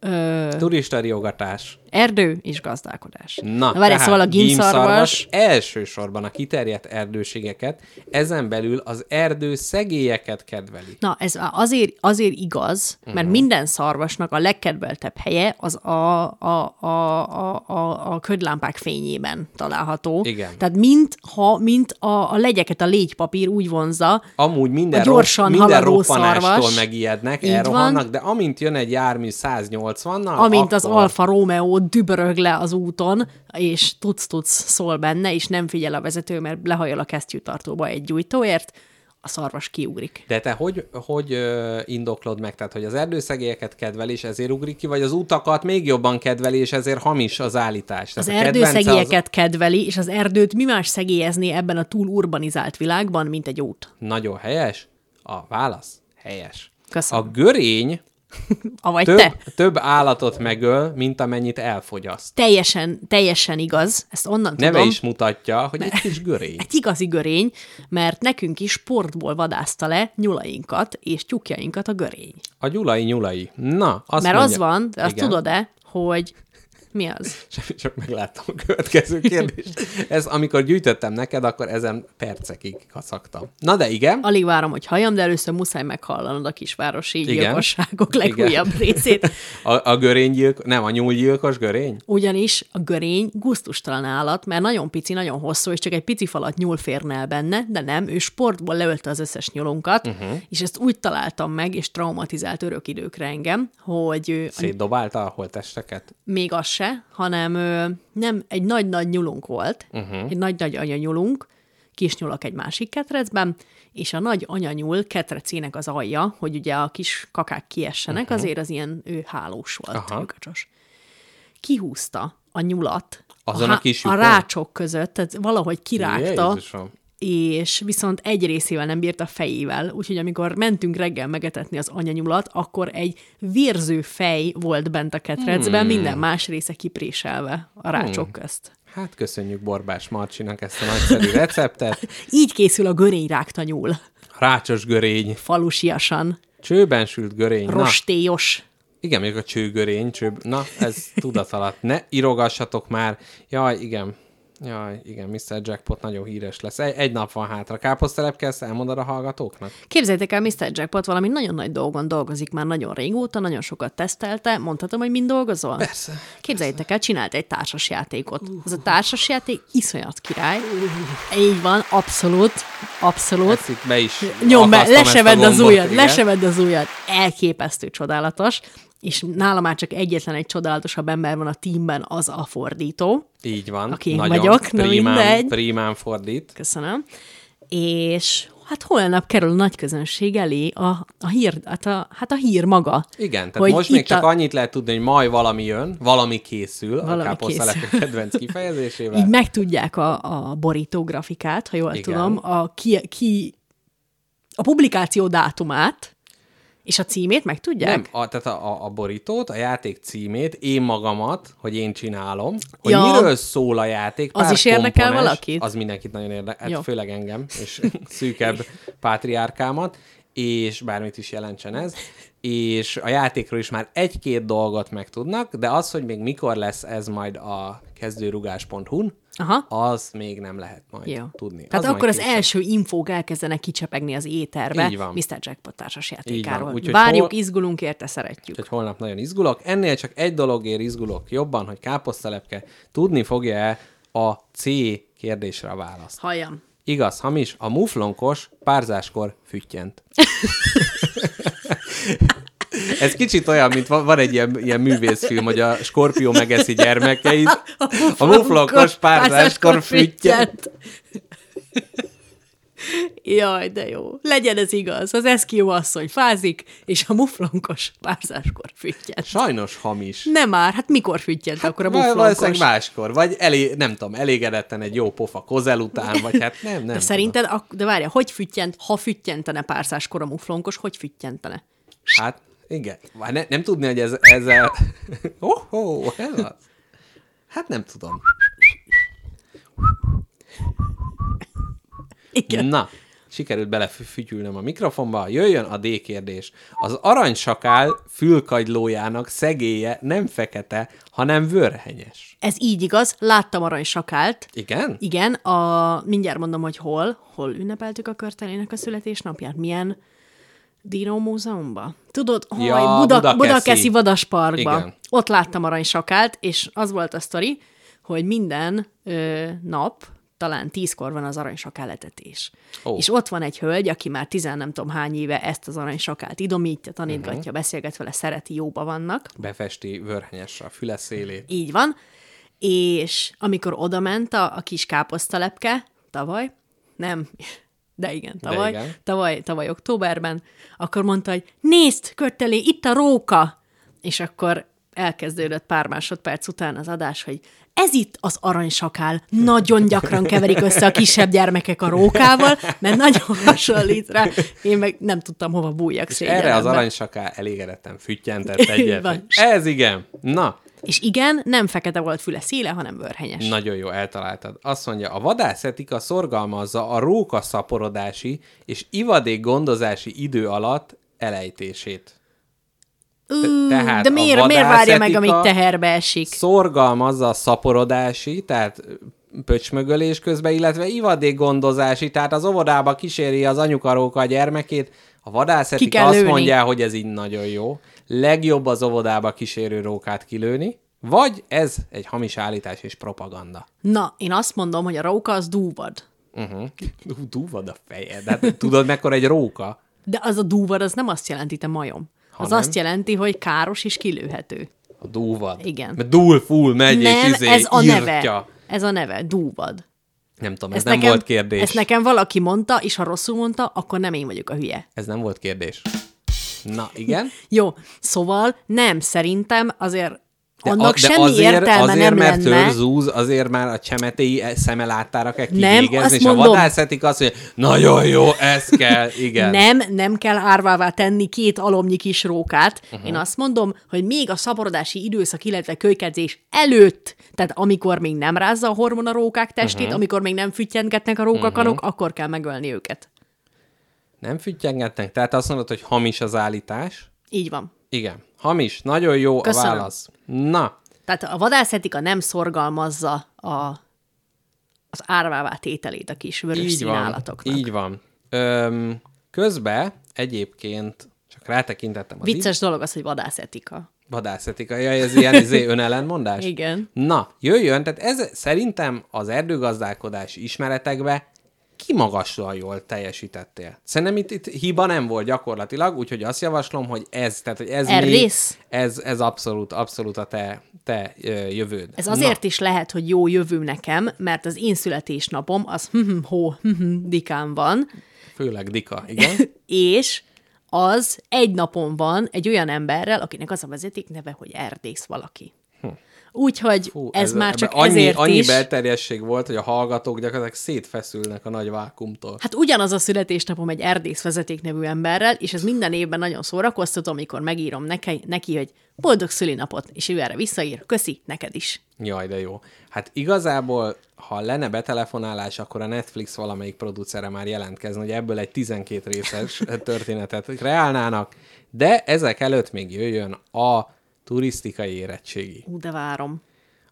ö, Turista riogatás. erdő és gazdálkodás. Na, várj, tehát szóval a gímszarvas, elsősorban a kiterjedt erdőségeket, ezen belül az erdő szegélyeket kedveli. Na, ez á- azért, azért igaz, mert Mhm. minden szarvasnak a legkedveltebb helye az a, a, a, a, a, a ködlámpák fényében található. Igen. Tehát mint, ha, mint a, a legyeket a légypapír úgy vonza, Amúgy minden, A gyorsan ro- minden haladó roppanástól szarvas. megijednek, Így elrohannak, van. de amint jön egy jármű 180-nal, amint akkor... az Alfa Romeo dübörög le az úton, és tudsz-tudsz szól benne, és nem figyel a vezető, mert lehajol a kesztyűtartóba egy gyújtóért, a szarvas kiugrik. De te hogy, hogy ö, indoklod meg? Tehát, hogy az erdőszegélyeket kedveli, és ezért ugrik ki, vagy az utakat még jobban kedveli, és ezért hamis az állítás? Az Tehát a kedvence erdőszegélyeket kedveli, és az erdőt mi más szegélyezni ebben a túl urbanizált világban, mint egy út. Nagyon helyes. A válasz helyes. Köszönöm. A görény Avagy több, Szóval- te. több állatot megöl, mint amennyit elfogyaszt. Teljesen, teljesen igaz, ezt onnan Neve tudom. is mutatja, hogy egy kis görény. Egy igazi görény, mert nekünk is sportból vadászta le nyulainkat és tyúkjainkat a görény. A gyulai nyulai. Na, azt Mert mondja, az van, azt Igen. tudod-e, hogy Mi az? Semmi, csak megláttam a következő kérdést. Ez, amikor gyűjtöttem neked, akkor ezen percekig kacagtam. Na de igen, Alig várom, hogy halljam, de először muszáj meghallanod a kisvárosi Igen. gyilkosságok Igen. legújabb részét. a, a görénygyilkos, nem, a nyúlgyilkos görény? Ugyanis a görény guztustalan állat, mert nagyon pici, nagyon hosszú, és csak egy pici falat nyúl férne el benne, de nem, ő sportból leölte az összes nyulunkat, uh-huh. és ezt úgy találtam meg, és traumatizált örök időkre engem, hogy ö, a Szétdobálta a holttesteket? még az se, hanem ö, nem, egy nagy-nagy nyulunk volt, Mhm. uh-huh. egy nagy-nagy anyanyulunk, kis nyulak egy másik ketrecben, és a nagy anyanyul ketrecének az alja, hogy ugye a kis kakák kiessenek, uh-huh. azért az ilyen ő hálós volt, Mhm. Aha. lyukacsos. Kihúzta a nyulat Azon a há- kis a lyukon? rácsok között, tehát valahogy kirágta, Jézusom. és viszont egy részével nem bírt a fejével, úgyhogy amikor mentünk reggel megetetni az anyanyulat, akkor egy vérző fej volt bent a ketrecben, hmm. minden más része kipréselve a rácsok hmm. közt. Hát köszönjük Borbás Marcsinak ezt a nagyszerű receptet. Így készül a görény rákta nyúl. Rácsos görény, Falusiasan, csőben sült görény. Na, rostélyos. igen, még a csőgörény, csőb... Na, ez tudat alatt. Ne irogassatok már. Jaj, igen. Jaj, igen, Mr. Jackpot nagyon híres lesz. Egy, egy nap van hátra. Káposztelep kell ezt elmondani a hallgatóknak? Képzeljétek el, Mr. Jackpot valami nagyon nagy dolgon dolgozik már nagyon régóta, nagyon sokat tesztelte, mondhatom, hogy mind dolgozol? Persze. Képzeljétek el, csinált egy társasjátékot. Ez a társasjáték iszonyat király. Így van, abszolút, abszolút. Ezt itt be is Nyom be, akasztom le ezt se a vedd az gombot, ujjad, le igen. se vedd az ujjad. Elképesztő csodálatos. És nála már csak egyetlen egy csodálatosabb ember van a teamben, az a fordító. Így van. Aki én vagyok, na mindegy. Primán fordít. Köszönöm. És hát holnap kerül a nagy közönség elé a, a hír, hát a, hát a hír maga. Igen, tehát Hogy hogy most még itt csak a- annyit lehet tudni, hogy majd valami jön, valami készül, Valami valami a káposztelepek kedvenc kifejezésével. Így megtudják a, a borítógrafikát, ha jól Igen. Igen. tudom, a, ki, ki, a publikáció dátumát, és a címét megtudják? Nem, a, tehát a, a- a borítót, a játék címét, én magamat, hogy én csinálom, hogy Ja. ja. miről szól a játék. Az pár is érdekel komponens, valakit? Az mindenkit nagyon érdekel, Jó. hát főleg engem, és szűkebb pátriárkámat, és bármit is jelentsen ez. És a játékról is már egy-két dolgot megtudnak, de az, hogy még mikor lesz ez majd a kezdőrugás.hu-n, Aha. az még nem lehet majd Jó. tudni. Tehát az akkor az majd később. első infók elkezdenek kicsepegni az éterbe Így van. Mr. Jackpot társas Így játékáról. van. Úgyhogy Várjuk, hol- izgulunk érte, szeretjük. Úgyhogy holnap nagyon izgulok. Ennél csak egy dologért izgulok jobban, hogy káposztelepke tudni fogja-e a C kérdésre a választ. Halljam. Igaz, hamis, a muflonkos párzáskor füttyent. Ez kicsit olyan, mint van, van egy ilyen, ilyen művészfilm, hogy a skorpió megeszi gyermekeit, a muflonkos párzáskor füttyent. Jaj, de jó. Legyen ez igaz. Az eszkió asszony fázik, és a muflonkos párzáskor füttyent. Sajnos hamis. Nem már, hát mikor füttyent hát, akkor a Val- Valószínűleg muflonkos? máskor, vagy elé, nem tudom, elégedetten egy jó pofa kozel után, vagy hát nem, nem. De tudom. szerinted, ak- de várja, hogy füttyent, ha füttyentene párzáskor a muflonkos, hogy füttyentene? Hát, igen. Már ne, nem tudni, hogy ez, ezzel... Oh, oh, ez az. Hát nem tudom. Igen. Na, sikerült belefütyülnöm a mikrofonba. Jöjjön a D kérdés. Az aranysakál fülkagylójának szegélye nem fekete, hanem vörhenyes. Ez így igaz, láttam aranysakált, Igen? Igen, a, mindjárt mondom, hogy hol, hol ünnepeltük a körtelének a születésnapját, milyen Dino Múzeumban. Tudod, hol Ja, ja, Buda, Budakeszi. Budakeszi Vadasparkban. Igen. Ott láttam aranysakált, és az volt a sztori, hogy minden ö, nap talán tízkor van az aranysakál etetés. Ó. És ott van egy hölgy, aki már tizen nem tudom hány éve ezt az aranysakált idomítja, tanítgatja, Mhm. uh-huh. beszélget vele, szereti, jóba vannak. Befesti vörhenyesre a füle szélét. Így van. És amikor oda ment a, a kis káposztalepke, tavaly, nem, de igen, tavaly, de igen. igen. tavaly, tavaly októberben, akkor mondta, hogy nézd, köttelé, itt a róka! És akkor elkezdődött pár másodperc után az adás, hogy ez itt az aranysakál. Nagyon gyakran keverik össze a kisebb gyermekek a rókával, mert nagyon hasonlít rá. Én meg nem tudtam, hova bújjak Erre az szégyenembe. aranysaká elégedetten füttyentett egyet. van. Ez igen. Na, És igen, nem fekete volt füle széle, hanem vörhenyes. Nagyon jó, eltaláltad. Azt mondja, a vadászetika szorgalmazza a róka szaporodási és ivadék gondozási idő alatt elejtését. Ú, tehát de a miért, miért várja meg, vadászetika- amíg teherbe esik? szorgalmazza a szaporodási, tehát pöcsmögölés közben, illetve ivadék gondozási, tehát az óvodába kíséri az anyukaróka a gyermekét, a Ki vadászetik kell azt lőni. mondja, hogy ez így nagyon jó. Legjobb az óvodába kísérő rókát kilőni, vagy ez egy hamis állítás és propaganda. Na, én azt mondom, hogy a róka az dúvad. Uh-huh. Dú- Dúvad a fejed. Hát, tudod, mekkora egy róka? De az a dúvad, az nem azt jelenti, te majom. Az Hanem? azt jelenti, hogy káros és kilőhető. A dúvad. Igen. Mert dúl, full, megy nem, és izé, ez a írtja. neve. Ez a neve, dúvad. Nem tudom, ez, nem volt kérdés. Ezt nekem valaki mondta, és ha rosszul mondta, akkor nem én vagyok a hülye. ez nem volt kérdés. Na, igen. Jó, szóval nem, szerintem azért de annak a- de semmi azért, értelme azért, nem mert lenne. törzúz, azért már a csemetéi szeme láttára kell Nem, kivégezni, azt és mondom. a vadászetik azt, hogy nagyon jó, ez kell, igen. Nem, nem kell árvává tenni két alomnyi kis rókát. Uh-huh. Én azt mondom, hogy még a szaporodási időszak, illetve kölykedzés előtt, tehát amikor még nem rázza a hormon a rókák testét, uh-huh. amikor még nem füttyentgetnek a rókakanok, uh-huh. akkor kell megölni őket. Nem füttyengetnek, tehát azt mondod, hogy hamis az állítás. Így van. Igen, hamis, nagyon jó Köszönöm. a válasz. Na, Tehát a vadászetika nem szorgalmazza a az árvává tételét a kis vörös így van, színálatoknak. így van. Öm, közben egyébként csak rátekintettem az Vicces dolog az, hogy vadászetika. vadászetika. Jaj, ez ilyen izé, önellenmondás? Igen. Na, jöjjön, tehát ez szerintem az erdőgazdálkodás ismeretekbe kimagaslóan jól teljesítettél. Szerintem itt, itt hiba nem volt gyakorlatilag, úgyhogy azt javaslom, hogy ez, tehát hogy ez mi- Errész? ez, ez abszolút, abszolút a te, te ö, jövőd. Ez azért is lehet, hogy jó jövő nekem, mert az én születésnapom az hm, hó, dikán van, Na, főleg Dika, igen. és az egy napon van egy olyan emberrel, akinek az a vezeték neve, hogy erdész valaki. Úgyhogy Hú, ez, ez már Hm. ebbe csak annyi, ezért annyi is. belterjesség volt, hogy a hallgatók gyakorlatilag szétfeszülnek a nagy vákumtól. Hát ugyanaz a születésnapom egy erdész vezeték nevű emberrel, és ez minden évben nagyon szórakoztató, amikor megírom neki, neki hogy boldog szülinapot, és ő erre visszaír, köszi, neked is. Jaj, de jó. Hát igazából, ha lenne betelefonálás, akkor a Netflix valamelyik producere már jelentkezne, hogy ebből egy 12 részes történetet kreálnának, de ezek előtt még jöjjön a turisztikai érettségi. Ú, de várom.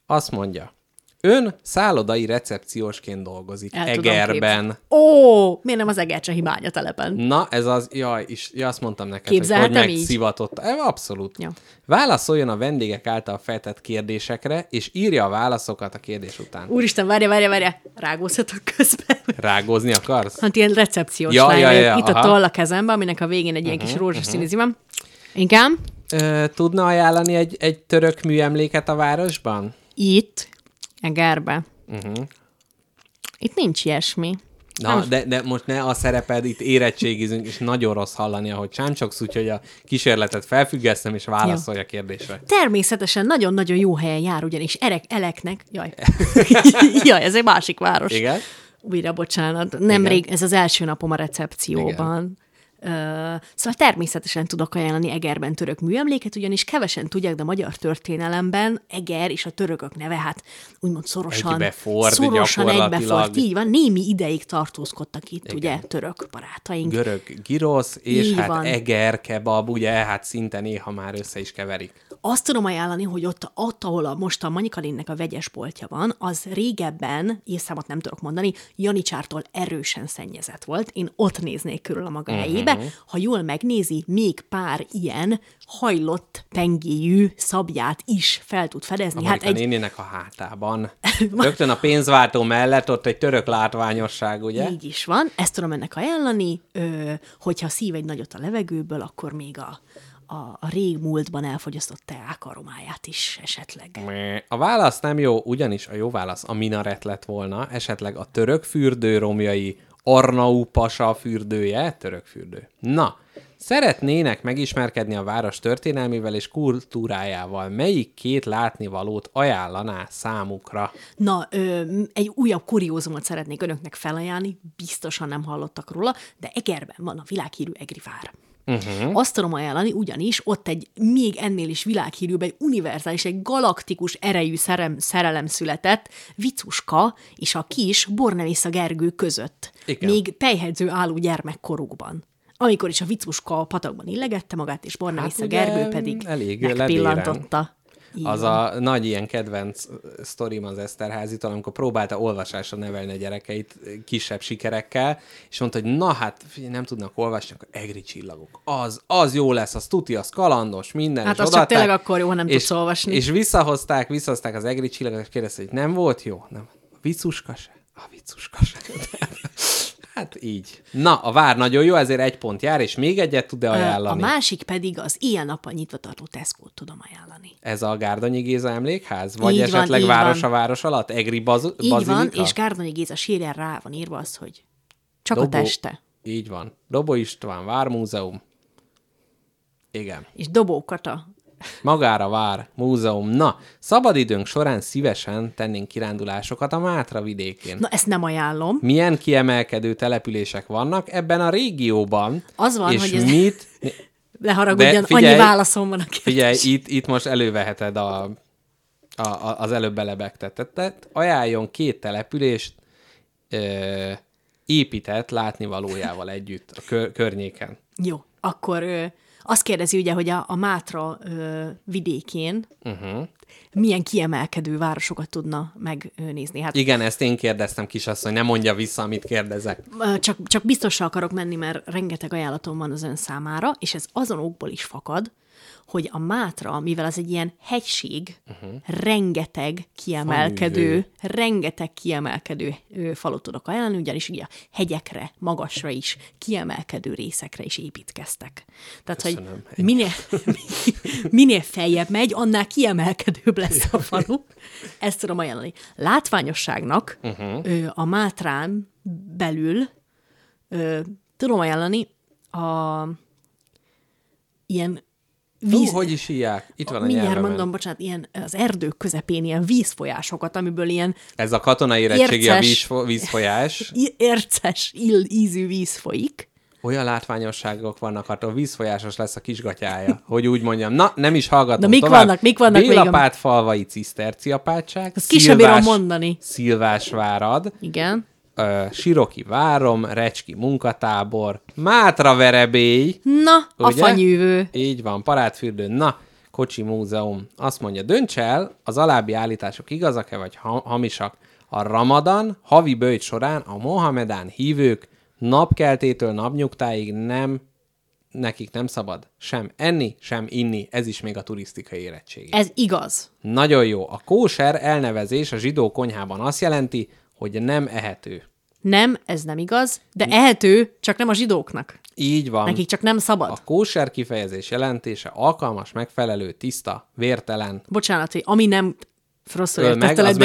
Azt mondja, ön szállodai recepciósként dolgozik El tudom Egerben. Hm. képzelni. Ó, miért nem az Egercse hibánya telepen? Na, ez az, jaj, is, ja, azt mondtam neked, Képzelhetem hogy hogy így? megszivatott. E, Abszolút. Ja. Válaszoljon a vendégek által feltett kérdésekre, és írja a válaszokat a kérdés után. Úristen, várja, várja, várja, rágózhatok közben. Rágózni akarsz? Hát ilyen recepciós Ja, ja, ja, ja, ja, itt a aha. Mhm, toll a kezemben, aminek a végén egy ilyen kis rózsaszín uh-huh. van. Inkább Ö, tudna ajánlani egy, egy török műemléket a városban? itt, Egerbe. Uh-huh. Mhm. Itt nincs ilyesmi. Na, de, de most ne a szereped, itt érettségizünk, és nagyon rossz hallani, ahogy csámcsoksz, úgyhogy a kísérletet felfüggesztem, és válaszolj a kérdésre. Természetesen nagyon-nagyon jó helyen jár, ugyanis erek, eleknek, jaj, jaj, ez egy másik város. Igen? Újra bocsánat, nemrég, ez az első napom a recepcióban. Ö, szóval természetesen tudok ajánlani Egerben török műemléket, ugyanis kevesen tudják, de a magyar történelemben Eger és a törökök neve hát úgymond szorosan, Egybeford szorosan gyakorlatilag. egybefort. Így van, némi ideig tartózkodtak itt, Igen. ugye, török barátaink. Görög girosz, és Így hát van. eger, kebab, ugye, hát szinte néha már össze is keverik. Azt tudom ajánlani, hogy ott, ott ahol a, most a Manikalinnek a vegyes boltja van, az régebben, évszámot nem tudok mondani, Janicsártól erősen szennyezett volt. Én ott néznék körül a maga helyébe. Ha jól megnézi, még pár ilyen hajlott pengéjű szabját is fel tud fedezni. Hát egy... néninek a hátában. Rögtön a pénzváltó mellett ott egy török látványosság, ugye? Így is van, ezt tudom ennek ajánlani, ö, hogyha szív egy nagyot a levegőből, akkor még a, a, a régmúltban elfogyasztott teák aromáját is esetleg. Meh. A válasz nem jó, ugyanis a jó válasz a minaret lett volna, esetleg a török fürdő romjai, Arnau Pasa fürdője, török fürdő. Na, szeretnének megismerkedni a város történelmével és kultúrájával. Melyik két látnivalót ajánlaná számukra? Na, ö, m- egy újabb kuriózumot szeretnék önöknek felajánlani, biztosan nem hallottak róla, de Egerben van a világhírű Egri vár. Mhm. Uh-huh. Azt tudom ajánlani, ugyanis ott egy még ennél is világhírűbb, egy univerzális, egy galaktikus erejű szerem, szerelem született, Vicuska és a kis Bornevésza Gergő között. Igen. Még pejhedző álló gyermekkorukban. Amikor is a vicmuska a patakban illegette magát, és Bornász Hát a ugye, Gergő pedig elég megpillantotta. Így Az van. a nagy ilyen kedvenc sztorim az Eszterházitól, amikor próbálta olvasásra nevelni a gyerekeit kisebb sikerekkel, és mondta, hogy na hát, figyelj, nem tudnak olvasni, akkor egri csillagok. Az, az jó lesz, az tuti, az kalandos, minden. Hát és az csak odaadták, tényleg akkor jó, ha nem és, tudsz olvasni. És visszahozták, visszahozták az egri csillagot, és kérdezte, hogy nem volt jó? Nem. A vicuska se? A vicuska se. hát így. Na, a vár nagyon jó, ezért egy pont jár, és még egyet tud-e a ajánlani? másik pedig az ilyen napon nyitva tartó Tesco-t tudom ajánlani. Ez a Gárdonyi Géza emlékház? Vagy Így van, esetleg így város van. a város alatt? Egri baz- Így bazilika? van, és Gárdonyi Géza sírján rá van írva az, hogy csak Dobó. a teste. Így van. Dobó István Vármúzeum. Igen. És dobókata. Magára vár múzeum. Na, szabadidőnk során szívesen tennénk kirándulásokat a Mátra vidékén. Na, ezt nem ajánlom. Milyen kiemelkedő települések vannak ebben a régióban? Az van, és hogy ez- mit... Ne haragudjon, De figyelj- annyi válaszom van a kérdés. Figyelj, itt, itt most előveheted a, a, a, az előbb belebegtetettet. Ajánljon két települést ö, épített látnivalójával együtt a kör, környéken. Jó, akkor ö, azt kérdezi ugye, hogy a, a Mátra ö, vidékén Mhm. uh-huh. milyen kiemelkedő városokat tudna megnézni. Hát Igen, ezt én kérdeztem, kisasszony, nem mondja vissza, amit kérdezek. Ö, Csak, csak biztosra akarok menni, mert rengeteg ajánlatom van az ön számára, és ez azon okból is fakad, hogy a Mátra, mivel az egy ilyen hegység, uh-huh. rengeteg kiemelkedő, Faművő. rengeteg kiemelkedő ö, falut tudok ajánlani, ugyanis ugye a hegyekre, magasra is, kiemelkedő részekre is építkeztek. Tehát, Köszönöm. hogy minél, minél feljebb megy, annál kiemelkedőbb lesz a falu. Ezt tudom ajánlani. Látványosságnak uh-huh. ö, a Mátrán belül ö, tudom ajánlani a ilyen Víz... víz... Hú, hogy is hívják? Itt van a mindjárt nyelvemen. mondom, bocsánat, ilyen az erdők közepén ilyen vízfolyásokat, amiből ilyen Ez a katonai érettségi a Érces. vízfo- vízfolyás. i- érces, ill, ízű víz folyik. Olyan látványosságok vannak, attól vízfolyásos lesz a kisgatyája, hogy úgy mondjam. Na, nem is hallgatom Na, mik tovább. vannak, mik vannak még, Bélapát még falvai ciszterciapátság, Azt ki sem bírom mondani. Szilvásvárad, Igen. ö, Siroki Várom, Recski munkatábor, Mátra verebély, Na, a Ugye? fanyűvő. Így van, parádfürdőn. Na, Kocsi Múzeum. Azt mondja, dönts el, az alábbi állítások igazak-e vagy ha- hamisak? A ramadan havi bőjt során a Mohamedán hívők napkeltétől napnyugtáig nem, nekik nem szabad sem enni, sem inni. Ez is még a turisztikai érettség. Ez igaz. Nagyon jó. A kóser elnevezés a zsidó konyhában azt jelenti, hogy nem ehető. Nem, ez nem igaz, de Hm. ehető, csak nem a zsidóknak. Így van. Nekik csak nem szabad. A kóser kifejezés jelentése alkalmas, megfelelő, tiszta, vértelen, Bocsánat, hogy ami nem rosszul Öl meg, értettelek, az de-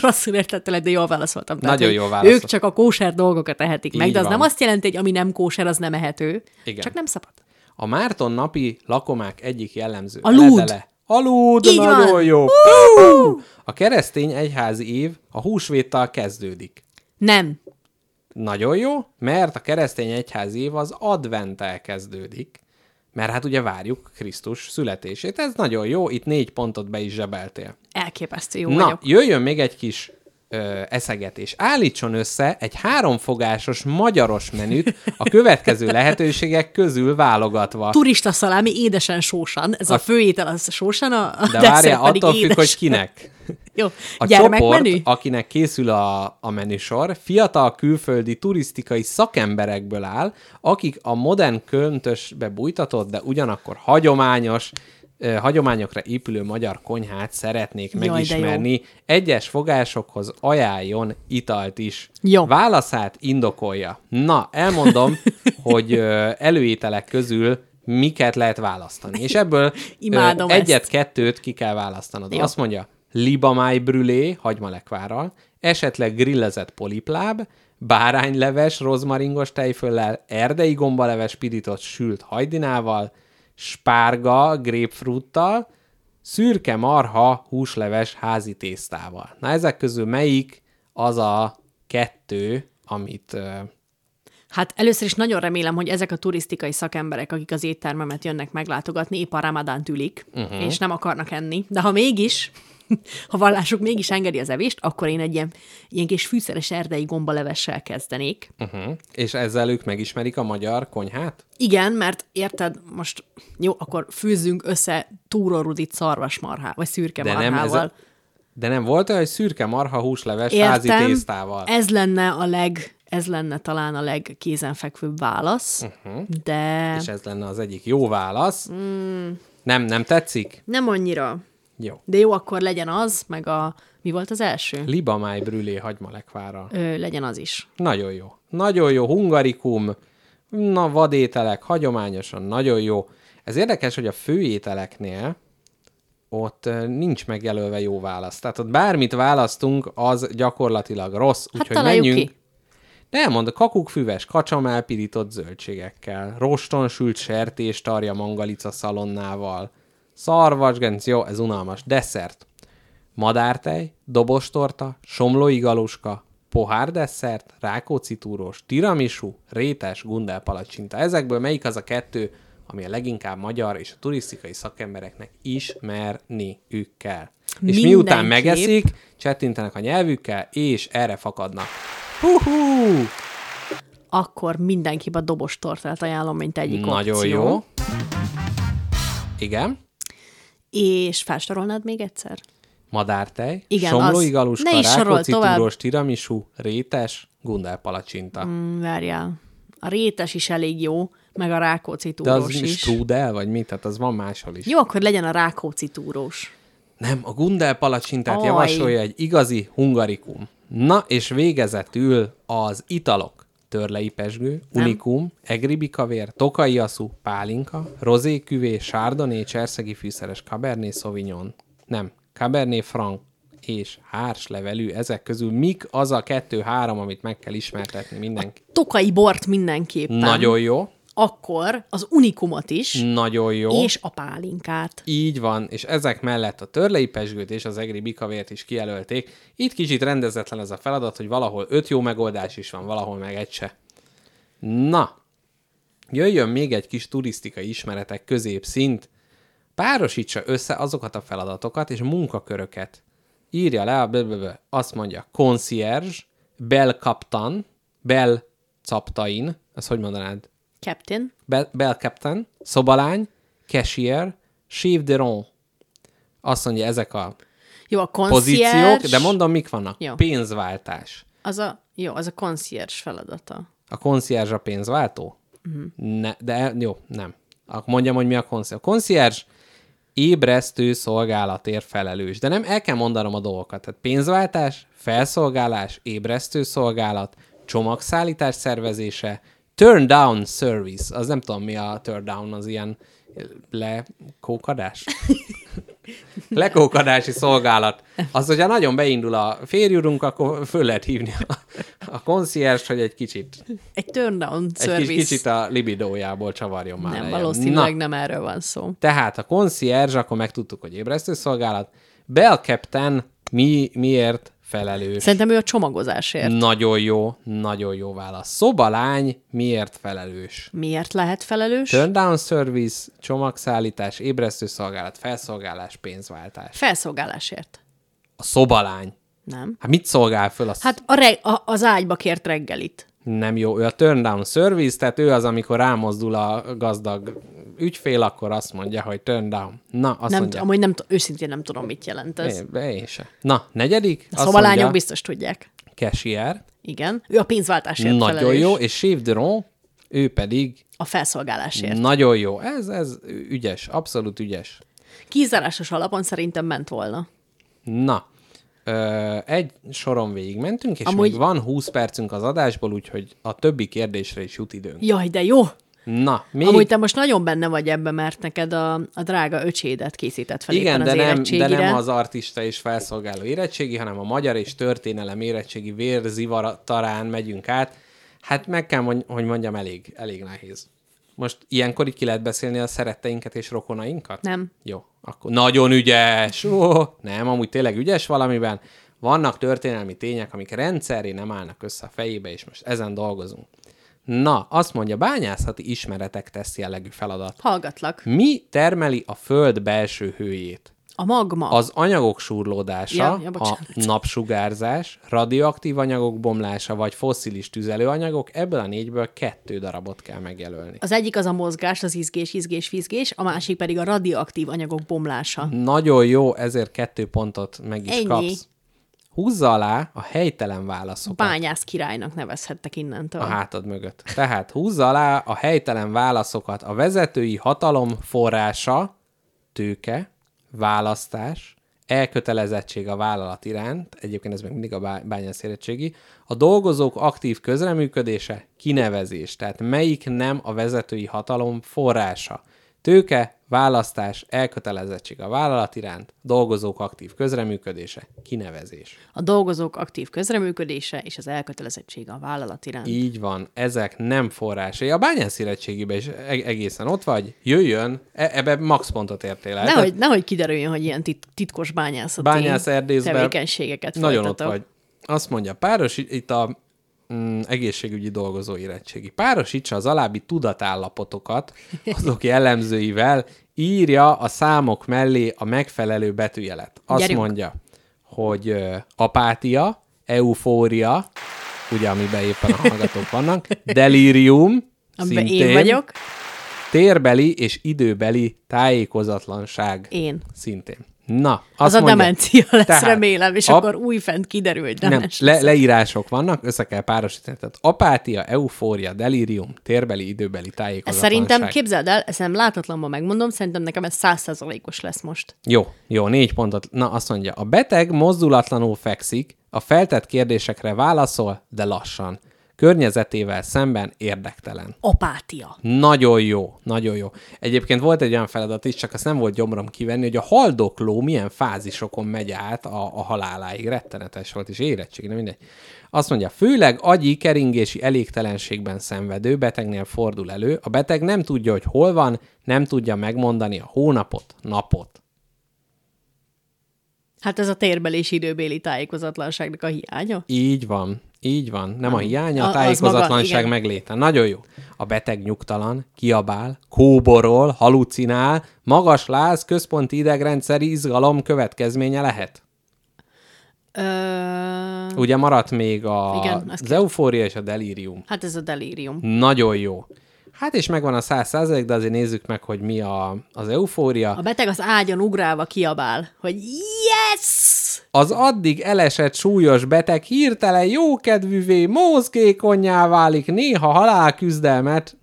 rosszul értettelek, de jól válaszoltam. Nagyon hogy jól válaszolt. Ők csak a kóser dolgokat ehetik meg, Így de az van. nem azt jelenti, hogy ami nem kóser, az nem ehető. Igen. Csak nem szabad. A Márton napi lakomák egyik jellemző A lúd. eledele. A lúd, Így nagyon van. jó. Pú! A keresztény egyházi év a húsvéttal kezdődik. Nem. Nagyon jó, mert a keresztény egyházi év az adventtel kezdődik, mert hát ugye várjuk Krisztus születését. Ez nagyon jó, itt négy pontot be is zsebeltél. Elképesztő jó Na, vagyok. jöjjön még egy kis ö, eszegetés. Állítson össze egy háromfogásos magyaros menüt a következő lehetőségek közül válogatva. Turista szalámi édesen sósan. Ez a, A- főétel az sósan, a, a De desszert várjál, pedig attól függ, édes. hogy kinek. Jó. A csoport, Gyermekmenü? akinek készül a, a menüsor, fiatal külföldi turisztikai szakemberekből áll, akik a modern köntösbe bújtatott, de ugyanakkor hagyományos, ö, hagyományokra épülő magyar konyhát szeretnék Jaj, de jó. megismerni. Egyes fogásokhoz ajánljon italt is. Jó. Válaszát indokolja. Na, elmondom, hogy ö, előételek közül miket lehet választani. És ebből Imádom ö, ezt. egyet kettőt ki kell választanod. Jó. Azt mondja, libamáj brülé, hagymalekvárral, esetleg grillezett polipláb, bárányleves, rozmaringos tejföllel, erdei gombaleves, pirított sült hajdinával, spárga, grapefruttal, szürke marha, húsleves, házi tésztával. Na ezek közül melyik az a kettő, amit ö, Hát először is nagyon remélem, hogy ezek a turisztikai szakemberek, akik az éttermemet jönnek meglátogatni, épp a ramadán ülik, Mhm. uh-huh. és nem akarnak enni. De ha mégis, ha vallásuk mégis engedi az evést, akkor én egy ilyen, ilyen kis fűszeres erdei gombalevessel kezdenék. Uh-huh. És ezzel ők megismerik a magyar konyhát? Igen, mert érted, most jó, akkor fűzzünk össze túrorudit szarvasmarhá, vagy szürke De marhával. nem, ez a, de nem volt olyan, hogy szürke marha húsleves házi tésztával? ez lenne a leg, ez lenne talán a legkézenfekvőbb válasz, uh-huh. de Mhm. És ez lenne az egyik jó válasz. Mm. Hmm. Nem, nem tetszik? nem annyira. Jó. De jó, akkor legyen az, meg a... Mi volt az első? Libamáj brülé hagymalekvárral. Ö, legyen az is. Nagyon jó. Nagyon jó. Hungarikum, na vadételek, hagyományosan nagyon jó. Ez érdekes, hogy a főételeknél ott ö, nincs megjelölve jó válasz. Tehát ott bármit választunk, az gyakorlatilag rossz. Hát Úgyhogy találjuk menjünk. ki. Nem, mond, kakukkfüves, kacsamál pirított zöldségekkel, roston sült sertés tarja mangalica szalonnával, szarvasgenc, jó, ez unalmas, desszert, madártej, dobostorta, somlói galuska, pohár desszert, rákóczi túrós, tiramisu, rétes, gundelpalacsinta. Ezekből melyik az a kettő, ami a leginkább magyar és a turisztikai szakembereknek ismerniük kell. És miután Mindenképp. megeszik, csettintenek a nyelvükkel, és erre fakadnak. Hú-hú! Akkor mindenképp a dobos tortát ajánlom, mint egyik Nagyon opció. jó. Igen. És felsorolnád még egyszer? Madártej, Igen, somlói az. galuska, Ne is sorol rákóczi tovább. túrós, tiramisu, rétes, gundelpalacsinta. Mm, Mm, Várjál. A rétes is elég jó, meg a rákóczi De az túrós is. is. strudel, vagy mi? Tehát az van máshol is. Jó, akkor legyen a rákóczi túrós. Nem, a gundelpalacsintát Aj. javasolja egy igazi hungarikum. Na, és végezetül az italok. Törlei pesgő, unikum, egribi kavér, tokai aszú, pálinka, rozé küvé, sárdoné, cserszegi fűszeres, cabernet sauvignon. Nem, cabernet franc és hárslevelű, ezek közül mik az a kettő-három, amit meg kell ismertetni mindenki? Tokai bort mindenképpen. Nagyon Mm. jó, Akkor az unikumot is, nagyon jó. és a pálinkát. Így van, és ezek mellett a törlei pesgőt és az egri bikavért is kijelölték. Itt kicsit rendezetlen ez a feladat, hogy valahol öt jó megoldás is van, valahol meg egy se. Na, jöjjön még egy kis turisztikai ismeretek középszint. Párosítsa össze azokat a feladatokat és munkaköröket. Írja le a blablabla, azt mondja, concierge, belkaptan, belcaptain, ezt hogy mondanád? Captain. Bel- Belkapten, Szobalány, Cashier, Chef de Ron. Azt mondja, ezek a Jó, a pozíciók, concierge. de mondom, mik vannak. Jó. Pénzváltás. Az a, jó, az a concierge feladata. A konciárs a pénzváltó? Ne, de jó, nem. Ak- Mondjam, hogy mi a konciárs. A konciárs ébresztő szolgálatért felelős. De nem, el kell mondanom a dolgokat. Tehát pénzváltás, felszolgálás, ébresztő szolgálat, csomagszállítás szervezése, turn down service. Az nem tudom, mi a turn down, az ilyen eh, lekókadás? lekókadási szolgálat. Az, hogyha nagyon beindul a férjúrunk, akkor föl lehet hívni a, a konciárs, hogy egy kicsit, Egy turn down egy service. kis, kicsit a libidójából csavarjon már nem, lejjebb. valószínűleg Na, nem erről van szó. tehát a konciárs, akkor megtudtuk, hogy ébresztő szolgálat. Belkepten mi, miért felelős? Szerintem ő a csomagozásért. Nagyon jó, nagyon jó válasz. Szobalány miért felelős? Miért lehet felelős? Turn down service, csomagszállítás, ébresztő szolgálat, felszolgálás, pénzváltás. Felszolgálásért. A szobalány. Nem. Hát mit szolgál föl? Azt Hát a reg- a, az ágyba kért reggelit. nem jó. Ő a turn down service, tehát ő az, amikor rámozdul a gazdag ügyfél, akkor azt mondja, hogy turn down. Na, azt Nem, t- mondja. amúgy nem, t- őszintén nem tudom, mit jelent ez. Én, én se. Na, negyedik, azt Szóval a mondja, lányok biztos tudják. cashier, Igen. Ő a pénzváltásért nagyon felelős. jó, és chef de rond, ő pedig A felszolgálásért. nagyon jó. Ez, ez ügyes, abszolút ügyes. Kizárásos alapon szerintem ment volna. Na, ö, egy soron végigmentünk, és Amúgy... Amúgy- még van 20 percünk az adásból, úgyhogy a többi kérdésre is jut időnk. Jaj, de jó! Na, még... Amúgy te most nagyon benne vagy ebbe, mert neked a, a drága öcsédet készített fel Igen, éppen de az nem, de érettségire. nem az artista és felszolgáló érettségi, hanem a magyar és történelem érettségi vérzivatarán megyünk át. Hát meg kell, mond- hogy mondjam, elég, elég nehéz. Most ilyenkor így ki lehet beszélni a szeretteinket és rokonainkat? Nem. Jó, akkor nagyon ügyes. Ó, nem, amúgy tényleg ügyes valamiben. Vannak történelmi tények, amik rendszeré nem állnak össze a fejébe, és most ezen dolgozunk. Na, azt mondja, bányászati ismeretek tesz jellegű feladat. Hallgatlak. Mi termeli a föld belső hőjét? A magma. Az anyagok súrlódása, Ja, ja, ja, ja, bocsánat. a napsugárzás, radioaktív anyagok bomlása vagy fosszilis tüzelőanyagok, ebből a négyből kettő darabot kell megjelölni. Az egyik az a mozgás, az izgés, izgés, fizgés, a másik pedig a radioaktív anyagok bomlása. Mm. Nagyon jó, ezért kettő pontot meg is Ennyi. kapsz. Húzza alá a helytelen válaszokat Bányász királynak nevezhettek innentől. a hátad mögött. Tehát húzza alá a helytelen válaszokat. A vezetői hatalom forrása tőke, választás, elkötelezettség a vállalat iránt, egyébként ez még mindig a bá- bányász érettségi, a dolgozók aktív közreműködése, kinevezés, tehát melyik nem a vezetői hatalom forrása. Tőke, választás, elkötelezettség a vállalat iránt, dolgozók aktív közreműködése, kinevezés. A dolgozók aktív közreműködése és az elkötelezettség a vállalat iránt. Így van, ezek nem forrásai. A bányász érettségiben is e- egészen ott vagy, jöjjön, e- ebbe max pontot értél el. Nehogy, nehogy kiderüljön, hogy ilyen tit- titkos bányászati Bányász erdészben tevékenységeket Nagyon ott folytatok. vagy. Azt mondja, páros itt a mm, egészségügyi dolgozó érettségi. Párosítsa az alábbi tudatállapotokat azok jellemzőivel, írja a számok mellé a megfelelő betűjelet. Azt Gyerünk. mondja, hogy ö, apátia, eufória, ugye amiben éppen a hallgatók vannak, delírium, Amiben szintén, én vagyok. térbeli és időbeli tájékozatlanság. Én. Szintén. Na, azt Az a mondja, demencia lesz, tehát remélem, és a- akkor újfent kiderül, hogy nem, demens le, lesz. leírások vannak, össze kell párosítani. Tehát apátia, eufória, delírium, térbeli, időbeli Ez tájékozatlanság. szerintem, képzeld el, ezt nem láthatatlanban megmondom, szerintem nekem ez százszázalékos lesz most. Jó, jó, négy pontot. Na, azt mondja, a beteg mozdulatlanul fekszik, a feltett kérdésekre válaszol, de lassan. Környezetével szemben érdektelen. Apátia. Nagyon jó, nagyon jó. Egyébként volt egy olyan feladat is, csak azt nem volt gyomrom kivenni, hogy a haldokló milyen fázisokon megy át a, a haláláig. Rettenetes volt, és érettség, nem mindegy. Azt mondja, főleg agyi keringési elégtelenségben szenvedő betegnél fordul elő, a beteg nem tudja, hogy hol van, nem tudja megmondani a hónapot, napot. Hát ez a térbeli és időbéli tájékozatlanságnak a hiánya. Így van, így van. Nem a A- hiánya, a az maga, tájékozatlanság igen. megléte. Nagyon jó. A beteg nyugtalan, kiabál, kóborol, halucinál, magas láz, központi idegrendszeri izgalom következménye lehet. Ö... Ugye maradt még a, Igen, azt az eufória és a delírium. Hát ez a delírium. Nagyon jó. Hát és megvan a száz százalék, de azért nézzük meg, hogy mi a, az eufória. A beteg az ágyon ugrálva kiabál, hogy yes! Az addig elesett súlyos beteg hirtelen jókedvűvé, mozgékonyá válik, néha halálküzdelmet,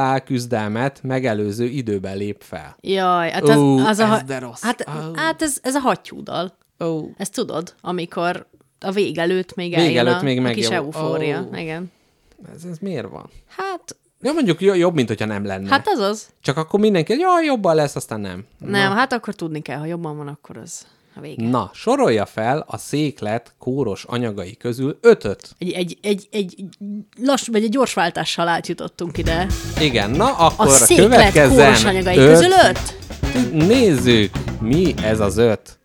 halálküzdelmet megelőző időben lép fel. Jaj, hát az, Ú, az a... ez ha- de rossz. Hát, Au. hát ez, ez a hattyúdal. Ó. Ezt tudod, amikor a vég előtt még Vég eljön előtt a, még a megjavul. kis eufória. Ó. Igen. Ez, ez miért van? Hát, Ja, mondjuk jo- jobb, mint hogyha nem lenne. hát Hát, az az. Csak akkor mindenki, jaj, jobban lesz, aztán nem. Nem, hát akkor tudni kell, ha jobban van, akkor az a vége. Na, sorolja fel a széklet kóros anyagai közül ötöt. Egy, egy, egy, egy lassú, vagy egy gyors váltással átjutottunk ide. Igen, na A akkor széklet következzen kóros anyagai öt közül öt? Nézzük, mi ez az öt.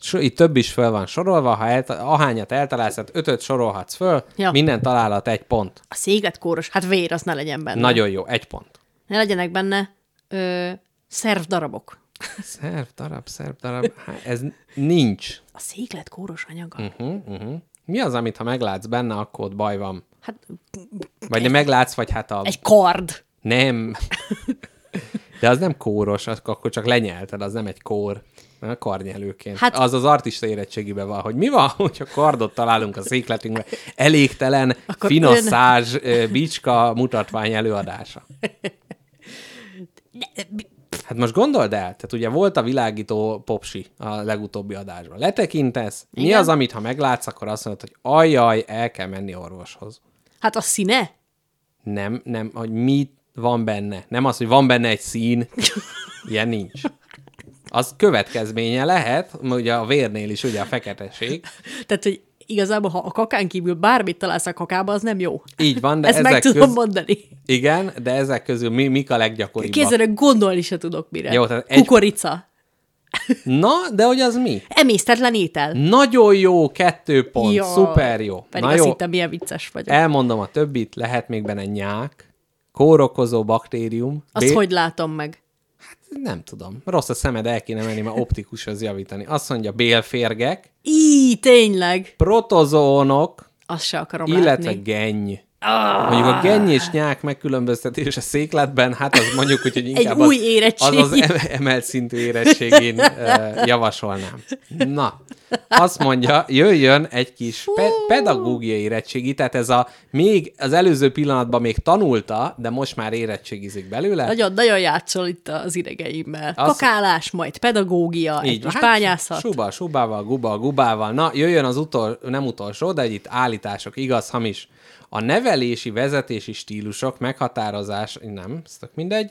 So, itt több is föl van sorolva, ha elta- ahányat eltalálsz, hát ötöt sorolhatsz föl, Ja. ja. minden találat egy pont. A széklet kóros, hát vér, az ne legyen benne. Nagyon jó, egy pont. Ne legyenek benne ö, szervdarabok. Szerv darab, szerv darab, Há, ez nincs. A széklet kóros anyaga? Mm. Uh-huh, uh-huh. Mi az, amit ha meglátsz benne, akkor ott baj van? Hát Vagy nem meglátsz, vagy hát a... egy kard. Nem. De az nem kóros, az- akkor csak lenyelted, az nem egy kór. A karnyelőként. Hát- Hát, az az artista érettségiben van, hogy mi van, hogyha kardot találunk a székletünkbe. Elégtelen, Akkor finoszázs, ö, bicska mutatvány előadása. Hát most gondold el, tehát ugye volt a világító popsi a legutóbbi adásban. Letekintesz, Igen. mi Igen. az, amit ha meglátsz, akkor azt mondod, hogy ajaj, el kell menni orvoshoz. Hát a színe? Nem, nem, hogy mi van benne. Nem az, hogy van benne egy szín. Ilyen nincs. Az következménye lehet, mert ugye a vérnél is ugye a feketeség. Tehát, hogy igazából, ha a kakán kívül bármit találsz a kakába, az nem jó. Így van, de Ezt ezek meg tudom köz... mondani. Igen, de ezek közül mi, mik a leggyakoribbak? Kézzel gondolni se tudok mire. Jó, tehát egy- Kukorica. Na, de hogy az mi? Emésztetlen étel. Nagyon jó, kettő pont, Jaj, szuper jó. Pedig Na azt jó, E- hittem, milyen vicces vagyok. elmondom a többit, lehet még benne nyák, kórokozó baktérium. Azt bé- hogy látom meg? Nem tudom. Rossz a szemed, el kéne menni, mert optikushoz javítani. Azt mondja, bélférgek, Í, tényleg! protozoonok, Azt se akarom illetve látni. genny. Mondjuk a genny és nyák megkülönböztetés a székletben, hát az mondjuk úgy, hogy inkább új az, érettségi. az az em- emelt szintű érettségén ö, javasolnám. Na, azt mondja, jöjjön egy kis pe- pedagógiai érettségi, tehát ez a még az előző pillanatban még tanulta, de most már érettségizik belőle. Nagyon, nagyon játszol itt az idegeimmel. Hát. Az- Kakálás, majd pedagógia, egy kis bányászat. Suba, subával, hát guba, gubával. Na, jöjjön az utol, nem utolsó, de egy itt állítások, igaz, hamis. A nevelési, vezetési stílusok meghatározás, nem, ez tök mindegy.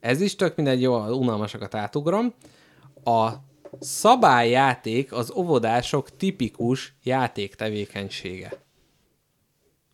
Ez is tök mindegy, jó, az unalmasakat átugrom. A szabályjáték az óvodások tipikus játéktevékenysége.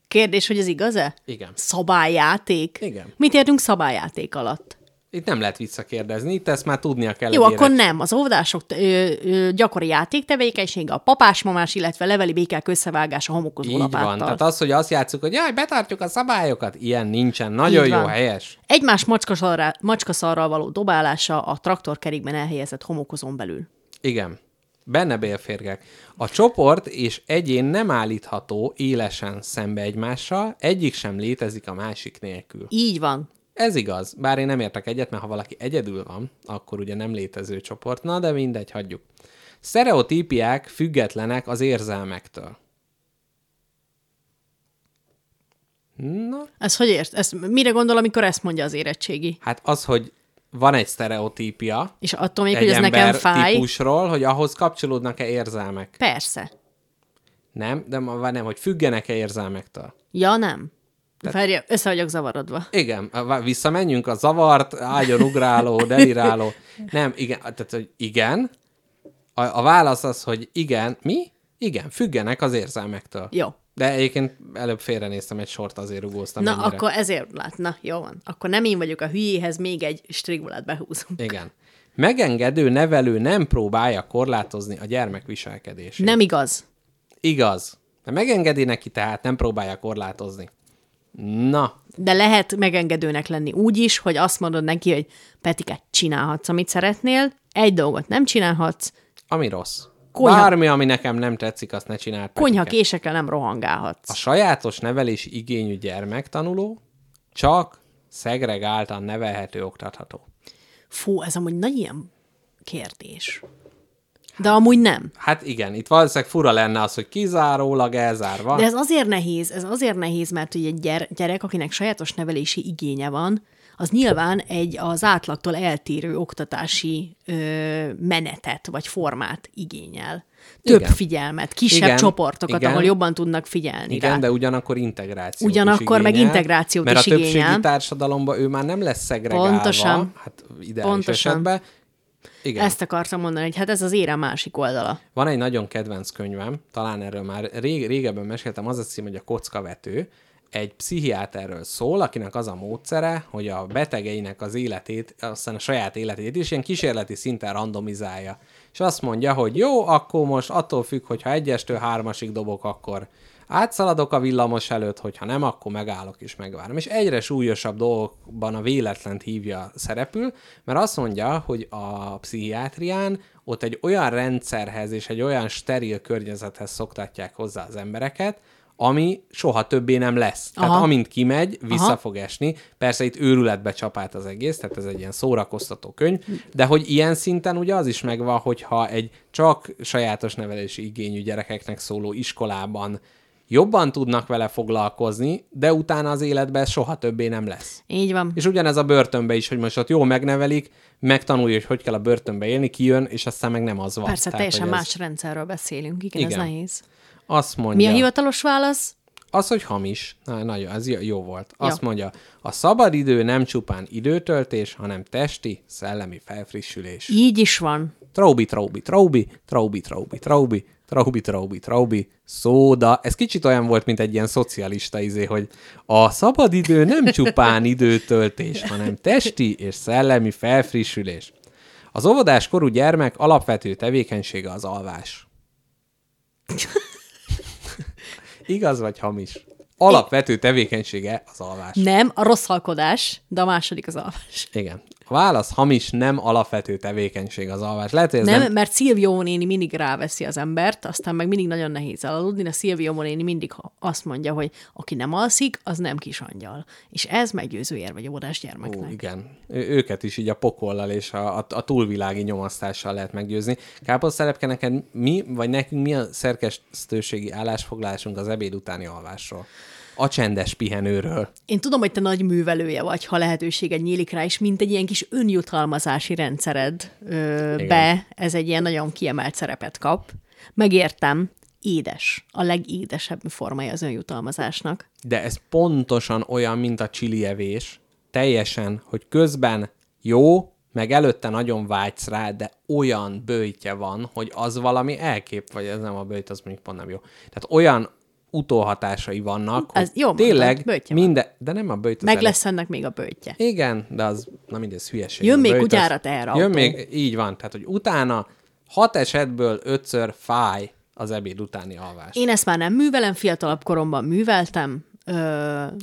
Kérdés, hogy ez igaz-e? Igen. Szabályjáték? Igen. Mit értünk szabályjáték alatt? Itt nem lehet visszakérdezni, itt ezt már tudnia kell. Jó, egy akkor érett- nem. Az óvodások ö, ö, gyakori játéktevékenysége, a papás-mamás, illetve leveli békák összevágása homokozó Így van. lapáttal. Tehát az, hogy azt játszuk, hogy jaj, betartjuk a szabályokat, ilyen nincsen. Nagyon Így jó, van. helyes. Egymás macskaszarrá- macskaszarral való dobálása a traktorkerékben elhelyezett homokozón belül. Igen. Benne bélférgek. A csoport és egyén nem állítható élesen szembe egymással, egyik sem létezik a másik nélkül. Így van. Ez igaz, bár én nem értek egyet, mert ha valaki egyedül van, akkor ugye nem létező csoport, na de mindegy, hagyjuk. Sztereotípiák függetlenek az érzelmektől. Na, Ez hogy ért? Ez mire gondol, amikor ezt mondja az érettségi? hát az, hogy van egy sztereotípia És attól még, egy hogy ez ember nekem fáj. típusról, hogy ahhoz kapcsolódnak-e érzelmek. Persze. Nem, de ma már nem, hogy függenek-e érzelmektől. Ja, nem. Várja, össze vagyok zavarodva. Igen, a- vá- visszamenjünk a zavart, ágyon ugráló, deliráló. Nem, igen, tehát, hogy igen. A, a válasz az, hogy igen, mi? Igen, függenek az érzelmektől. Jó. De egyébként előbb félrenéztem egy sort, azért rugóztam Na, ennyire. akkor ezért lát. Na, jó van. Akkor nem én vagyok a hülyéhez, még egy strigulát behúzom. Igen. Megengedő nevelő nem próbálja korlátozni a gyermek viselkedését. Nem igaz. Igaz. De megengedi neki, tehát nem próbálja korlátozni. Na, De lehet megengedőnek lenni úgy is, hogy azt mondod neki, hogy Petike, csinálhatsz, amit szeretnél, egy dolgot nem csinálhatsz, ami rossz. Konyha- Bármi, ami nekem nem tetszik, azt ne csináld. konyha Petike. késekkel nem rohangálhatsz. A sajátos nevelési igényű gyermektanuló csak szegregáltan nevelhető, oktatható. Fú, ez amúgy nagy ilyen kérdés. De amúgy nem. Hát igen, itt valószínűleg fura lenne az, hogy kizárólag elzárva. De ez azért nehéz, ez azért nehéz, mert ugye egy gyere- gyerek, akinek sajátos nevelési igénye van, az nyilván egy az átlagtól eltérő oktatási ö, menetet vagy formát igényel. Több Igen. igen. figyelmet, kisebb Igen, igen. csoportokat, igen. igen. ahol jobban tudnak figyelni igen, rá. de ugyanakkor integrációt Ugyanakkor is meg igényel, integrációt mert is a többségi igényel. társadalomban ő már nem lesz szegregálva. Pontosan. Hát ideális Pontosan. esetben. Igen. Ezt akartam mondani, hogy hát ez az ére másik oldala. Van egy nagyon kedvenc könyvem, talán erről már rég, régebben meséltem, az a cím, hogy a kockavető, egy pszichiáterről szól, akinek az a módszere, hogy a betegeinek az életét, aztán a saját életét is ilyen kísérleti szinten randomizálja. És azt mondja, hogy jó, akkor most attól függ, hogyha egyestől hármasig dobok, akkor átszaladok a villamos előtt, hogyha nem, akkor megállok és megvárom. És egyre súlyosabb dolgokban a véletlent hívja szerepül, mert azt mondja, hogy a pszichiátrián ott egy olyan rendszerhez és egy olyan steril környezethez szoktatják hozzá az embereket, ami soha többé nem lesz. Tehát Aha. amint kimegy, vissza Aha. fog esni. Persze itt őrületbe csapált az egész, tehát ez egy ilyen szórakoztató könyv, de hogy ilyen szinten ugye az is megvan, hogyha egy csak sajátos nevelési igényű gyerekeknek szóló iskolában jobban tudnak vele foglalkozni, de utána az életben ez soha többé nem lesz. Így van. És ugyanez a börtönbe is, hogy most ott jól megnevelik, megtanulja, hogy hogy kell a börtönbe élni, kijön, és aztán meg nem az van. Persze, Tehát, teljesen hogy ez- más rendszerről beszélünk. Igen, Igen. ez nehéz. Azt mondja. Mi a hivatalos válasz? Az, hogy hamis, na, nagyon, ez jó- jó volt. Ja. Azt mondja, a szabadidő nem csupán időtöltés, hanem testi, szellemi felfrissülés. Így is van. Traubi, traubi, traubi, traubi, traubi, traubi, traubi, traubi, traubi, szóda. Ez kicsit olyan volt, mint egy ilyen szocialista izé, hogy a szabadidő nem csupán időtöltés, hanem testi és szellemi felfrissülés. Az óvodáskorú gyermek alapvető tevékenysége az alvás. Igaz vagy hamis? Alapvető tevékenysége az alvás. Nem, a rossz halkodás, de a második az alvás. Igen. A válasz hamis, nem alapvető tevékenység az alvás. Lehet, hogy ez Nem, nem... nem, mert Szilvió néni mindig ráveszi az embert, aztán meg mindig nagyon nehéz elaludni, de Szilvió néni mindig ha- azt mondja, hogy aki nem alszik, az nem kis angyal. És ez meggyőző ér vagy óvodás Ó, gyermeknek. igen. Ő, őket is így a pokollal és a, a, a túlvilági nyomasztással lehet meggyőzni. Káposztelepke, neked mi, vagy nekünk mi a szerkesztőségi állásfoglalásunk az ebéd utáni alvásról? A csendes pihenőről. Én tudom, hogy te nagy művelője vagy, ha lehetőséged nyílik rá, és mint egy ilyen kis önjutalmazási rendszered ö, be, ez egy ilyen nagyon kiemelt szerepet kap. Megértem, édes, a legédesebb formája az önjutalmazásnak. De ez pontosan olyan, mint a csili evés. Teljesen, hogy közben jó, meg előtte nagyon vágysz rá, de olyan bőjtje van, hogy az valami elkép, vagy ez nem a bőjt, az mondjuk pont nem jó. Tehát olyan utóhatásai vannak, Ez hogy jól mondod, tényleg bőjtje van. minden, de nem a bőjt. az Meg elő- lesz ennek még a bőtje. Igen, de az, na mindez hülyeség. Jön A még bőjt az- kutyára teherautó. Jön még, így van, tehát hogy utána hat esetből ötször fáj az ebéd utáni alvás. Én ezt már nem művelem, fiatalabb koromban műveltem. Ö,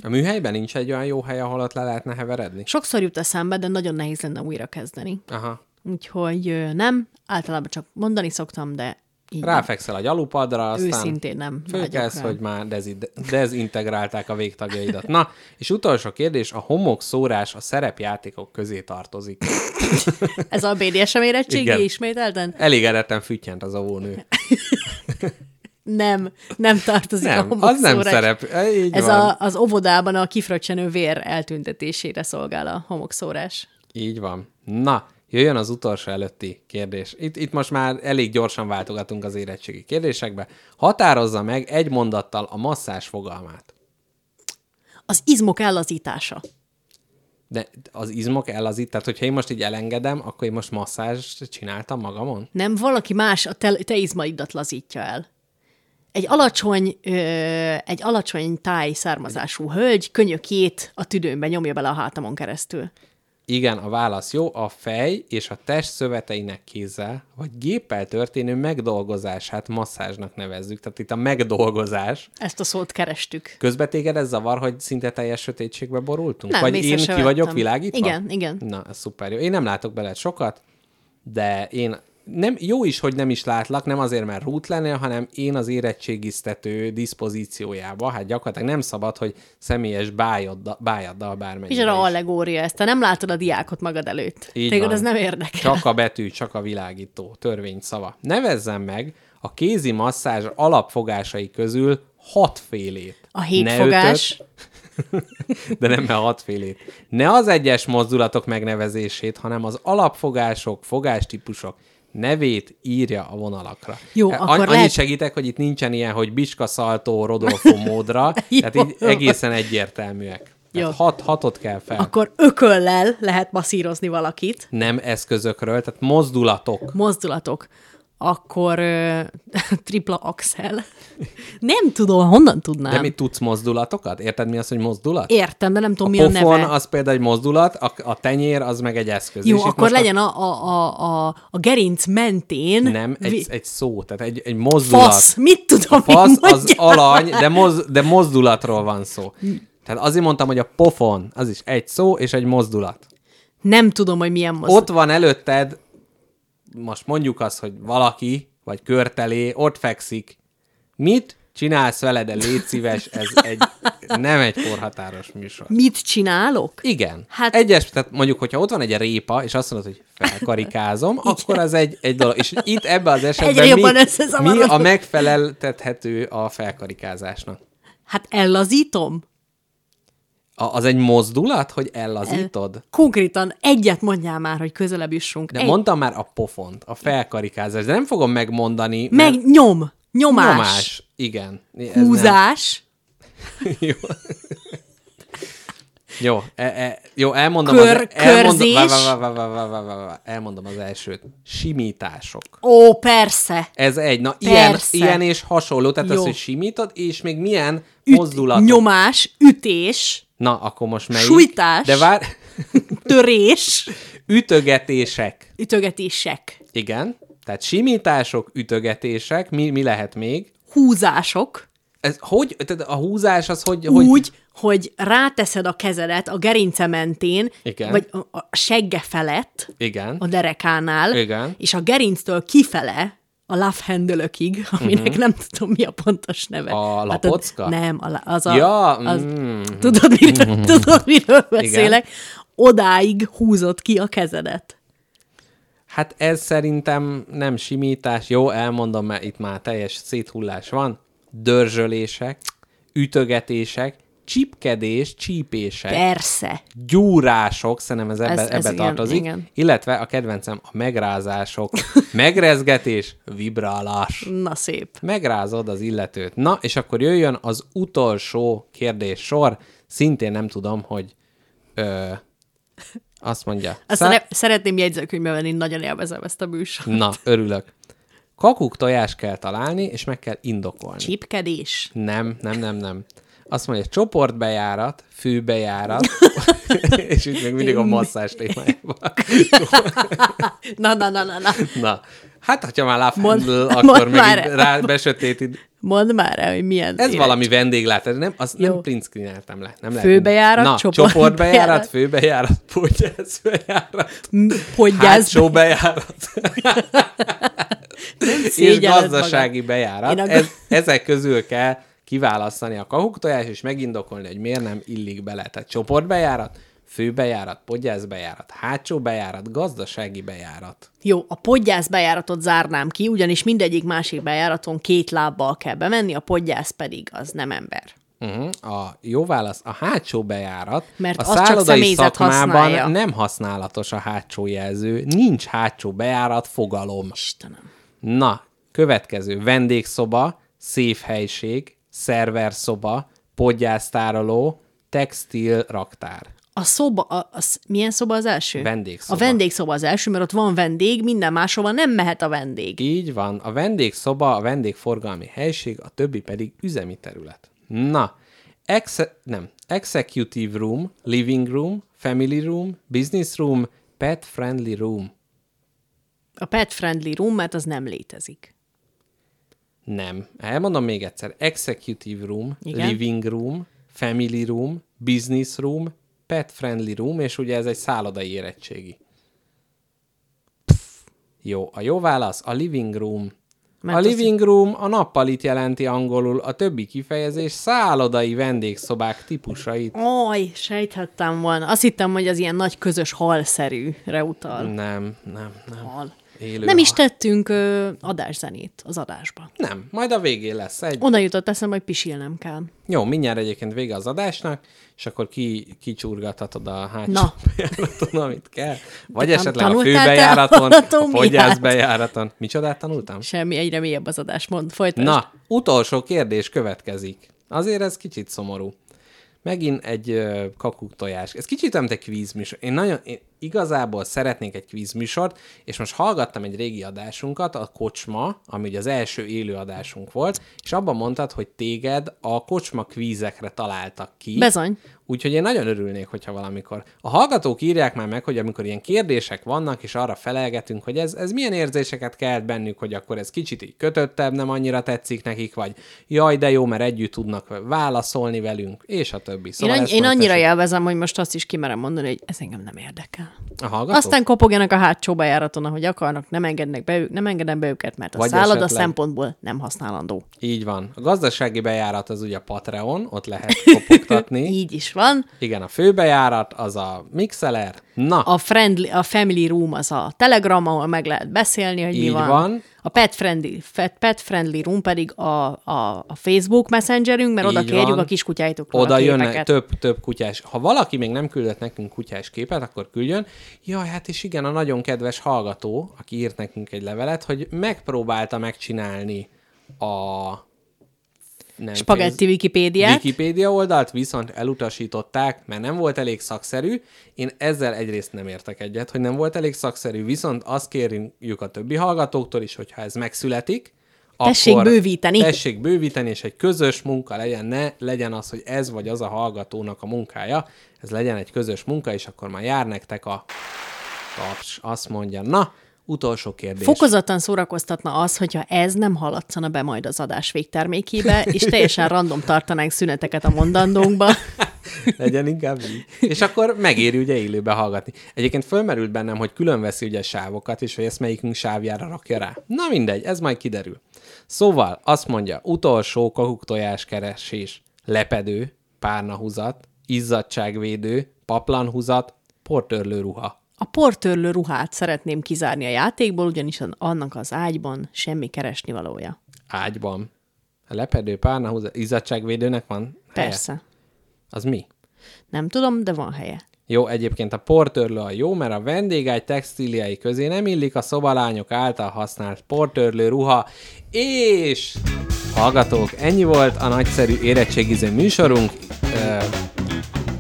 A műhelyben nincs egy olyan jó hely, ahol ott le lehetne heveredni? sokszor jut eszembe, de nagyon nehéz lenne újra kezdeni. Aha. Úgyhogy ö, nem, általában csak mondani szoktam, de így Ráfekszel a gyalupadra, aztán Őszintén nem fölkelsz, vágyok rá. hogy már dezid- dezintegrálták a végtagjaidat. Na, és utolsó kérdés, a homok szórás a szerepjátékok közé tartozik. ez a BDSM Igen. érettségi ismételten? Elégedetten füttyent az óvónő. Nem, nem tartozik a Nem, homok az nem szórás. szerep. e, Így Ez van. a, az óvodában a kifröccsenő vér eltüntetésére szolgál a homokszórás. Így van. Na, jöjjön az utolsó előtti kérdés. Itt, itt most már elég gyorsan váltogatunk az érettségi kérdésekbe. Határozza meg egy mondattal a masszás fogalmát. Az izmok ellazítása. De az izmok ellazít, tehát hogyha én most így elengedem, akkor én most masszást csináltam magamon? Nem, valaki más a te, te izmaidat lazítja el. Egy alacsony, ö, egy alacsony táj származású hölgy könyökét a tüdőmbe nyomja bele a hátamon keresztül. Igen, a válasz jó, a fej és a test szöveteinek kézzel, vagy géppel történő megdolgozását masszázsnak nevezzük. Tehát itt a megdolgozás. Ezt a szót kerestük. Közben téged ez zavar, hogy szinte teljes sötétségbe borultunk? Nem, vagy észre én ki se vagyok vettem. világítva? Igen, igen. Na, ez szuper jó. Én nem látok bele sokat, de én nem, jó is, hogy nem is látlak, nem azért, mert rút lennél, hanem én az érettségiztető diszpozíciójába, hát gyakorlatilag nem szabad, hogy személyes bájaddal, bájaddal bármennyire Micsoda is. allegória ezt, te nem látod a diákot magad előtt. Így Téged van. ez nem érdekel. Csak a betű, csak a világító, törvény szava. Nevezzem meg a kézi masszázs alapfogásai közül hatfélét. A hétfogás, ötöt, de nem a hatfélét. Ne az egyes mozdulatok megnevezését, hanem az alapfogások, fogástípusok nevét írja a vonalakra. Jó, Eh, akkor annyit lehet- segítek, hogy itt nincsen ilyen, hogy Biska Szaltó, Rodolfo módra, Jó. tehát így egészen egyértelműek. Tehát Jó. hat, hatot kell fel. akkor ököllel lehet masszírozni valakit. Nem eszközökről, tehát mozdulatok. Mozdulatok. Akkor ö, tripla axel. Nem tudom, honnan tudnám. De mi tudsz mozdulatokat? Érted mi az, hogy mozdulat? Értem, de nem tudom, mi a a pofon neve. az például egy mozdulat, a, a tenyér az meg egy eszköz. Jó, És itt akkor most legyen a, a, a, a, a gerinc mentén. A, nem, egy, vi- egy szó, tehát egy, egy mozdulat. fasz, mit tudom én Fasz az mondjam? alany, de, moz, de mozdulatról van szó. Tehát azért mondtam, hogy a pofon, az is egy szó és egy mozdulat. Nem tudom, hogy milyen mozdulat. Ott van előtted, most mondjuk azt, hogy valaki, vagy körtelé, ott fekszik. Mit csinálsz vele, de légy szíves, ez egy, nem egy korhatáros műsor. Mit csinálok? Igen. Hát... Hát- Egyes, tehát mondjuk, hogyha ott van egy répa, és azt mondod, hogy felkarikázom, akkor az egy, egy dolog. És itt ebbe az esetben Egyre jobban mi, mi összezavarodok. a megfeleltethető a felkarikázásnak? Hát ellazítom. A, az egy mozdulat, hogy ellazítod? Konkrétan egyet mondjál már, hogy közelebb jussunk. De Egy- mondtam már a pofont, a felkarikázás, de nem fogom megmondani. Meg mert nyom, nyomás, nyomás. Igen. Ez nem. húzás, Jó. Jó, e, e, jó, elmondom Kör- az... Elmondom, körzés. vá, vá, vá, vá, vá, vá, vá, vá, elmondom az elsőt. Simítások. ó, persze, Ez egy, na ilyen, Persze. ilyen és hasonló, tehát Jó. az, hogy simítod, és még milyen üt, mozdulat. nyomás, ütés, Na, akkor most melyik? Sújtás. De vár... törés, Ütögetések. ütögetések, Igen. Tehát simítások, ütögetések, mi, mi lehet még? húzások, Ez hogy, tehát a húzás az hogy... hogy... hogy úgy, hogy ráteszed a kezedet a gerince mentén, Igen. vagy a- a segge felett, igen. a derekánál, Igen. és a gerinctől kifele a love handle-ökig, aminek uh-huh. nem tudom, mi a pontos neve. Mhm. A Hát lapocka? a- nem, a, la- az a... Ja, az, mm. tudod, miről, tudod, miről beszélek? Odáig húzott ki a kezedet. Hát ez szerintem nem simítás, jó, elmondom, mert itt már teljes széthullás van. Dörzsölések, ütögetések, csipkedés, csípések, Persze. gyúrások, szerintem ez ebbe, Ez- ez, ez ebbe igen, tartozik, igen. illetve a kedvencem a megrázások, megrezgetés, vibrálás. Na szép. Megrázod az illetőt. Na, és akkor jöjjön az utolsó kérdés sor. Szintén nem tudom, hogy ö, azt mondja. Ezt "Szá- Szá... szeretném jegyzőkönyvbe venni, nagyon élvezem ezt a műsort. Na, örülök. Kakuk tojást kell találni, és meg kell indokolni. Csípkedés. Nem, nem, nem, nem. Azt mondja, csoportbejárat, főbejárat, és itt még mindig a masszás témájában. Na, na, na, na, na. Na, hát, ha már love Mond- handle, mondd akkor már megint el. rá besötétít. Mondd már el, hogy milyen. Ez élet. valami vendéglátás, nem? Azt Jó. nem print screeneltem le. Nem lehet Főbejárat, Na, csoportbejárat. csoportbejárat, főbejárat, Hát, pogyászbejárat, M- Hogy gyász... hátsó bejárat. és szégyelled gazdasági magad. bejárat. Én a- Ez, ezek közül kell kiválasztani a kahuktojás, és megindokolni, hogy miért nem illik bele. Tehát csoportbejárat, főbejárat, podgyászbejárat, hátsó bejárat, gazdasági bejárat. Jó, a podgyász bejáratot zárnám ki, ugyanis mindegyik másik bejáraton két lábbal kell bemenni, a podgyász pedig az nem ember. Uh-huh. A jó válasz a hátsó bejárat. Mert a azt csak szállodai személyzet szakmában használja. nem használatos a hátsó jelző, nincs hátsó bejárat fogalom. Istenem. Na, következő. Vendégszoba, széfhelység, szerverszoba, podgyásztároló, textil raktár. A szoba, a, a, sz- milyen szoba az első? Vendégszoba. A vendégszoba az első, mert ott van vendég, minden máshova nem mehet a vendég. Így van. A vendégszoba, a vendégforgalmi helység, a többi pedig üzemi terület. Na, exe- nem. Executive room, living room, family room, business room, pet friendly room. A pet friendly room, mert az nem létezik. Nem. Elmondom még egyszer. Executive room, Igen. living room, family room, business room, pet friendly room, és ugye ez egy szállodai érettségi. Pff. Jó, a jó válasz a living room. Mert a az- living room a nappalit jelenti angolul, a többi kifejezés szállodai vendégszobák típusait. Aj, sejthettem volna. Azt hittem, hogy az ilyen nagy közös halszerűre utal. Nem, nem, nem. Hal. Élő Nem is hal. tettünk ö, adászenét az adásba. Nem, majd a végén lesz egy. Onnan jutott eszembe, hogy pisilnem kell. Jó, mindjárt egyébként vége az adásnak, és akkor ki, kicsurgathatod a hátsó Na. bejáraton, amit kell. Vagy Te tan- esetleg a tanultál te főbejáraton, a a anatómiát? fogyászbejáraton. Micsodát tanultam? Semmi, egyre mélyebb az adás, mond, folytasd. Na, utolsó kérdés következik. Azért ez kicsit szomorú. Megint egy ö, kakuk tojás. Ez kicsit olyan, mint egy kvízműsor. Én nagyon, én igazából szeretnék egy kvízműsort, és most hallgattam egy régi adásunkat, a Kocsma, ami ugye az első élő adásunk volt, és abban mondtad, hogy téged a Kocsma kvízekre találtak ki. Bezony. Úgyhogy én nagyon örülnék, hogyha valamikor. A hallgatók írják már meg, hogy amikor ilyen kérdések vannak, és arra felelgetünk, hogy ez, ez milyen érzéseket kelt bennük, hogy akkor ez kicsit így kötöttebb, nem annyira tetszik nekik, vagy jaj, de jó, mert együtt tudnak válaszolni velünk, és a többi. Szóval Én, annyi, ezt én majd annyira tessék- jelvezem, hogy most azt is kimerem mondani, hogy ez engem nem érdekel. A hallgatók? Aztán kopogjanak a hátsó bejáraton, ahogy akarnak, nem engednek be, ők- nem engedem be őket, mert a Vagy Vagy szálloda esetleg- szempontból nem használandó. Így van. A gazdasági bejárat az ugye a Patreon, ott lehet kopogtatni. Így is van. Igen, a főbejárat az a mixeler. Na, A, friendly, a family room az a telegram, ahol meg lehet beszélni, hogy mi Így van. van. A pet friendly, fet- pet friendly room pedig a, a, a Facebook messengerünk, mert oda Így kérjük van. a kiskutyáitokról oda a jön képeket. több, több kutyás. Ha valaki még nem küldött nekünk kutyás képet, akkor küldjön. Jaj, hát és igen, a nagyon kedves hallgató, aki írt nekünk egy levelet, hogy megpróbálta megcsinálni a nem, Spagetti Wikipédiát. Wikipédiát. Wikipédia oldalt viszont elutasították, mert nem volt elég szakszerű. Én ezzel egyrészt nem értek egyet, hogy nem volt elég szakszerű, viszont azt kérjük a többi hallgatóktól is, hogyha ez megszületik, Tessék bővíteni. Tessék bővíteni, és egy közös munka legyen, ne legyen az, hogy ez vagy az a hallgatónak a munkája, ez legyen egy közös munka, és akkor már jár nektek a taps. Azt mondja, na, utolsó kérdés. Fokozottan szórakoztatna az, hogyha ez nem haladszana be majd az adás végtermékébe, és teljesen random tartanánk szüneteket a mondandónkba. Legyen inkább így. És akkor megéri ugye élőbe hallgatni. Egyébként fölmerült bennem, hogy külön veszi ugye sávokat, és hogy ezt melyikünk sávjára rakja rá. Na mindegy, ez majd kiderül. Szóval azt mondja, utolsó kakuktojás keresés, lepedő, párnahuzat, izzadságvédő, paplanhuzat, portörlő ruha. A portörlő ruhát szeretném kizárni a játékból, ugyanis an- annak az ágyban semmi keresni valója. Ágyban. A lepedő párnahuzat, izzadságvédőnek van helye? Persze. Az mi? Nem tudom, de van helye. Jó, egyébként a portörlő a jó, mert a vendégágy textíliai közé nem illik a szobalányok által használt portörlő ruha, és hallgatók, ennyi volt a nagyszerű érettségiző műsorunk, ö,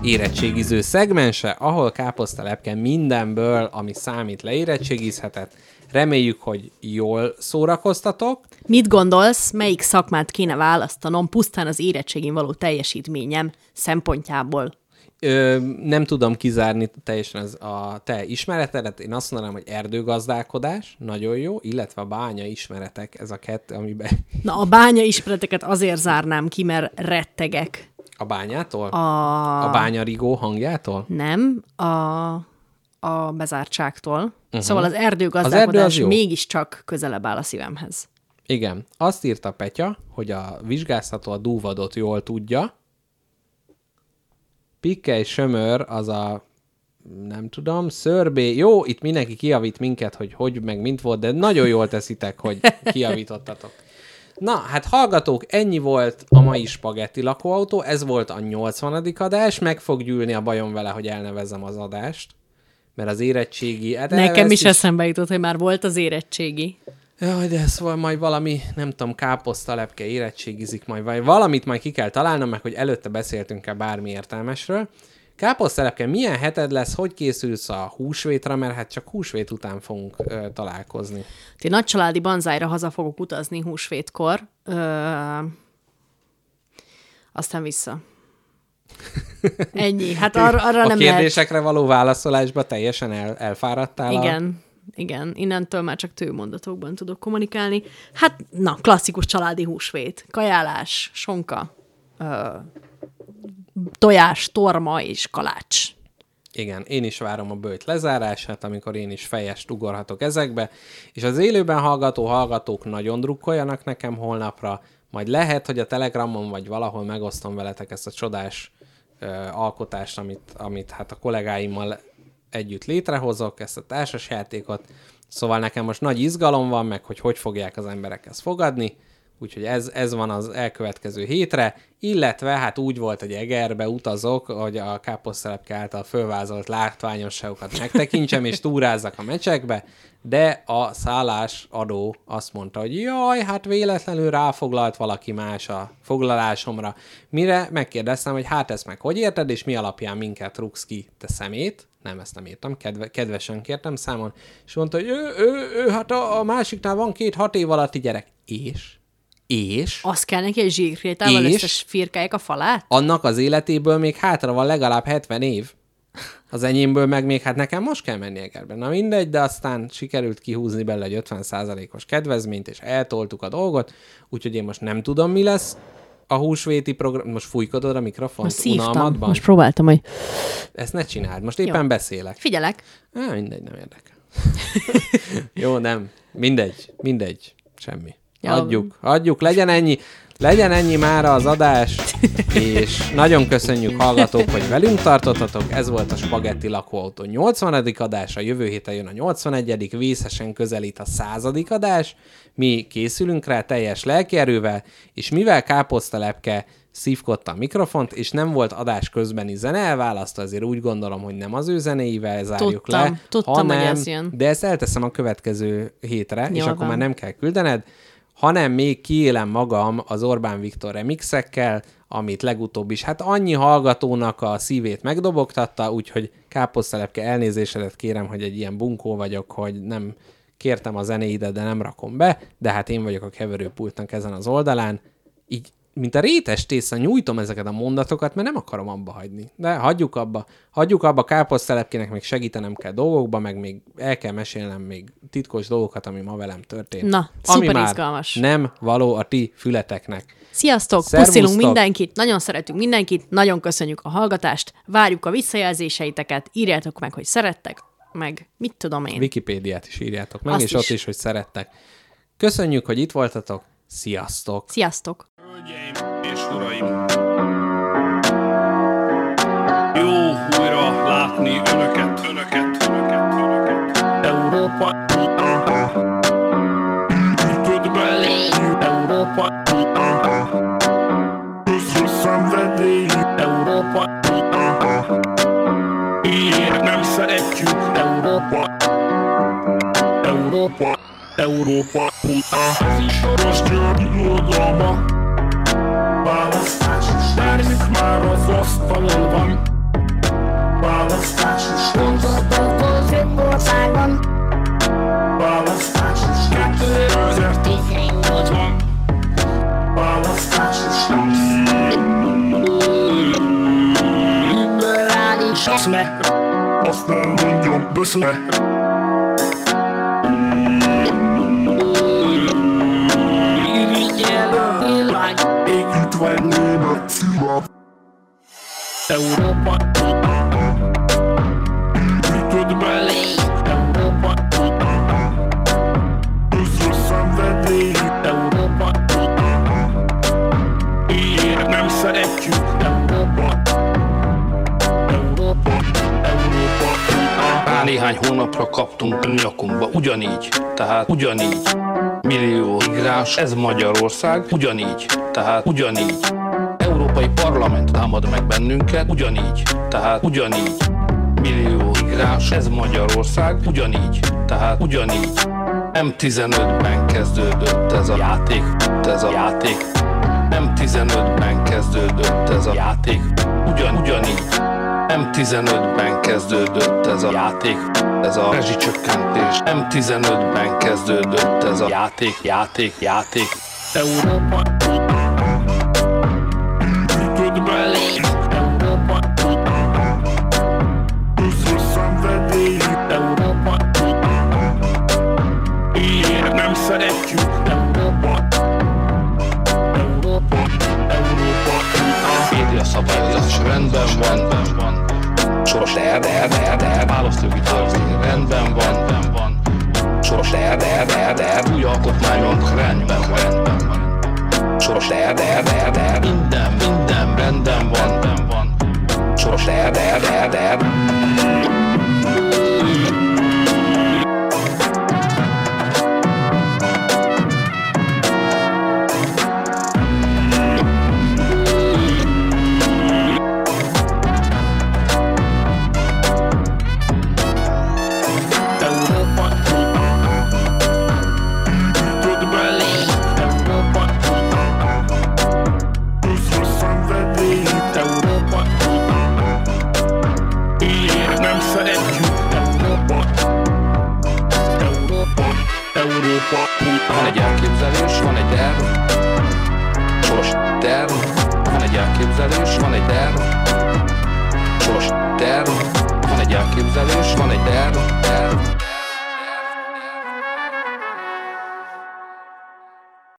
érettségiző szegmense, ahol káposzta lepke mindenből, ami számít leérettségizhetett. Reméljük, hogy jól szórakoztatok. Mit gondolsz, melyik szakmát kéne választanom pusztán az érettségén való teljesítményem szempontjából? Ö, nem tudom kizárni teljesen az, a te ismeretedet. Én azt mondanám, hogy erdőgazdálkodás, nagyon jó, illetve a bánya ismeretek, ez a kettő, amiben Na, a bánya ismereteket azért zárnám ki, mert rettegek. a bányától? A... A, a bányarigó hangjától? Nem, a, a bezártságtól. Uh-huh. Szóval az Mhm. Az erdő az erdőgazdálkodás jó. mégiscsak közelebb áll a szívemhez. Igen. Azt írta Petya, hogy a vizsgáztató a dúvadot jól tudja. Pikkely sömör az a nem tudom, szörbé. Jó, itt mindenki kijavít minket, hogy hogy meg mint volt, de nagyon jól teszitek, hogy kijavítottatok. Na, hát hallgatók, ennyi volt a mai spagetti lakóautó, ez volt a 80. adás, meg fog gyűlni a bajom vele, hogy elnevezem az adást, mert az érettségi... Hát Nekem ezt is eszembe jutott, hogy már volt az érettségi. Jaj, de ez val- majd valami, nem tudom, káposzta lepke érettségizik majd, vagy valamit majd ki kell találnom, meg hogy előtte beszéltünk-e bármi értelmesről. Káposzta lepke, milyen heted lesz, hogy készülsz a húsvétra, mert hát csak húsvét után fogunk ö, találkozni. Én nagy családi banzájra haza fogok utazni húsvétkor. Ö... Aztán vissza. Ennyi. Hát arra, arra a nem lehet. kérdésekre való válaszolásba teljesen el, elfáradtál a Igen. Igen, innentől már csak tőmondatokban tudok kommunikálni. Hát, na, klasszikus családi húsvét. Kajálás, sonka, ö, tojás, torma és kalács. Igen, én is várom a bőjt lezárását, amikor én is fejest ugorhatok ezekbe, és az élőben hallgató hallgatók nagyon drukkoljanak nekem holnapra, majd lehet, hogy a Telegramon vagy valahol megosztom veletek ezt a csodás ö, alkotást, amit, amit hát a kollégáimmal együtt létrehozok, ezt a társasjátékot, szóval nekem most nagy izgalom van meg, hogy hogy fogják az emberek ezt fogadni, Úgyhogy ez, ez van az elkövetkező hétre, illetve hát úgy volt, hogy Egerbe utazok, hogy a káposztelepke által fölvázolt látványosságokat megtekintsem, és túrázzak a mecsekbe, de a szállás adó azt mondta, hogy jaj, hát véletlenül ráfoglalt valaki más a foglalásomra. Mire megkérdeztem, hogy hát ezt meg hogy érted, és mi alapján minket rúgsz ki, te szemét? nem, ezt nem írtam, kedve, kedvesen kértem számon, és mondta, hogy ő, ő, ő, hát a, a másiknál van két hat év alatti gyerek. És? És? Azt kell neki, hogy zsírkrétával És? összes firkálják a falát? annak az életéből még hátra van legalább 70 év. Az enyémből meg még, hát nekem most kell menni Egerbe. Na mindegy, de aztán sikerült kihúzni belőle egy 50%-os kedvezményt, és eltoltuk a dolgot, úgyhogy én most nem tudom, mi lesz a húsvéti program. Most fújkodod a mikrofon Most szívtam. unalmadban? Most próbáltam, hogy Ezt ne csináld, most éppen Jó. beszélek. figyelek. Á, mindegy, nem érdekel. Jó, nem. Mindegy, mindegy. Semmi. Ja. Adjuk, adjuk, legyen ennyi, legyen ennyi mára az adás, és nagyon köszönjük hallgatók, hogy velünk tartottatok, ez volt a Spagetti Lakóautó 80. adása, jövő héten jön a 81. vészesen közelít a 100. adás, mi készülünk rá teljes lelkierővel, és mivel káposztalepke szívkodta a mikrofont, és nem volt adás közbeni zene elválasztva, azért úgy gondolom, hogy nem az ő zenéivel zárjuk Tudtam, le, tudtam, hogy hanem, ez jön. de ezt elteszem a következő hétre, és Jól akkor van. már nem kell küldened, hanem még kiélem magam az Orbán Viktor remixekkel, amit legutóbb is, hát annyi hallgatónak a szívét megdobogtatta, úgyhogy káposztelepke elnézésedet kérem, hogy egy ilyen bunkó vagyok, hogy nem kértem a zenéidet, de nem rakom be, de hát én vagyok a keverőpultnak ezen az oldalán, így mint a rétes tésza nyújtom ezeket a mondatokat, mert nem akarom abba hagyni. De hagyjuk abba. Hagyjuk abba, káposztelepkének még segítenem kell dolgokba, meg még el kell mesélnem még titkos dolgokat, ami ma velem történt. Na, ami szuper már izgalmas. nem való a ti fületeknek. Sziasztok! Szervusztok! Puszilunk mindenkit, nagyon szeretünk mindenkit, nagyon köszönjük a hallgatást, várjuk a visszajelzéseiteket, írjátok meg, hogy szerettek, meg mit tudom én. Wikipédiát is írjátok meg, Azt és is. ott is, hogy szerettek. Köszönjük, hogy itt voltatok. Sziasztok! Sziasztok! Hölgyeim és uraim! Jó újra látni önöket, önöket, önöket, önöket. Európa tud belé, Európa közül szenvedély, Európa Ilyet nem szeretjük, Európa Európa, Európa puta. Ez is soros György irodalma. Választásos termék már az asztalon van. Választásos vonzatot az jobb országban. Választásos 2018 van. Választásos liberális eszme. Azt nem mondjam, böszme. Együtt vennél a cilla Európa Ütött belé Európa Közös szenvedély Európa Ilyet nem szeretjük Európa Európa Európa Rá néhány hónapra kaptunk a nyakunkba, ugyanígy, tehát ugyanígy. Millió migráns, ez Magyarország, ugyanígy, tehát ugyanígy. Európai Parlament támad meg bennünket, ugyanígy, tehát ugyanígy. Millió migráns, ez Magyarország, ugyanígy, tehát ugyanígy. M15-ben kezdődött ez a játék, ez a játék. M15-ben kezdődött ez a játék, ugyan, ugyanígy. M15-ben kezdődött ez a játék, ez a rezsicsökkentés. M15-ben kezdődött ez a játék, játék, játék. Európa Ütött belé Európa Közös szenvedély Európa Ilyet nem szeretjük Európa Európa Európa Média szabályozás rendben van, rendben van. Soros der, der, der, der. Választógi törvény rendben van, rendben van. Soros der, der, der, der. Új alkotmányunk rendben van, rendben van. Soros der, der, der, der. Minden, minden rendben van, rendben van. Soros der, der, der, der. Európa Ütött belé Európa Közös szenvedély Európa Ilyet nem szeretjük Európa Európa Európa Van egy elképzelés, van egy terv, soros terv, van egy elképzelés, van egy terv, soros terv, van egy elképzelés, van egy terv,